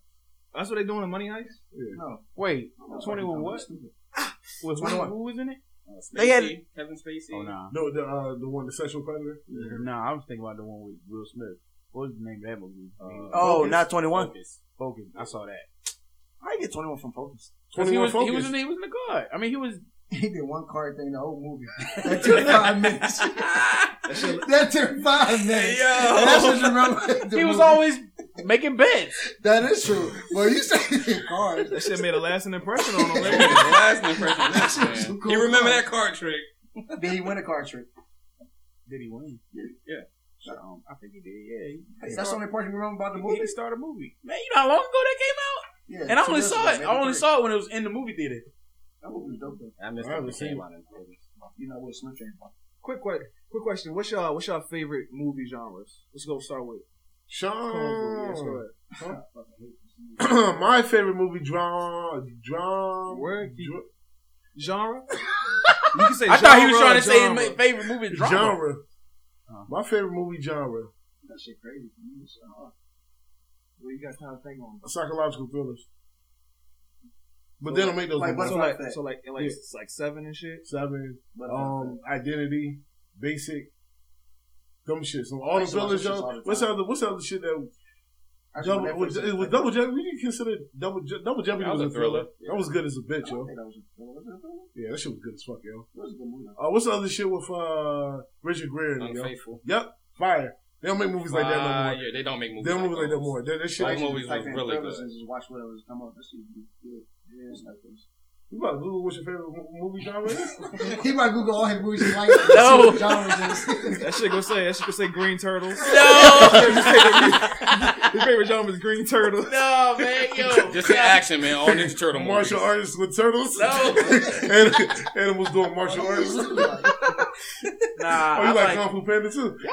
Speaker 5: That's what they doing in Money Heist?
Speaker 4: No.
Speaker 3: Wait,
Speaker 4: no,
Speaker 5: 21 what?
Speaker 4: Stupid.
Speaker 3: was who,
Speaker 4: 21.
Speaker 3: who was in it?
Speaker 2: Uh,
Speaker 3: They had-
Speaker 2: Spacey, Kevin Spacey. [laughs]
Speaker 3: Oh nah.
Speaker 1: No, the uh, the one the sexual predator.
Speaker 3: No, I was thinking about the one with Will Smith. What was the name of that movie?
Speaker 2: Uh,
Speaker 3: oh,
Speaker 4: Oh,
Speaker 2: Focus.
Speaker 4: not 21.
Speaker 2: Focus.
Speaker 3: Focus. I saw that.
Speaker 4: I get 21 from Focus. [laughs]
Speaker 3: 'Cause He
Speaker 1: 21
Speaker 3: was, he was
Speaker 1: Focus.
Speaker 3: in. The, he was in the guard. I mean, he was.
Speaker 4: He did one card thing the whole movie. That took five minutes. that took five minutes.
Speaker 2: Yo.
Speaker 4: That's what you remember. the
Speaker 3: he was
Speaker 4: movie.
Speaker 3: always making bets.
Speaker 4: That is true. Well, you said he did cards.
Speaker 5: That shit made a lasting impression on him.
Speaker 2: Look
Speaker 5: man.
Speaker 2: at the last impression.
Speaker 4: That's
Speaker 2: That's
Speaker 4: just a
Speaker 2: man.
Speaker 4: cool
Speaker 2: He remember
Speaker 4: card.
Speaker 2: that card trick.
Speaker 4: Did he win a card trick?
Speaker 3: Did he win?
Speaker 2: Yeah.
Speaker 3: Um, I think he did. Yeah. He,
Speaker 4: That's the only part you remember about the
Speaker 3: he,
Speaker 4: movie.
Speaker 3: he started a movie. Man, you know how long ago that came out?
Speaker 4: Yeah,
Speaker 3: and I
Speaker 4: two
Speaker 3: only
Speaker 4: years
Speaker 3: saw
Speaker 4: ago,
Speaker 3: it.
Speaker 4: maybe
Speaker 3: I only
Speaker 4: three.
Speaker 3: saw it when it was in the movie theater.
Speaker 4: That movie was dope though.
Speaker 2: I missed
Speaker 1: I haven't
Speaker 2: it.
Speaker 1: seen
Speaker 4: You know what Smith came from.
Speaker 5: [laughs] quick, quick, quick question. What's y'all, what's y'all favorite movie genres? Let's go start with. Come on, yes, go
Speaker 1: Sean. [clears throat]
Speaker 5: ahead.
Speaker 1: My favorite movie drama drama.
Speaker 5: Word, keep-
Speaker 1: dra-
Speaker 5: Genre? You [laughs] can say
Speaker 3: I thought he was
Speaker 5: genre,
Speaker 3: trying to say his
Speaker 5: genre.
Speaker 3: ma- favorite movie is drama.
Speaker 1: genre.
Speaker 5: Uh-huh.
Speaker 3: Oh.
Speaker 1: My favorite movie genre:
Speaker 4: That shit crazy for me. So, uh,
Speaker 5: Well, you got time to think on.
Speaker 1: psychological thrillers. But they don't make those.
Speaker 4: Like
Speaker 1: no more.
Speaker 5: So
Speaker 4: Butterfly
Speaker 5: like,
Speaker 4: Effect.
Speaker 5: so like, like, like seven and shit.
Speaker 1: Seven.
Speaker 4: but um,
Speaker 1: um, identity, basic, dumb shit. So all
Speaker 4: I
Speaker 1: the
Speaker 4: used to watch
Speaker 1: villains,
Speaker 4: those shits all
Speaker 1: y'all.
Speaker 4: the
Speaker 1: What's
Speaker 4: time.
Speaker 1: the other? What's the other shit that
Speaker 4: actually,
Speaker 1: double?
Speaker 4: Netflix
Speaker 1: Was,
Speaker 4: is-
Speaker 1: it was double Jeopardy. We didn't consider double Je- double Jeopardy
Speaker 2: That
Speaker 1: was, a
Speaker 2: was a
Speaker 1: thriller.
Speaker 2: thriller.
Speaker 1: That was good as a
Speaker 4: I
Speaker 1: bitch,
Speaker 4: don't
Speaker 1: yo.
Speaker 4: think that was a film. Was it a film?
Speaker 1: Yeah, that shit was good as fuck, yo.
Speaker 4: It was a good movie.
Speaker 1: Uh, what's the other shit with uh Richard Gere? in it, Yo?
Speaker 2: Unfaithful.
Speaker 1: Yep, fire. They don't make movies like that no
Speaker 2: Ah,
Speaker 1: more.
Speaker 2: yeah, they don't make movies.
Speaker 1: They don't move like that
Speaker 2: those.
Speaker 1: more. That, that shit.
Speaker 2: Like
Speaker 1: ain't-
Speaker 2: movies
Speaker 4: Type
Speaker 2: was
Speaker 4: in
Speaker 2: really
Speaker 4: thrillers
Speaker 2: good.
Speaker 4: and Just watch what was come up. That shit was good. Yeah, it's like this.
Speaker 1: You about to Google what's your favorite mo- movie genre? is?
Speaker 4: [laughs] He might Google all his movies he likes.
Speaker 3: No.
Speaker 4: [laughs]
Speaker 5: That shit go say. That shit go say green turtles. [laughs]
Speaker 3: No,
Speaker 5: His favorite genre is green turtles.
Speaker 3: [laughs] no, man, [laughs] yo,
Speaker 2: Just in action, man. All Ninja Turtle
Speaker 1: [laughs]
Speaker 2: movies.
Speaker 1: martial artists with turtles.
Speaker 3: No.
Speaker 1: [laughs] and animals doing martial
Speaker 4: [laughs]
Speaker 1: arts. Oh, you
Speaker 4: That's
Speaker 3: Nah, I
Speaker 1: like,
Speaker 3: Oh, like.
Speaker 1: Kung Fu Panda too?
Speaker 3: I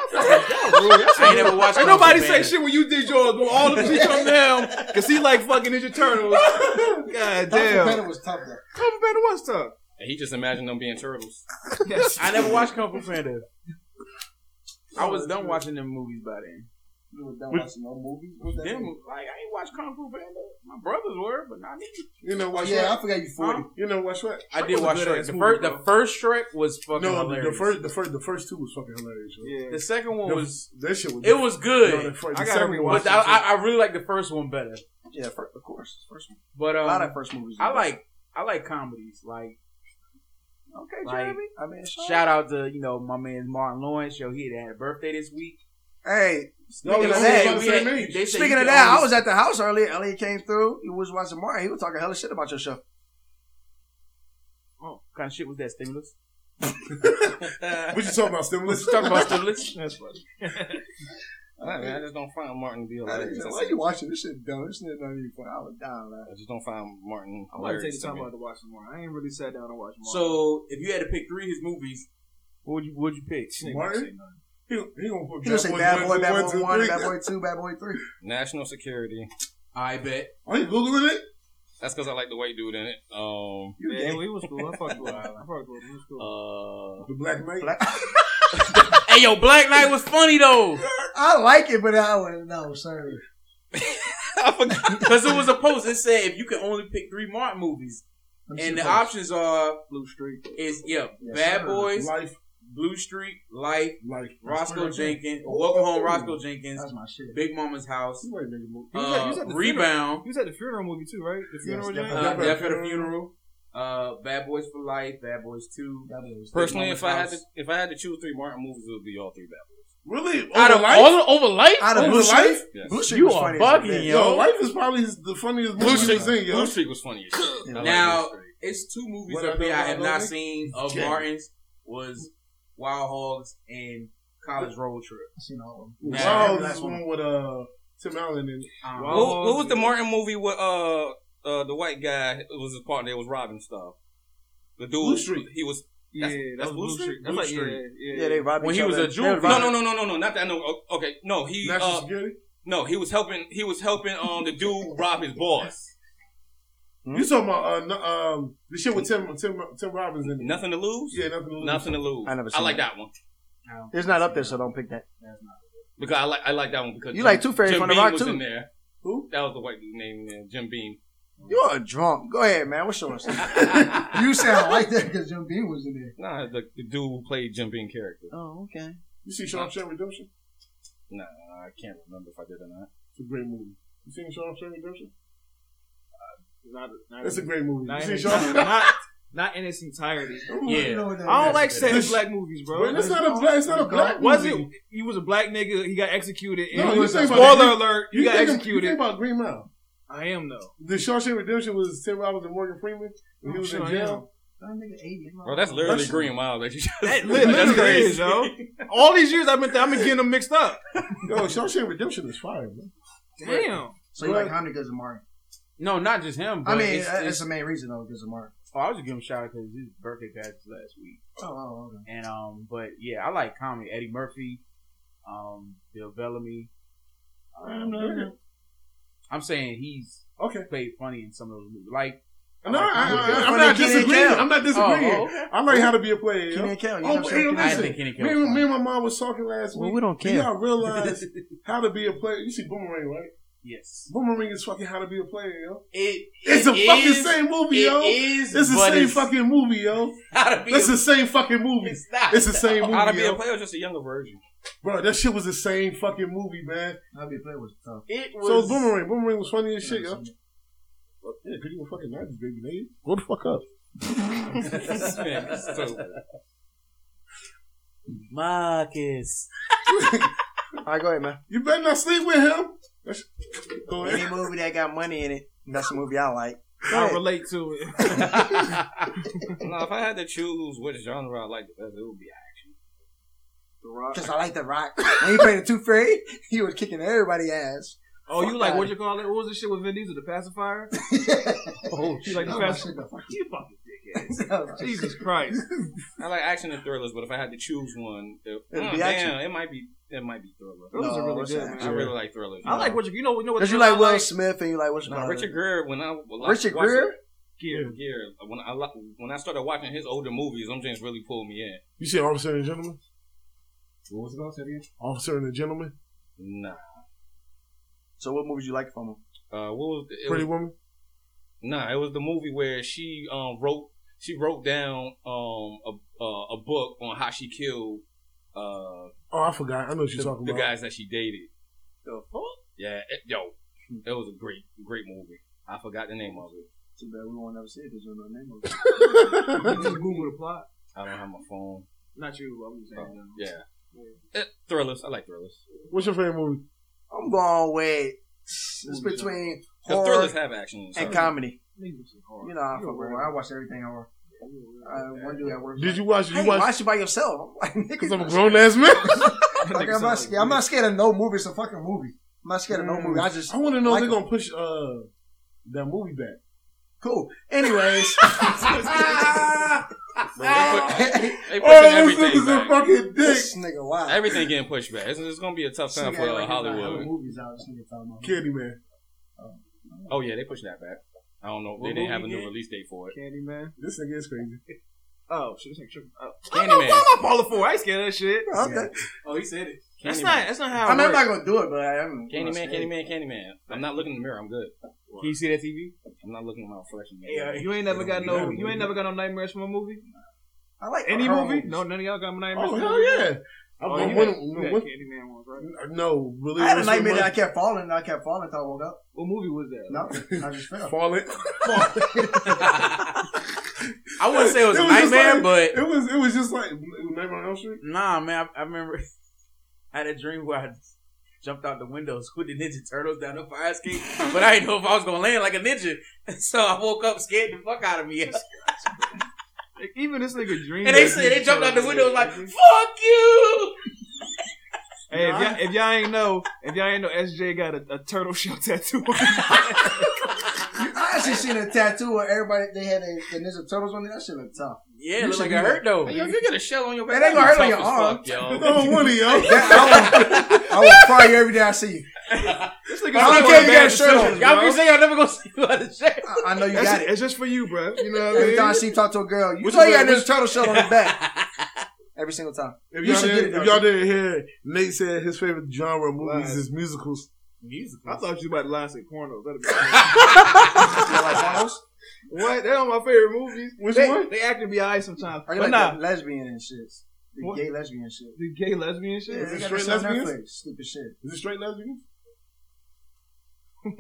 Speaker 3: ain't never watched.
Speaker 5: [laughs] Ain't nobody
Speaker 3: Kung Fu
Speaker 5: say
Speaker 3: Panda.
Speaker 5: shit when you did yours. When all the shit come down, cause he like fucking Ninja Turtles. [laughs] God damn.
Speaker 4: was tough though.
Speaker 5: Kung Fu Panda was tough.
Speaker 2: And he just imagined them being turtles.
Speaker 5: Yes.
Speaker 3: I never watched Kung Fu Panda. Oh, I was done watching them movies by then.
Speaker 4: You were done
Speaker 1: Which-
Speaker 4: watching no movies. What's that
Speaker 3: Them,
Speaker 4: thing?
Speaker 3: like I ain't watched Kung Fu Panda. My brothers were, but not me.
Speaker 1: You know
Speaker 4: Oh
Speaker 1: what?
Speaker 4: yeah, I
Speaker 1: Shrek?
Speaker 4: forgot you forty.
Speaker 3: Huh?
Speaker 1: You know what? Shrek?
Speaker 3: I
Speaker 5: was
Speaker 3: did
Speaker 5: a
Speaker 3: watch
Speaker 5: good
Speaker 3: Shrek.
Speaker 5: ass
Speaker 3: The
Speaker 5: movie,
Speaker 3: first,
Speaker 5: bro.
Speaker 3: the first Shrek was fucking
Speaker 1: No, the-
Speaker 3: hilarious.
Speaker 1: the first, the first, the first two was fucking hilarious. yo.
Speaker 5: Yeah.
Speaker 3: the second one
Speaker 1: The-
Speaker 3: was,
Speaker 1: that shit was.
Speaker 3: it was
Speaker 1: no, the
Speaker 3: good,
Speaker 1: fir-
Speaker 5: I
Speaker 1: the
Speaker 5: gotta
Speaker 1: second
Speaker 5: rewatch
Speaker 1: one-
Speaker 3: but I, I, I really like the first one better.
Speaker 4: Yeah, fir- of course. First one.
Speaker 3: But
Speaker 4: a
Speaker 3: um,
Speaker 4: lot of first movies.
Speaker 3: I like I like comedies. Like
Speaker 4: Okay,
Speaker 3: like-
Speaker 4: Jeremy. I mean, sure.
Speaker 3: shout out to you know my man Martin Lawrence. Yo, he had a birthday this week.
Speaker 4: hey,
Speaker 1: No,
Speaker 4: Speaking
Speaker 1: we
Speaker 4: of
Speaker 1: all
Speaker 4: that,
Speaker 1: about the
Speaker 3: we
Speaker 1: same
Speaker 3: had-
Speaker 1: age.
Speaker 3: they said
Speaker 4: speaking
Speaker 3: you
Speaker 4: of
Speaker 3: could
Speaker 4: that, I
Speaker 3: always-
Speaker 4: was at the house earlier. Elliot came through. He was watching Martin. He was talking hella shit about your show.
Speaker 3: Oh, what kind of shit was that stimulus?
Speaker 1: We just talking about stimulus.
Speaker 3: Let's talk about stimulus.
Speaker 5: That's funny.
Speaker 2: I, mean, I just don't find Martin to be hilarious.
Speaker 4: Why you watching this shit dumb? This shit not even funny. I was down, man.
Speaker 2: I just don't find Martin
Speaker 5: I want to take
Speaker 2: hilarious.
Speaker 5: the
Speaker 2: to
Speaker 5: time
Speaker 2: me.
Speaker 5: out to watch some more. I ain't really sat down and watched more.
Speaker 3: So if you had to pick three of his movies, what would you would you pick?
Speaker 1: Martin? He, he gonna put
Speaker 4: He gonna say
Speaker 1: Boys
Speaker 4: bad boy,
Speaker 1: One,
Speaker 4: bad boy
Speaker 1: Two,
Speaker 4: one,
Speaker 1: Three.
Speaker 4: bad boy two, bad boy three.
Speaker 2: National Security.
Speaker 3: I bet.
Speaker 1: Are you googling it?
Speaker 2: That's because I like the white dude in it.
Speaker 1: [laughs]
Speaker 2: Um,
Speaker 4: You
Speaker 5: Man,
Speaker 4: gay.
Speaker 5: we was cool. I fucked with him. I fucked with him. He was cool.
Speaker 2: uh,
Speaker 1: The Black Knight.
Speaker 4: Black-
Speaker 3: Hey yo, Black Knight was funny though,
Speaker 4: I like it, but I would no, sorry.
Speaker 2: [laughs] I
Speaker 1: [laughs]
Speaker 2: forgot.
Speaker 3: cause it was a post. It said if you can only pick three Martin movies,
Speaker 4: Them shit
Speaker 3: and the
Speaker 4: was-
Speaker 3: options are
Speaker 5: Blue Streak.
Speaker 3: is yeah,
Speaker 4: Yes,
Speaker 3: Bad
Speaker 4: sir.
Speaker 3: Boys,
Speaker 1: Life,
Speaker 3: Blue Street, Life,
Speaker 1: life.
Speaker 3: Roscoe
Speaker 1: That's what I said.
Speaker 3: Jenkins, Welcome Home,
Speaker 1: Ooh.
Speaker 3: Roscoe Jenkins,
Speaker 4: That's my shit.
Speaker 3: Big Mama's House,
Speaker 1: You ain't making no-
Speaker 5: He was at- he
Speaker 3: uh,
Speaker 5: was at the
Speaker 3: Rebound.
Speaker 5: He was at the funeral movie too, right? The funeral
Speaker 4: Yes,
Speaker 5: joint?
Speaker 3: Uh,
Speaker 1: Death at a
Speaker 3: Death at a
Speaker 1: Funeral.
Speaker 3: Funeral. Uh, Bad Boys for Life, Bad Boys Two.
Speaker 4: That was-
Speaker 2: Personally, if I had
Speaker 3: Mama's
Speaker 2: to,
Speaker 3: House.
Speaker 2: if I had to choose three Martin movies, it would be all three Bad Boys.
Speaker 1: Really?
Speaker 3: out
Speaker 1: Over
Speaker 3: of
Speaker 1: Oh, life?
Speaker 3: all over life,
Speaker 4: Out of
Speaker 1: Over
Speaker 4: Blue
Speaker 1: life?
Speaker 4: Streak?
Speaker 2: Yes.
Speaker 4: Blue Streak
Speaker 3: You
Speaker 4: was
Speaker 3: are
Speaker 4: funny as a
Speaker 3: bugging,
Speaker 4: bitch.
Speaker 3: yo.
Speaker 1: Yo, life is probably the funniest
Speaker 3: Blue
Speaker 1: movie
Speaker 3: Street-
Speaker 1: you've seen, yo.
Speaker 2: Blue Streak was funny. as shit. I liked
Speaker 3: Now-
Speaker 2: Blue Streak.
Speaker 3: it's two movies
Speaker 1: What
Speaker 3: up
Speaker 1: I know
Speaker 3: here I
Speaker 1: about
Speaker 3: have
Speaker 1: that
Speaker 3: not
Speaker 1: movie?
Speaker 3: seen of
Speaker 1: Yeah.
Speaker 3: Martin's was Wild Hogs and College Road Trip.
Speaker 4: I've seen all of them.
Speaker 3: Nah,
Speaker 1: Wow,
Speaker 3: that's
Speaker 1: this one with uh, Tim Allen in it.
Speaker 3: Um,
Speaker 5: Wild
Speaker 2: what, what was
Speaker 5: Oh,
Speaker 2: the Martin movie with uh, uh the white guy? It was his partner. It was robbing stuff. The dude.
Speaker 1: Blue Streak.
Speaker 2: He was.
Speaker 5: Yeah,
Speaker 2: That's-
Speaker 5: that
Speaker 2: that's
Speaker 5: was
Speaker 2: Blue
Speaker 5: Blue
Speaker 2: Streak?
Speaker 5: Streak. That's
Speaker 1: Blue
Speaker 5: like, yeah,
Speaker 1: Street.
Speaker 5: yeah.
Speaker 4: Yeah, they robbed
Speaker 3: When
Speaker 4: each
Speaker 3: he was
Speaker 4: other.
Speaker 3: a Jew.
Speaker 4: They robbed-
Speaker 2: No, no, no, no, no, no. Not that. No. o- Okay. No. He.
Speaker 1: National
Speaker 2: uh,
Speaker 1: Security.
Speaker 2: no. He was helping. He was helping um the dude rob his boss.
Speaker 1: You talking about uh, no- um, the shit with Tim Tim Tim Robbins in it?
Speaker 2: Nothing to lose.
Speaker 1: Yeah, nothing. to lose.
Speaker 2: Nothing to lose.
Speaker 4: I never
Speaker 2: I
Speaker 4: seen
Speaker 2: like that one
Speaker 4: It's not up there, so don't pick that.
Speaker 2: because I like I like that one because
Speaker 4: You like Two Fairy
Speaker 2: Jim
Speaker 4: from the
Speaker 2: Beam
Speaker 4: Rock
Speaker 2: was in
Speaker 4: too.
Speaker 2: there.
Speaker 1: Who?
Speaker 2: That was the white dude name there, Jim Beam.
Speaker 4: You're drunk. Go ahead, man. What's yours? [laughs] you sound like that because Jim Beam was in there.
Speaker 2: Nah, the, the dude who played Jim Beam character.
Speaker 4: Oh, okay.
Speaker 1: You see Shawshank Redemption?
Speaker 2: Nah, I can't remember if I did or not.
Speaker 1: It's a great movie. You seen Shawshank Redemption?
Speaker 5: Not, not,
Speaker 1: That's a great movie.
Speaker 5: not,
Speaker 1: You
Speaker 5: in
Speaker 1: seen
Speaker 5: its- [laughs]
Speaker 1: Shawshank?
Speaker 5: not, not in
Speaker 1: [laughs]
Speaker 5: its entirety.
Speaker 3: Yeah.
Speaker 5: I don't like
Speaker 3: That's
Speaker 5: saying
Speaker 1: bad.
Speaker 5: black movies, bro.
Speaker 1: Wait, that's not a black. It's not a black.
Speaker 5: was
Speaker 1: movie.
Speaker 5: it? He was a black nigga. He got executed.
Speaker 1: No,
Speaker 5: And he
Speaker 1: you
Speaker 5: was
Speaker 1: think
Speaker 5: a
Speaker 1: about
Speaker 5: spoiler
Speaker 1: it.
Speaker 5: alert. He
Speaker 1: You
Speaker 5: got
Speaker 1: think, You
Speaker 5: executed.
Speaker 1: think about Green Mile.
Speaker 5: I
Speaker 1: [laughs]
Speaker 5: am though.
Speaker 1: The Shawshank Redemption was Tim Robbins and Morgan Freeman. When he
Speaker 5: Oh,
Speaker 1: was
Speaker 5: sure
Speaker 1: in
Speaker 5: I
Speaker 1: jail.
Speaker 2: Bro, that's literally
Speaker 1: That's-
Speaker 2: Green Mile that you just. [laughs]
Speaker 5: That lit-
Speaker 2: that's
Speaker 5: literally
Speaker 2: crazy.
Speaker 5: is, yo. All these years I've been, th- I've been getting them mixed up.
Speaker 1: Yo, Shawshank Redemption is fire, man.
Speaker 5: Damn.
Speaker 4: So you like Hamdi because of Martin?
Speaker 3: no, not just him. But
Speaker 4: I mean,
Speaker 3: it's,
Speaker 4: that- that's
Speaker 3: it's,
Speaker 4: the main reason though, because of Martin.
Speaker 3: oh, I was just giving him a shout out because his birthday passed last week.
Speaker 4: Oh, oh, okay.
Speaker 3: And um, but yeah, I like comedy. Eddie Murphy, um, Bill Bellamy. Um, I'm saying he's
Speaker 1: Okay.
Speaker 3: played funny in some of those movies. Like,
Speaker 1: No, I, I,
Speaker 4: Funny
Speaker 1: I'm not
Speaker 4: Kenny and
Speaker 1: disagreeing.
Speaker 4: Kel.
Speaker 1: I'm not disagreeing.
Speaker 3: oh, okay.
Speaker 1: I like how to be a player. yo.
Speaker 4: Keenan and Kel, you know
Speaker 1: Oh,
Speaker 4: what I'm saying?
Speaker 1: wait,
Speaker 3: I
Speaker 1: listen.
Speaker 3: think Kenny
Speaker 1: Me,
Speaker 3: Kelly.
Speaker 1: and- me and my mom was talking last
Speaker 4: Well,
Speaker 1: week.
Speaker 4: we don't
Speaker 1: Do
Speaker 4: care.
Speaker 1: y'all realize how to be a player? You see Boomerang, right?
Speaker 3: Yes,
Speaker 1: Boomerang is fucking how to be a player, yo.
Speaker 3: it,
Speaker 1: It's
Speaker 3: it
Speaker 1: the fucking
Speaker 3: is-
Speaker 1: same movie,
Speaker 3: it
Speaker 1: yo.
Speaker 3: is,
Speaker 1: It's the
Speaker 3: but
Speaker 1: same
Speaker 3: it's
Speaker 2: [laughs]
Speaker 1: fucking movie, yo.
Speaker 3: How to be
Speaker 1: That's
Speaker 3: a-
Speaker 1: the same fucking movie.
Speaker 3: it's not.
Speaker 1: It's the same movie,
Speaker 2: How to be a
Speaker 1: yo.
Speaker 2: player, or just a younger version.
Speaker 1: Bro, that shit was the same fucking movie, man.
Speaker 4: I'll be playing with tough.
Speaker 3: It was,
Speaker 1: So it was Boomerang. Boomerang was funny as shit, yo.
Speaker 4: Shit,
Speaker 1: Yeah, because you were fucking 90s, baby. Nate. Grow the fuck up.
Speaker 2: [laughs] This man is so-
Speaker 3: Marcus.
Speaker 4: All right, go ahead, man.
Speaker 1: You better not sleep with him. That's- Go
Speaker 4: Any
Speaker 1: ahead.
Speaker 4: movie that got money in it, that's a movie I like. Go
Speaker 5: I
Speaker 4: ahead.
Speaker 5: relate to it.
Speaker 2: no, if I had to choose which genre I like the best, it would be
Speaker 4: Cause I like The [laughs] Rock. When he played the Two Fairy, he was kicking everybody [laughs] ass.
Speaker 5: Oh, you
Speaker 4: Fuck
Speaker 5: like
Speaker 4: outta
Speaker 5: what you call it? What was the shit with Vin Diesel? The pacifier?
Speaker 3: oh,
Speaker 5: You like the
Speaker 4: [laughs] Oh, my
Speaker 5: pacifier?
Speaker 4: shit, the fuck
Speaker 5: [laughs] You fucking
Speaker 4: [laughs]
Speaker 5: dickhead.
Speaker 4: you-
Speaker 5: Jesus Christ.
Speaker 2: I like action and thrillers, but if I had to choose one, it,
Speaker 4: It'd
Speaker 2: mm,
Speaker 4: be action.
Speaker 2: damn, it might be it might be thriller.
Speaker 5: Those
Speaker 4: No,
Speaker 5: are really
Speaker 4: that's
Speaker 5: good,
Speaker 4: not
Speaker 5: man.
Speaker 2: I really like thrillers.
Speaker 5: I like what you, you know, you know what
Speaker 4: Cause you
Speaker 5: thriller
Speaker 4: like
Speaker 5: I
Speaker 4: Will Smith and you like what's
Speaker 2: No, Richard Gere when I like,
Speaker 4: Richard
Speaker 2: watched-
Speaker 4: Gere?
Speaker 5: Gear.
Speaker 2: Gear. When I lo- when I started watching his older movies, them things really pulled me in.
Speaker 1: You said Officer and Gentleman?
Speaker 2: What was it called? Say it again?
Speaker 1: Officer and the Gentleman?
Speaker 2: Nah.
Speaker 4: So what movies you like from him?
Speaker 2: Uh, what was it
Speaker 1: Pretty
Speaker 2: was,
Speaker 1: Woman?
Speaker 2: Nah, it was the movie where she um wrote she wrote down um a uh, a book on how she killed uh
Speaker 1: Oh, I forgot. I know what you're
Speaker 2: the,
Speaker 1: talking
Speaker 2: the
Speaker 1: about.
Speaker 2: guys that she dated. Yeah, it, yo, it was a great great movie. I forgot the name of it.
Speaker 4: Too bad we won't ever see it because you don't know the name of it.
Speaker 5: [laughs] Just Google the plot.
Speaker 2: I don't have my phone.
Speaker 5: Not you. I'm just saying. no.
Speaker 2: Yeah. Eh, thrillers. I like thrillers.
Speaker 1: [laughs] What's your favorite movie?
Speaker 4: I'm going with it's between
Speaker 2: Because
Speaker 4: horror
Speaker 2: thrillers have action.
Speaker 4: and
Speaker 2: sorry.
Speaker 4: comedy.
Speaker 5: Niggas is hard.
Speaker 4: You know, I,
Speaker 5: You a
Speaker 4: fuck with horror. I watch everything horror. I one
Speaker 5: [laughs]
Speaker 4: dude at work.
Speaker 1: Did you watch?
Speaker 4: Hey,
Speaker 1: You
Speaker 4: watch,
Speaker 1: watch?
Speaker 4: it by yourself. I'm like, [laughs] nigga,
Speaker 1: Because I'm a grown ass man.
Speaker 5: Niggas
Speaker 4: like, I'm, not
Speaker 5: sound
Speaker 4: scared. I'm not scared of no movie. It's a fucking movie. I'm not scared of no movie. I just
Speaker 1: Mm. I want to know
Speaker 4: like
Speaker 1: if they're gonna push uh that movie back. [laughs]
Speaker 4: cool. [laughs] Anyways,
Speaker 2: Bro,
Speaker 1: [laughs]
Speaker 2: they, put,
Speaker 4: this
Speaker 2: they pushing
Speaker 1: Oh, this
Speaker 2: everything
Speaker 1: nigga's a
Speaker 2: back.
Speaker 1: fucking dick.
Speaker 4: nigga, wow.
Speaker 2: Everything getting pushed back. It's, it's gonna be a tough
Speaker 4: This
Speaker 2: time
Speaker 4: nigga
Speaker 2: for
Speaker 4: act like
Speaker 2: uh,
Speaker 4: he's not having
Speaker 2: Hollywood.
Speaker 4: Movies out. This nigga talking about
Speaker 1: Candyman.
Speaker 2: Oh yeah, they pushed that back. I don't know.
Speaker 5: What
Speaker 2: They didn't have a
Speaker 5: movie
Speaker 2: new
Speaker 5: did?
Speaker 2: release date for it.
Speaker 5: Candyman.
Speaker 1: This nigga is crazy.
Speaker 5: Oh shit, this ain't tripping. Oh.
Speaker 2: Candyman.
Speaker 5: I'm up all the four. I ain't scared of that shit.
Speaker 4: Okay.
Speaker 5: Oh, he said it. That's not.
Speaker 2: Candyman.
Speaker 5: That's not how.
Speaker 4: I mean,
Speaker 5: it
Speaker 4: I'm
Speaker 5: works.
Speaker 4: not gonna do it, but I am.
Speaker 2: Candyman. Candyman. Candyman. I'm not looking in the mirror. I'm good.
Speaker 5: Can you see that TV?
Speaker 2: I'm not looking at my reflection.
Speaker 5: Yeah.
Speaker 2: [laughs]
Speaker 5: You ain't never got no. You ain't never got no nightmares from a movie.
Speaker 4: I like
Speaker 5: Any
Speaker 4: horror
Speaker 5: movie?
Speaker 4: movies.
Speaker 5: No, none of y'all got nightmares.
Speaker 1: Oh
Speaker 5: from a
Speaker 1: hell
Speaker 5: movie?
Speaker 1: yeah! I,
Speaker 5: Oh,
Speaker 1: I,
Speaker 5: you
Speaker 1: one,
Speaker 5: got- you got
Speaker 1: one-
Speaker 5: Candyman ones, right?
Speaker 1: no, really.
Speaker 4: I had a
Speaker 1: this
Speaker 4: nightmare
Speaker 1: one-
Speaker 4: that I kept falling, and I kept falling until I woke up.
Speaker 5: What movie was that?
Speaker 4: No, I just fell.
Speaker 1: Fall
Speaker 2: [laughs]
Speaker 1: it.
Speaker 3: I wouldn't say it was
Speaker 1: It
Speaker 3: a
Speaker 1: was just
Speaker 3: nightmare,
Speaker 1: like-
Speaker 3: but
Speaker 1: It was. It was just like Nightmare on Elm
Speaker 2: [laughs]
Speaker 1: Street.
Speaker 3: Nah, man, I, I remember [laughs] I had a dream where I jumped out the windows with the Ninja Turtles down the fire escape, but I didn't know if I was gonna land like a ninja. [laughs] So I woke up scared the fuck out of me, [laughs]
Speaker 5: Like, even this nigga dream.
Speaker 3: and they
Speaker 5: that
Speaker 3: said
Speaker 5: he
Speaker 3: they jumped out the
Speaker 5: chose
Speaker 3: window
Speaker 5: that.
Speaker 3: was like, "Fuck you!"
Speaker 5: Hey, if
Speaker 1: Nah.
Speaker 5: y'all, if y'all ain't know, if y'all ain't know, SJ got a, a turtle shell [laughs] tattoo. on his
Speaker 4: [laughs] I actually seen a tattoo where everybody they had a, the Ninja Turtles on it. That shit looked tough.
Speaker 3: Yeah,
Speaker 4: You
Speaker 3: look
Speaker 4: should
Speaker 3: like
Speaker 4: do
Speaker 3: it hurt though.
Speaker 2: Yo, if you get a shell on your back,
Speaker 4: It ain't gonna hurt on your arm.
Speaker 2: arm. Yo.
Speaker 1: No one of y'all.
Speaker 4: I would, I would cry every day I see you.
Speaker 5: this nigga
Speaker 4: I don't care if you got a shirt
Speaker 3: [laughs]
Speaker 4: on.
Speaker 3: Y'all be saying y'all never gonna see without a shirt.
Speaker 4: I, I know you
Speaker 5: That's
Speaker 4: got
Speaker 5: it.
Speaker 4: it.
Speaker 5: It's just for you, bro. You know what I
Speaker 4: Every
Speaker 5: mean?
Speaker 4: time I see you talk to a girl, you
Speaker 1: Which
Speaker 4: know you got
Speaker 1: one?
Speaker 4: a Ninja Turtle shirt on his back. Every single time.
Speaker 1: If
Speaker 4: You
Speaker 1: y'all,
Speaker 4: should
Speaker 1: didn't,
Speaker 4: get it,
Speaker 1: if y'all didn't hear, Nate said his favorite genre of movies
Speaker 5: Lies.
Speaker 1: is musicals.
Speaker 5: I
Speaker 3: Musical.
Speaker 5: thought you was about to lie say pornos. That'd be [laughs] what? They on my favorite movies.
Speaker 1: Which
Speaker 5: they,
Speaker 1: one?
Speaker 5: They act to be alright sometimes.
Speaker 4: Are
Speaker 5: But
Speaker 4: you like
Speaker 5: nah,
Speaker 4: the lesbian and shit? The
Speaker 5: What?
Speaker 4: gay lesbian shit.
Speaker 5: the gay lesbian shit.
Speaker 1: Yeah.
Speaker 4: they
Speaker 1: it
Speaker 4: got that
Speaker 1: straight
Speaker 4: shit on
Speaker 1: lesbians?
Speaker 4: Netflix. Stupid shit.
Speaker 1: Is it straight [laughs] lesbians? I'm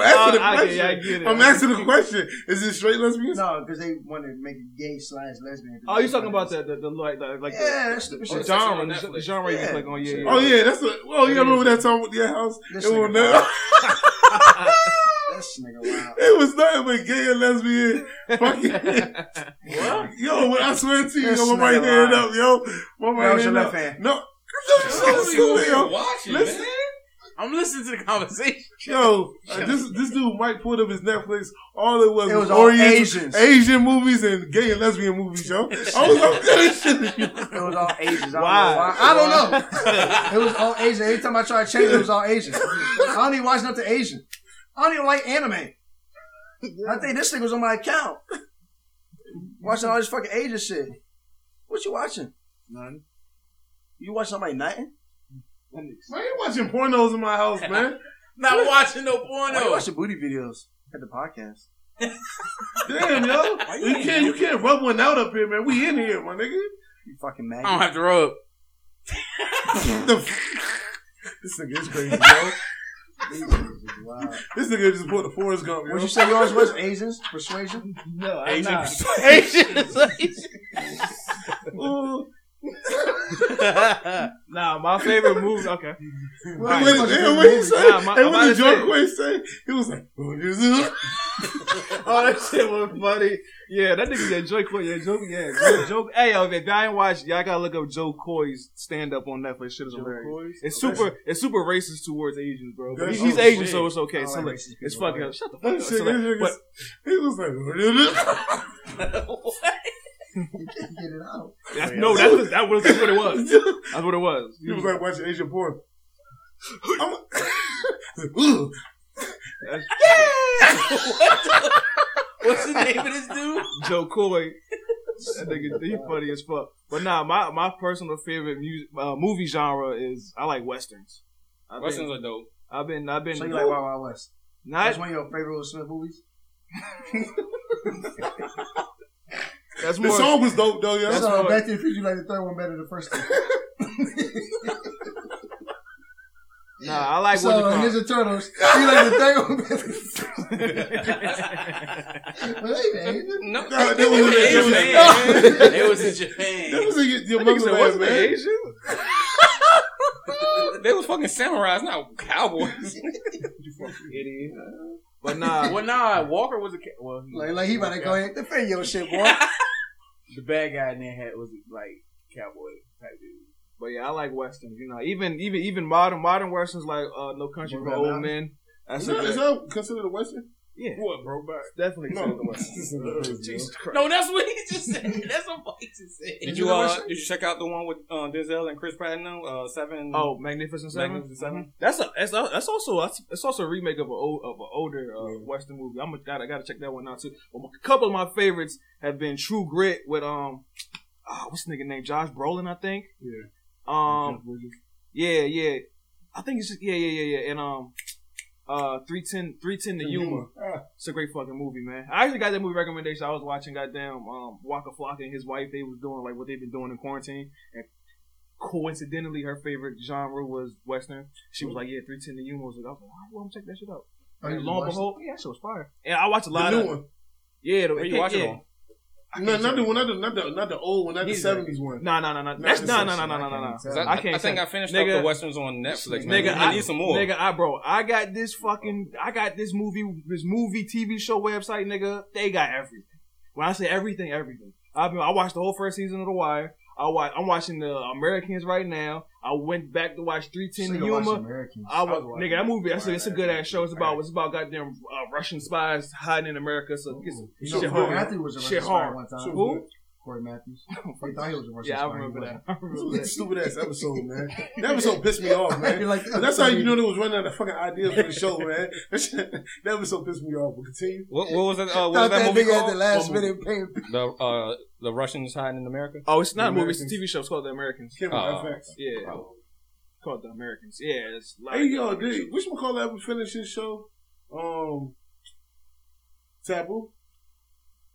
Speaker 1: asking the
Speaker 5: I get- I
Speaker 1: question.
Speaker 5: get it.
Speaker 1: I'm asking the question. Is it straight lesbians?
Speaker 4: No, because they want to make it gay slash lesbian.
Speaker 5: Oh, you talking about the the, the like the, Oh, like
Speaker 4: Yeah, that's stupid
Speaker 5: the,
Speaker 4: shit.
Speaker 5: the
Speaker 2: it's on
Speaker 5: genre,
Speaker 2: Netflix.
Speaker 5: the genre you
Speaker 4: Yeah.
Speaker 5: click on? Yeah. yeah.
Speaker 1: Oh yeah, that's a. Oh, you remember that time with your house?
Speaker 4: This
Speaker 1: it was
Speaker 4: nigga
Speaker 1: no-
Speaker 4: wild. [laughs] This nigga wild.
Speaker 1: It was nothing but gay and lesbian. Fucking [laughs] yo, when I swear to you,
Speaker 4: That's
Speaker 1: yo, my right
Speaker 4: not
Speaker 1: hand
Speaker 4: lying.
Speaker 1: up, yo, my
Speaker 4: That
Speaker 1: right
Speaker 4: was your
Speaker 1: hand
Speaker 4: left
Speaker 1: up.
Speaker 4: hand.
Speaker 1: No, I'm [laughs] so stupid, yo.
Speaker 2: Watching,
Speaker 1: Listen.
Speaker 2: man.
Speaker 3: I'm listening to the conversation.
Speaker 1: Yo, uh, this this dude Mike pulled up his Netflix. All it was
Speaker 4: It was
Speaker 1: was
Speaker 4: all
Speaker 1: Oriental,
Speaker 4: Asians.
Speaker 1: Asian movies and gay and lesbian movies, yo. I was like, [laughs] this shit is-
Speaker 4: It was all Asians. I
Speaker 5: Why?
Speaker 4: don't know why. I don't know. It was all Asian. Every time I tried to change it, it was all Asian. I don't even watch nothing Asian. I don't even like anime. I think this thing was on my account. Watching all this fucking Asian shit. What you watching?
Speaker 3: None.
Speaker 4: You watch somebody nothing?
Speaker 1: Man, you watching pornos in my house, man.
Speaker 3: Not watching no
Speaker 4: Why you
Speaker 3: porno.
Speaker 4: watching booty videos at the podcast?
Speaker 1: Damn, yo, you can't you can't rub one out up here, man. We in here, my nigga.
Speaker 4: You fucking
Speaker 3: I don't
Speaker 4: mad.
Speaker 3: have to rub.
Speaker 1: The f- this nigga is crazy, yo.
Speaker 4: Wow.
Speaker 1: [laughs]
Speaker 5: Oh.
Speaker 1: This nigga just pulled a Forrest Gump. Yo.
Speaker 4: Would you say yours was Asians? Persuasion?
Speaker 5: No, I'm not.
Speaker 1: Ooh.
Speaker 5: Nah, my favorite movie. Okay.
Speaker 1: What,
Speaker 4: Wait,
Speaker 1: what, what, what he say?
Speaker 5: Nah, my-
Speaker 1: and what did
Speaker 5: I'm about to
Speaker 1: John
Speaker 5: say-
Speaker 1: Quay say? He was like, oh, this is-
Speaker 5: [laughs] Oh, that shit was funny. Yeah, that nigga, yeah, Joe Coy, yeah, Joe, yeah, Joe, Joe. Hey, yo, if y'all ain't watched, y'all gotta look up Joe Coy's stand up on Netflix. Shit is hilarious. It's super, it's super racist towards Asians, bro. But
Speaker 1: That's-
Speaker 5: he's
Speaker 1: oh,
Speaker 5: Asian,
Speaker 1: shit.
Speaker 5: so it's okay.
Speaker 4: I
Speaker 5: So
Speaker 4: like
Speaker 5: like,
Speaker 4: racist
Speaker 5: it's
Speaker 4: people,
Speaker 5: fucking.
Speaker 4: right?
Speaker 5: Shut the fuck
Speaker 1: [laughs] That
Speaker 5: up.
Speaker 1: shit,
Speaker 5: So, like,
Speaker 1: this
Speaker 5: but
Speaker 1: nigga's- he was like, oh, this [laughs] is-
Speaker 4: Get it
Speaker 5: [laughs]
Speaker 4: out.
Speaker 5: that's, no, that was that was that's what
Speaker 1: [laughs]
Speaker 5: it was. That's what it was.
Speaker 1: He was like watching Asian porn. I'm [laughs] like, Ooh.
Speaker 5: That's-
Speaker 3: [laughs] What's the name of this dude?
Speaker 5: Joe Coy. That nigga, he funny as fuck. But nah, my, my personal favorite music, uh, movie genre is I like westerns. I've
Speaker 2: Westerns
Speaker 5: been,
Speaker 2: are dope.
Speaker 5: I've been, I've been,
Speaker 4: So you like Wild Wild West?
Speaker 5: not,
Speaker 4: That's one of your favorite Will Smith movies.
Speaker 5: that's
Speaker 1: The
Speaker 5: more,
Speaker 1: song was dope though,
Speaker 4: That's
Speaker 1: yo.
Speaker 4: so
Speaker 5: what-
Speaker 4: Back to the Future, you like the third one better than the
Speaker 5: [laughs]
Speaker 4: first one.
Speaker 5: nah, I like
Speaker 4: so
Speaker 5: what
Speaker 4: Ninja Turtles, you like the third one better. Well, hey,
Speaker 5: [laughs]
Speaker 4: man.
Speaker 1: No,
Speaker 2: No, they
Speaker 1: that
Speaker 2: was
Speaker 1: was-
Speaker 2: in
Speaker 1: that was-
Speaker 2: Japan.
Speaker 3: It was in
Speaker 1: That
Speaker 3: Japan.
Speaker 1: was in your, your
Speaker 5: you said. What's
Speaker 1: motherland,
Speaker 5: the
Speaker 1: man.
Speaker 5: Asian?
Speaker 2: [laughs] They was fucking samurais, not cowboys.
Speaker 5: [laughs] Idiot. But
Speaker 1: [laughs]
Speaker 5: nah,
Speaker 3: Uh, Well, nah, Walker was a ca- well, he-
Speaker 4: Like, like he about to go in the video
Speaker 5: [laughs]
Speaker 4: shit, boy.
Speaker 3: The bad guy in there had was like cowboy type dude.
Speaker 5: But yeah, I like westerns. You know, even even even modern modern westerns like uh, No Country for
Speaker 4: Brokeback
Speaker 5: Old
Speaker 4: Mountain?
Speaker 5: Men. That's
Speaker 1: Is
Speaker 5: a
Speaker 1: that, is
Speaker 5: good,
Speaker 1: that considered a western?
Speaker 5: yeah,
Speaker 1: What, bro? Back.
Speaker 5: definitely.
Speaker 1: No.
Speaker 5: considered a western. [laughs] Jesus Christ.
Speaker 3: No, that's what he just said. [laughs] That's what he just said.
Speaker 2: Did you uh, did you check out the one with uh, Denzel and Chris Pratt now? Uh, seven.
Speaker 5: Oh, Magnificent Seven. Mm-hmm.
Speaker 2: Magnificent Seven?
Speaker 5: That's a that's, a, that's also that's, that's also a remake of a old, of an older uh, Western movie. I'm a, gotta gotta check that one out too. But a couple of my favorites have been True Grit with um, ah, what's the nigga name? Josh Brolin, I think.
Speaker 1: Yeah.
Speaker 5: Um. Yeah, yeah. I think it's just, yeah, yeah, yeah, yeah. And um, uh, three ten, three ten to Yuma.
Speaker 1: Ah,
Speaker 5: It's a great fucking movie, man. I actually got that movie recommendation. I was watching goddamn um, Waka Flocka and his wife. They was doing like what they've been doing in quarantine, and coincidentally, her favorite genre was western. She was like, "Yeah, three ten to Yuma." Was like, I was like, "All right, well, I'm check that shit out."
Speaker 4: Oh, you
Speaker 5: And lo and
Speaker 4: watched
Speaker 5: behold, yeah, that shit was fire. And I watched a
Speaker 1: the
Speaker 5: lot
Speaker 1: new
Speaker 5: of
Speaker 1: one.
Speaker 5: yeah. The,
Speaker 2: Where you watching
Speaker 5: yeah.
Speaker 2: on?
Speaker 5: I
Speaker 1: No,
Speaker 5: can't
Speaker 1: not the
Speaker 5: tell
Speaker 1: one,
Speaker 5: you.
Speaker 1: not the, not the, not the old one, not the
Speaker 5: Neither.
Speaker 1: seventies one.
Speaker 5: Nah, nah, nah, nah.
Speaker 1: Nah,
Speaker 5: That's
Speaker 1: it's
Speaker 5: nah,
Speaker 1: a
Speaker 5: nah, nah,
Speaker 1: section.
Speaker 5: nah,
Speaker 1: I
Speaker 5: nah, nah, nah.
Speaker 1: can't even
Speaker 5: nah.
Speaker 1: tell.
Speaker 5: I can't.
Speaker 2: I think
Speaker 5: tell-
Speaker 2: I finished
Speaker 5: Nigga.
Speaker 2: up the westerns on Netflix. Man.
Speaker 5: Nigga,
Speaker 2: I, need some more.
Speaker 5: Nigga, I bro, I got this fucking, I got this movie, this movie TV show website, nigga. They got everything. When I say everything, everything. I've been, I watched the whole first season of The Wire. I watch, I'm watching the Americans right now. I went back to watch
Speaker 4: So
Speaker 5: 310 to
Speaker 4: you watch
Speaker 5: Yuma.
Speaker 4: Americans.
Speaker 5: I was,
Speaker 1: I was
Speaker 5: nigga, that movie. That's a, it's a good ass show. It's about
Speaker 1: Alright.
Speaker 5: it's about goddamn uh, Russian spies hiding in America. So it's,
Speaker 4: You know,
Speaker 5: shit
Speaker 4: Corey
Speaker 5: hard.
Speaker 4: Matthews was a
Speaker 5: Shit
Speaker 4: Russian
Speaker 5: hard.
Speaker 4: spy one time.
Speaker 1: Shit
Speaker 5: Who?
Speaker 1: good.
Speaker 4: Corey Matthews. [laughs] They thought he was a Russian
Speaker 5: yeah,
Speaker 4: spy.
Speaker 5: I remember that. I
Speaker 1: This
Speaker 4: [laughs]
Speaker 5: remember
Speaker 1: was a
Speaker 5: that.
Speaker 1: stupid ass episode,
Speaker 5: [laughs]
Speaker 1: man. That episode pissed me off, man.
Speaker 4: You're [laughs] like,
Speaker 1: But that's how you know they was running out of fucking ideas for the show, man. [laughs] That shit- that episode pissed me off. But continue.
Speaker 2: What, what was that? Uh, what
Speaker 4: Thought
Speaker 2: was that
Speaker 4: that
Speaker 2: movie
Speaker 4: nigga at the
Speaker 2: called?
Speaker 4: last minute paying.
Speaker 2: The uh, the Russians hiding in America.
Speaker 5: Oh, it's not a movie. It's a
Speaker 1: Americans.
Speaker 5: TV show. It's called The Americans.
Speaker 1: Came
Speaker 2: Oh.
Speaker 1: on FX.
Speaker 5: Yeah,
Speaker 2: Oh.
Speaker 5: called The Americans. Yeah, it's like
Speaker 1: Hey yo, did which McCall ever finish his show? Um, Taboo.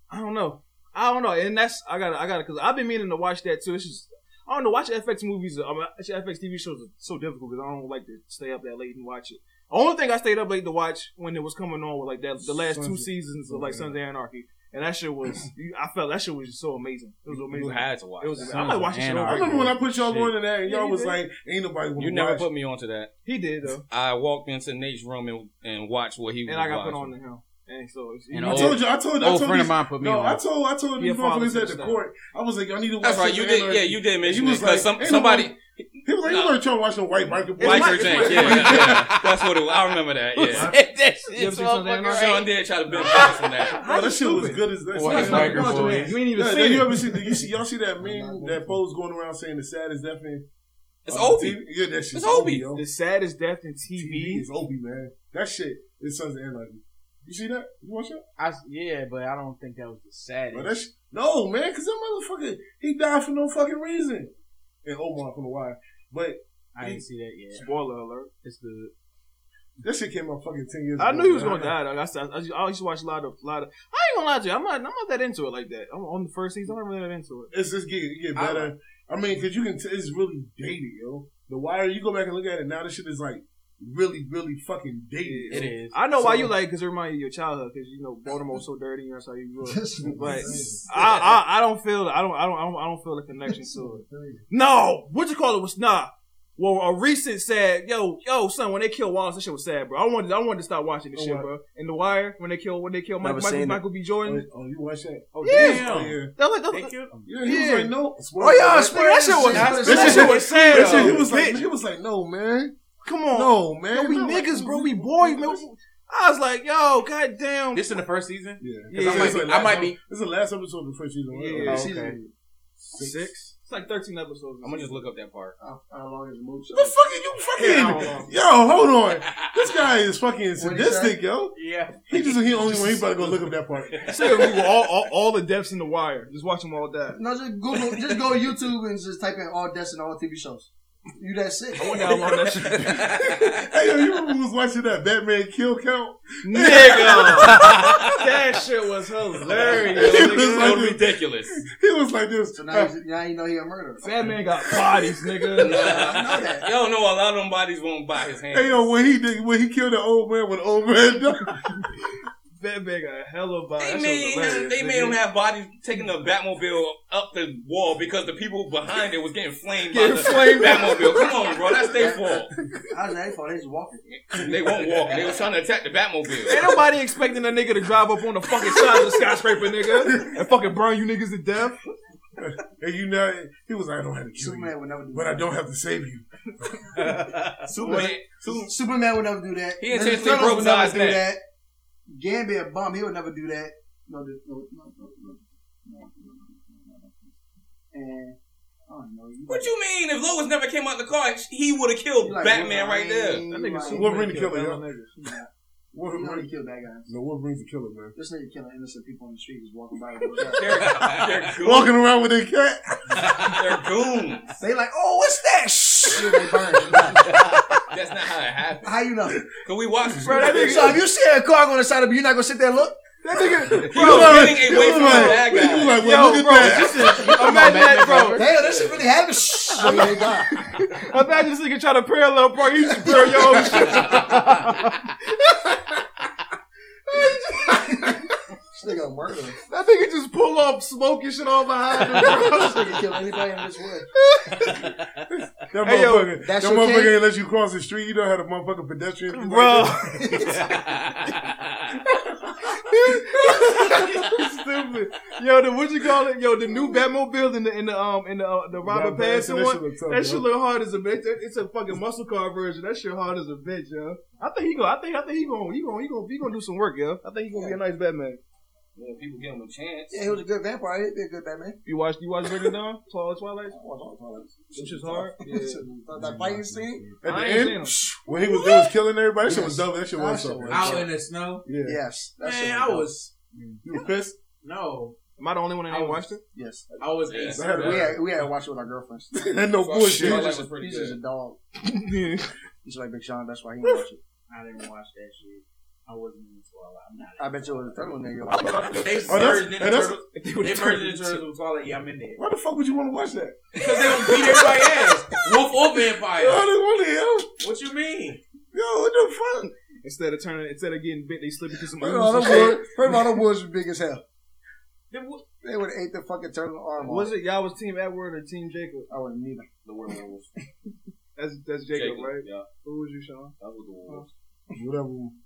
Speaker 5: I don't know. I don't know. And that's I got to I got to because I've been meaning to watch that too. It's just I don't know. Watching FX movies, I mean, actually, FX TV shows are so difficult because I don't like to stay up that late and watch it. The only thing I stayed up late to watch when it was coming on was like that the last two
Speaker 1: Sunset.
Speaker 5: seasons of like
Speaker 1: Yeah.
Speaker 5: Sons of Anarchy, and that shit was you- I felt that shit was just so amazing. It was amazing.
Speaker 2: You had to watch.
Speaker 5: It was
Speaker 2: that.
Speaker 5: amazing. I'm like watching shit over
Speaker 1: I remember when I put y'all
Speaker 2: Shit.
Speaker 1: on to that, and
Speaker 5: Yeah,
Speaker 1: y'all
Speaker 5: you
Speaker 1: was
Speaker 5: did.
Speaker 1: like, "Ain't nobody want
Speaker 2: You
Speaker 1: to
Speaker 2: never
Speaker 1: watch."
Speaker 2: put me onto that.
Speaker 5: he did though,
Speaker 2: I walked into Nate's room and, and watched what he was
Speaker 5: and I got put
Speaker 2: watching.
Speaker 5: on to him, and so it's,
Speaker 3: And
Speaker 1: I
Speaker 3: old-
Speaker 1: told you. I told. I
Speaker 3: Old
Speaker 1: told
Speaker 3: oh, friend of
Speaker 1: these,
Speaker 3: mine put me
Speaker 1: no,
Speaker 3: on.
Speaker 1: I told. I told
Speaker 5: Yeah,
Speaker 1: these
Speaker 5: follow
Speaker 1: motherfuckers
Speaker 5: the
Speaker 1: at the
Speaker 5: stuff.
Speaker 1: court. I was like, "Y'all need to watch."
Speaker 2: That's right.
Speaker 1: Sons
Speaker 2: You
Speaker 1: of
Speaker 2: did.
Speaker 1: Anarchy."
Speaker 2: Yeah, you did mention
Speaker 1: You
Speaker 2: it
Speaker 1: was like,
Speaker 2: because some,
Speaker 1: ain't
Speaker 2: somebody
Speaker 1: nobody- He was like, "You
Speaker 2: Nah.
Speaker 1: want to try to watch no white Michael
Speaker 5: It's
Speaker 2: White
Speaker 5: like-
Speaker 2: Church
Speaker 5: it's
Speaker 2: Inc.
Speaker 5: like-
Speaker 2: yeah, yeah, yeah. That's what it was. I remember that.
Speaker 3: [laughs]
Speaker 5: [laughs]
Speaker 2: Yeah.
Speaker 3: that
Speaker 5: You ever
Speaker 3: shit's
Speaker 5: seen Sons of
Speaker 3: motherfucking
Speaker 5: Anarchy?
Speaker 2: Sean
Speaker 3: right.
Speaker 2: did try to bend back from that.
Speaker 1: Bro, that shit was good as that.
Speaker 3: White
Speaker 1: shit.
Speaker 3: Michael
Speaker 1: Yeah,
Speaker 3: boy.
Speaker 5: You ain't even
Speaker 1: yeah,
Speaker 5: seen
Speaker 1: you
Speaker 5: it.
Speaker 1: ever see? You see? Y'all see that
Speaker 4: not
Speaker 1: meme?
Speaker 4: going
Speaker 1: That
Speaker 4: to.
Speaker 1: pose going around saying the saddest death in
Speaker 2: It's
Speaker 1: uh,
Speaker 2: Obi.
Speaker 1: TV? Yeah, that shit.
Speaker 2: It's Obi.
Speaker 1: yo.
Speaker 5: The saddest death in
Speaker 1: TV
Speaker 5: TV.
Speaker 1: is Obi, man. That shit is Sons of Anarchy. You see that? You watch that?
Speaker 3: I, yeah, but I don't think that was the
Speaker 1: Bro,
Speaker 3: saddest.
Speaker 1: that sh- no, man, because that motherfucker, he died for no fucking reason. And Omar from the wire. But
Speaker 3: I didn't see that yet.
Speaker 5: Spoiler alert.
Speaker 3: It's good.
Speaker 1: that shit came out fucking 10 years
Speaker 5: I
Speaker 1: ago.
Speaker 5: knew he was
Speaker 1: man.
Speaker 5: gonna die. Though. I, used to- I, used to- I used to watch a lot of, lot of. I ain't gonna lie to you. I'm not, I'm not that into it like that. I'm on the first season. I'm not really that into it.
Speaker 1: It's just get, it get better. I, mean, because you can t- it's really dated, yo. The wire, you go back and look at it now, this shit is like really, really fucking dated.
Speaker 3: It
Speaker 1: yo.
Speaker 3: is.
Speaker 5: I know why
Speaker 1: So-
Speaker 5: you like because it reminds you of your childhood because you know Baltimore's so dirty. and That's how you grew
Speaker 4: [laughs]
Speaker 5: up. [laughs]
Speaker 4: This
Speaker 5: But
Speaker 4: is-
Speaker 5: I, I, I don't feel. I don't. I don't. I don't, I don't feel the connection to it. No, what you call it was nah. Well, a recent sad. Yo, yo, son, when they killed Wallace, that shit was sad, bro. I wanted. I wanted to stop watching this
Speaker 1: Oh,
Speaker 5: shit,
Speaker 1: wow.
Speaker 5: bro. And The Wire, when they killed, when they killed
Speaker 4: Never
Speaker 5: Michael, Michael,
Speaker 4: seen it.
Speaker 5: Michael B. Jordan.
Speaker 1: Oh, you watch that?
Speaker 3: Oh,
Speaker 1: Oh,
Speaker 3: damn.
Speaker 1: yeah.
Speaker 5: That was like.
Speaker 3: Thank
Speaker 5: that-
Speaker 3: you.
Speaker 1: Yeah, he
Speaker 5: Yeah.
Speaker 1: was like, no.
Speaker 5: Oh yeah,
Speaker 1: Spoiler
Speaker 5: that shit was.
Speaker 4: That
Speaker 5: That shit was sad.
Speaker 1: That shit, he
Speaker 5: though.
Speaker 1: was like,
Speaker 5: Bitch.
Speaker 1: he was like, no, man,
Speaker 5: Come on.
Speaker 1: no, man.
Speaker 5: Yo, we
Speaker 1: No, like,
Speaker 5: niggas, bro.
Speaker 1: [laughs]
Speaker 5: We boys, man. I was like, yo, goddamn.
Speaker 3: This in the first season?
Speaker 1: Yeah,
Speaker 5: Yeah, I might
Speaker 1: It's
Speaker 3: be-
Speaker 1: the
Speaker 3: I
Speaker 1: last
Speaker 3: might
Speaker 1: ep-
Speaker 3: be-
Speaker 1: It's the last episode of the first season. right?
Speaker 5: Yeah,
Speaker 1: Oh,
Speaker 4: Season-
Speaker 1: okay.
Speaker 5: six. like 13 episodes.
Speaker 2: I'm gonna just look up
Speaker 5: [laughs]
Speaker 2: that part.
Speaker 4: How, how long is Mooch?
Speaker 1: The fuck are you fucking? Yo, hold on. This guy is fucking sadistic, yo.
Speaker 3: Yeah.
Speaker 1: He just he only when he about to go look up that part.
Speaker 5: Say we were all, all all the depths in the wire. Just watch them all die.
Speaker 4: No, just Google, just go to YouTube and just type in all deaths and all TV shows. You that's it.
Speaker 5: I wonder how long Oh, that shit.
Speaker 2: [laughs]
Speaker 1: hey, yo, you remember we was watching that Batman Kill Count?
Speaker 5: [laughs] Nigga, that shit was hilarious. [laughs]
Speaker 1: It
Speaker 5: nigga.
Speaker 1: was
Speaker 2: So
Speaker 1: like this.
Speaker 2: [laughs] ridiculous.
Speaker 1: He was like this.
Speaker 4: So now, he's, now you know he a murderer.
Speaker 5: That man got bodies, nigga.
Speaker 4: I know that.
Speaker 2: Y'all know a lot of them bodies won't buy his hand.
Speaker 1: Hey yo, when he did, when he killed the old man, when the old man [laughs] died,
Speaker 5: That man got a hell of a body.
Speaker 2: They
Speaker 5: That
Speaker 2: made,
Speaker 5: shit was
Speaker 2: him,
Speaker 5: hilarious,
Speaker 2: they made
Speaker 5: nigga.
Speaker 2: him have bodies taking the Batmobile up the wall because the people behind it was getting flamed by
Speaker 5: Getting
Speaker 2: the
Speaker 5: flamed.
Speaker 2: [laughs] Batmobile. Come on, bro, that's their fault.
Speaker 4: I was that fault. They just walking.
Speaker 2: They won't walk. They was trying to attack the Batmobile.
Speaker 5: Ain't nobody expecting a nigga to drive up on the fucking side of the skyscraper, nigga, and fucking burn you niggas to death.
Speaker 1: and you know, he was like, I don't have to kill you,
Speaker 4: Superman would never do
Speaker 1: but I
Speaker 4: that.
Speaker 1: don't have to save you.
Speaker 2: Superman,
Speaker 4: Superman would never do that.
Speaker 2: He
Speaker 4: Mr.
Speaker 2: intentionally
Speaker 4: Turtles
Speaker 2: broke
Speaker 4: would never
Speaker 2: Zod's
Speaker 4: do
Speaker 2: neck.
Speaker 4: that. Gambit a bum. He would never do that. No, no, no, no, no, no, no, no, no. And I don't know. You
Speaker 2: what you mean? If Lois never came out the car, he would have killed
Speaker 4: you like
Speaker 2: Batman right there.
Speaker 4: Wolverine,
Speaker 5: That nigga
Speaker 4: like-
Speaker 5: Superman
Speaker 1: Wolverine the
Speaker 5: killed
Speaker 1: killer,
Speaker 5: hella
Speaker 1: yo.
Speaker 5: niggas.
Speaker 4: You know he
Speaker 1: Wolverine,
Speaker 4: killed that guy.
Speaker 1: no, Wolverine's a killer, man.
Speaker 4: This nigga killing innocent people on the street, just walking by.
Speaker 2: [laughs] They're, they're goons.
Speaker 1: Walking around with a cat.
Speaker 2: They're goons.
Speaker 4: they like, oh, what's that? Shit, they burn.
Speaker 2: That's not how it happened.
Speaker 4: [laughs] How you know?
Speaker 2: Cause we watched
Speaker 5: Bro, that nigga-
Speaker 4: So if you see a car on the side of you, you're not gonna sit there and look.
Speaker 5: That nigga,
Speaker 2: He
Speaker 5: bro,
Speaker 2: was
Speaker 1: Yo,
Speaker 2: getting
Speaker 1: yo,
Speaker 2: away from the
Speaker 1: like,
Speaker 2: bad
Speaker 1: he was
Speaker 2: guy.
Speaker 1: like, well,
Speaker 5: yo,
Speaker 1: look at
Speaker 5: bro,
Speaker 1: that.
Speaker 5: this is imagine that, bro.
Speaker 4: Damn, this shit really happened. Shh. So yeah, they die.
Speaker 5: Imagine this nigga trying to parallel park. You just parallel your own shit.
Speaker 4: [laughs] This nigga a murderer.
Speaker 5: That nigga just pull off smoke and shit all behind him.
Speaker 4: this nigga kill anybody in this world.
Speaker 1: That
Speaker 5: Hey, yo,
Speaker 1: motherfucker, that
Speaker 4: that's your
Speaker 1: motherfucker
Speaker 4: kid?
Speaker 1: ain't let you cross the street. You don't have a motherfucking pedestrian. do
Speaker 5: [laughs] [laughs] Bro,
Speaker 1: Like
Speaker 5: stupid. Yo, the what you call it? Yo, the new Batmobile in the in the um in the uh, the Robert
Speaker 1: Batman,
Speaker 5: Pattinson
Speaker 1: that shit
Speaker 5: one.
Speaker 1: look tough,
Speaker 5: That shit
Speaker 1: yo.
Speaker 5: look hard as a bitch. That- It's a fucking muscle car version. That shit hard as a bitch, yo. I think he gonna. I think. I think he gonna. He gonna. He gonna. He gonna do some work, yo. I think he gonna be a nice Batman.
Speaker 2: Well, people give him a chance.
Speaker 4: Yeah, he was a good vampire. He'd be a good Batman.
Speaker 5: You watch. You watch Breaking Dawn? Twilight. Twilight. This shit's hard. Yeah.
Speaker 4: That that fighting scene.
Speaker 1: At
Speaker 5: I
Speaker 1: the
Speaker 5: ain't seen him.
Speaker 1: end, when he was, they was killing everybody, that shit was
Speaker 4: Yes.
Speaker 1: dope. That shit
Speaker 4: That
Speaker 1: was
Speaker 4: shit
Speaker 1: something.
Speaker 4: was-
Speaker 3: Out in the snow.
Speaker 1: Yeah.
Speaker 4: Yes, that shit
Speaker 3: Man, I
Speaker 4: [laughs]
Speaker 3: was
Speaker 1: You was pissed?
Speaker 3: no.
Speaker 5: Am I the only one that
Speaker 3: I
Speaker 5: ain't
Speaker 3: was-
Speaker 5: watched it?
Speaker 4: Yes,
Speaker 3: I was
Speaker 2: Yeah.
Speaker 3: ace.
Speaker 1: I had a-
Speaker 4: we had we had to watch it with our girlfriends.
Speaker 1: [laughs] Ain't no
Speaker 2: Fuck
Speaker 1: bullshit. Oh, That
Speaker 2: shit. Twilight
Speaker 1: shit
Speaker 2: was pretty
Speaker 4: He's just a
Speaker 2: good.
Speaker 4: dog.
Speaker 5: Yeah.
Speaker 4: He's like Big Sean. That's why he didn't watch it.
Speaker 3: I didn't watch that shit. I wasn't into Twilight. I'm not.
Speaker 4: I bet you it was the third one. Nigga. Like,
Speaker 2: [laughs]
Speaker 3: They
Speaker 1: Oh, that's-
Speaker 3: merged Ninja
Speaker 1: hey, that's-
Speaker 3: Turtles.
Speaker 1: [laughs]
Speaker 3: They merged Ninja Turtles with Twilight. Yeah, I'm in there.
Speaker 1: Why the fuck would you want to watch that?
Speaker 3: Because they don't beat everybody ass. Wolf or
Speaker 1: Yo,
Speaker 3: vampire.
Speaker 1: what the hell?
Speaker 3: What you mean?
Speaker 1: [laughs] Yo, what the fuck?
Speaker 5: Instead of turning, instead of getting bit, they slip into some.
Speaker 4: first of all,
Speaker 5: ooze and
Speaker 4: the
Speaker 5: shit.
Speaker 4: woods, first of all, the woods was big as hell.
Speaker 3: The wo-
Speaker 4: They would have ate the fucking turtle arm. Was
Speaker 5: Was
Speaker 4: it?
Speaker 5: it y'all was Team Edward or Team Jacob?
Speaker 4: I wouldn't either.
Speaker 2: The werewolves.
Speaker 5: [laughs] That's that's Jacob, right?
Speaker 2: Yeah,
Speaker 5: Who was you, Sean?
Speaker 2: that was the werewolves.
Speaker 1: Whatever.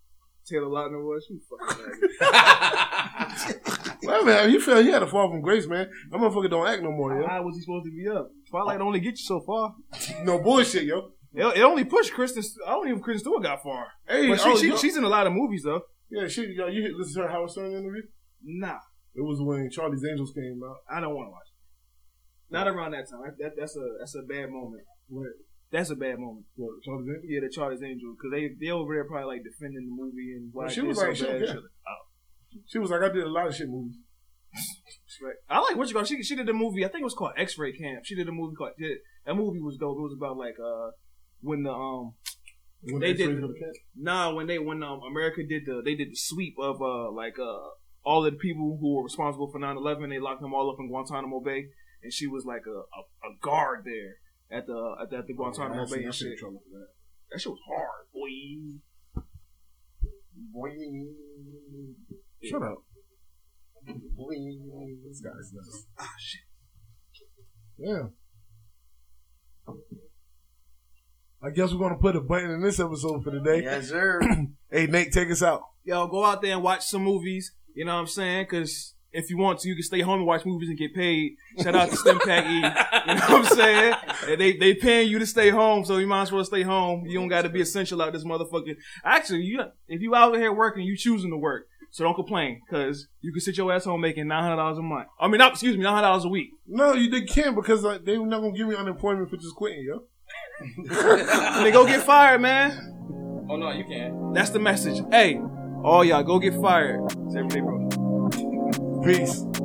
Speaker 5: Taylor Lautner was. You fucking
Speaker 1: [laughs]
Speaker 5: right.
Speaker 1: Well, man, he fell. He had to fall from grace, man. That motherfucker don't act no more, yo.
Speaker 5: How was he supposed to be up? Twilight only get you so far.
Speaker 1: No bullshit, yo.
Speaker 5: It, it only pushed Kristen. St- I don't even Kristen Stewart got far.
Speaker 1: Hey,
Speaker 5: But she,
Speaker 1: oh,
Speaker 5: she,
Speaker 1: yo.
Speaker 5: she's in a lot of movies though.
Speaker 1: yeah, she, yo, you listen to her Howard Stern interview?
Speaker 5: Nah,
Speaker 1: It was when Charlie's Angels came out.
Speaker 5: I don't want to watch. It. Not around that time. That, that's a that's a bad moment.
Speaker 1: What?
Speaker 5: That's a bad moment.
Speaker 1: What, Charlie's Angels?
Speaker 5: Yeah, the Charlie's Angel because they they over there probably like defending the movie and why
Speaker 1: Well,
Speaker 5: it
Speaker 1: she
Speaker 5: did
Speaker 1: was
Speaker 5: so
Speaker 1: like, she,
Speaker 5: bad and
Speaker 1: yeah.
Speaker 5: shit.
Speaker 1: she was like, I did a lot of shit movies.
Speaker 5: Right. I like what you call. She she did a movie. I think it was called X Ray Camp. She did a movie called did, that movie was dope. It was about like uh when the um
Speaker 1: When
Speaker 5: They
Speaker 1: X-rays
Speaker 5: did-
Speaker 1: were the cat.
Speaker 5: nah when they when um America did the they did the sweep of uh like uh all of the people who were responsible for 9-11, They locked them all up in Guantanamo Bay, and she was like a a, a guard there at the at the, at the Guantanamo
Speaker 1: Oh, I seen
Speaker 5: Bay
Speaker 1: that
Speaker 5: and
Speaker 1: shit in
Speaker 5: shit.
Speaker 1: trouble for that.
Speaker 5: That shit was hard, boy.
Speaker 4: Boy,
Speaker 1: Shut up.
Speaker 4: boy.
Speaker 1: This guy's nuts. Ah, shit. Yeah. I guess we're gonna put a button in this episode for today.
Speaker 4: Yes, sir.
Speaker 1: Hey, Nate, take us out.
Speaker 5: Yo, go out there and watch some movies. You know what I'm saying? Because if you want to, you can stay home and watch movies and get paid. Shout out to Slim Pack E. You know what I'm saying? And They they paying you to stay home, so you might as well stay home. You don't got to be essential out this motherfucker. Actually, you if you out here working, you choosing to work. So don't complain, cause you can sit your ass home making nine hundred dollars a month. I mean, not, excuse me, nine hundred dollars a week.
Speaker 1: No, you did can't because like, they not gonna give me unemployment for just quitting, yo.
Speaker 5: Nigga, go get fired, man.
Speaker 2: Oh no, you can't.
Speaker 5: That's the message. Hey, all y'all, go get fired. It's every day, bro.
Speaker 1: Peace.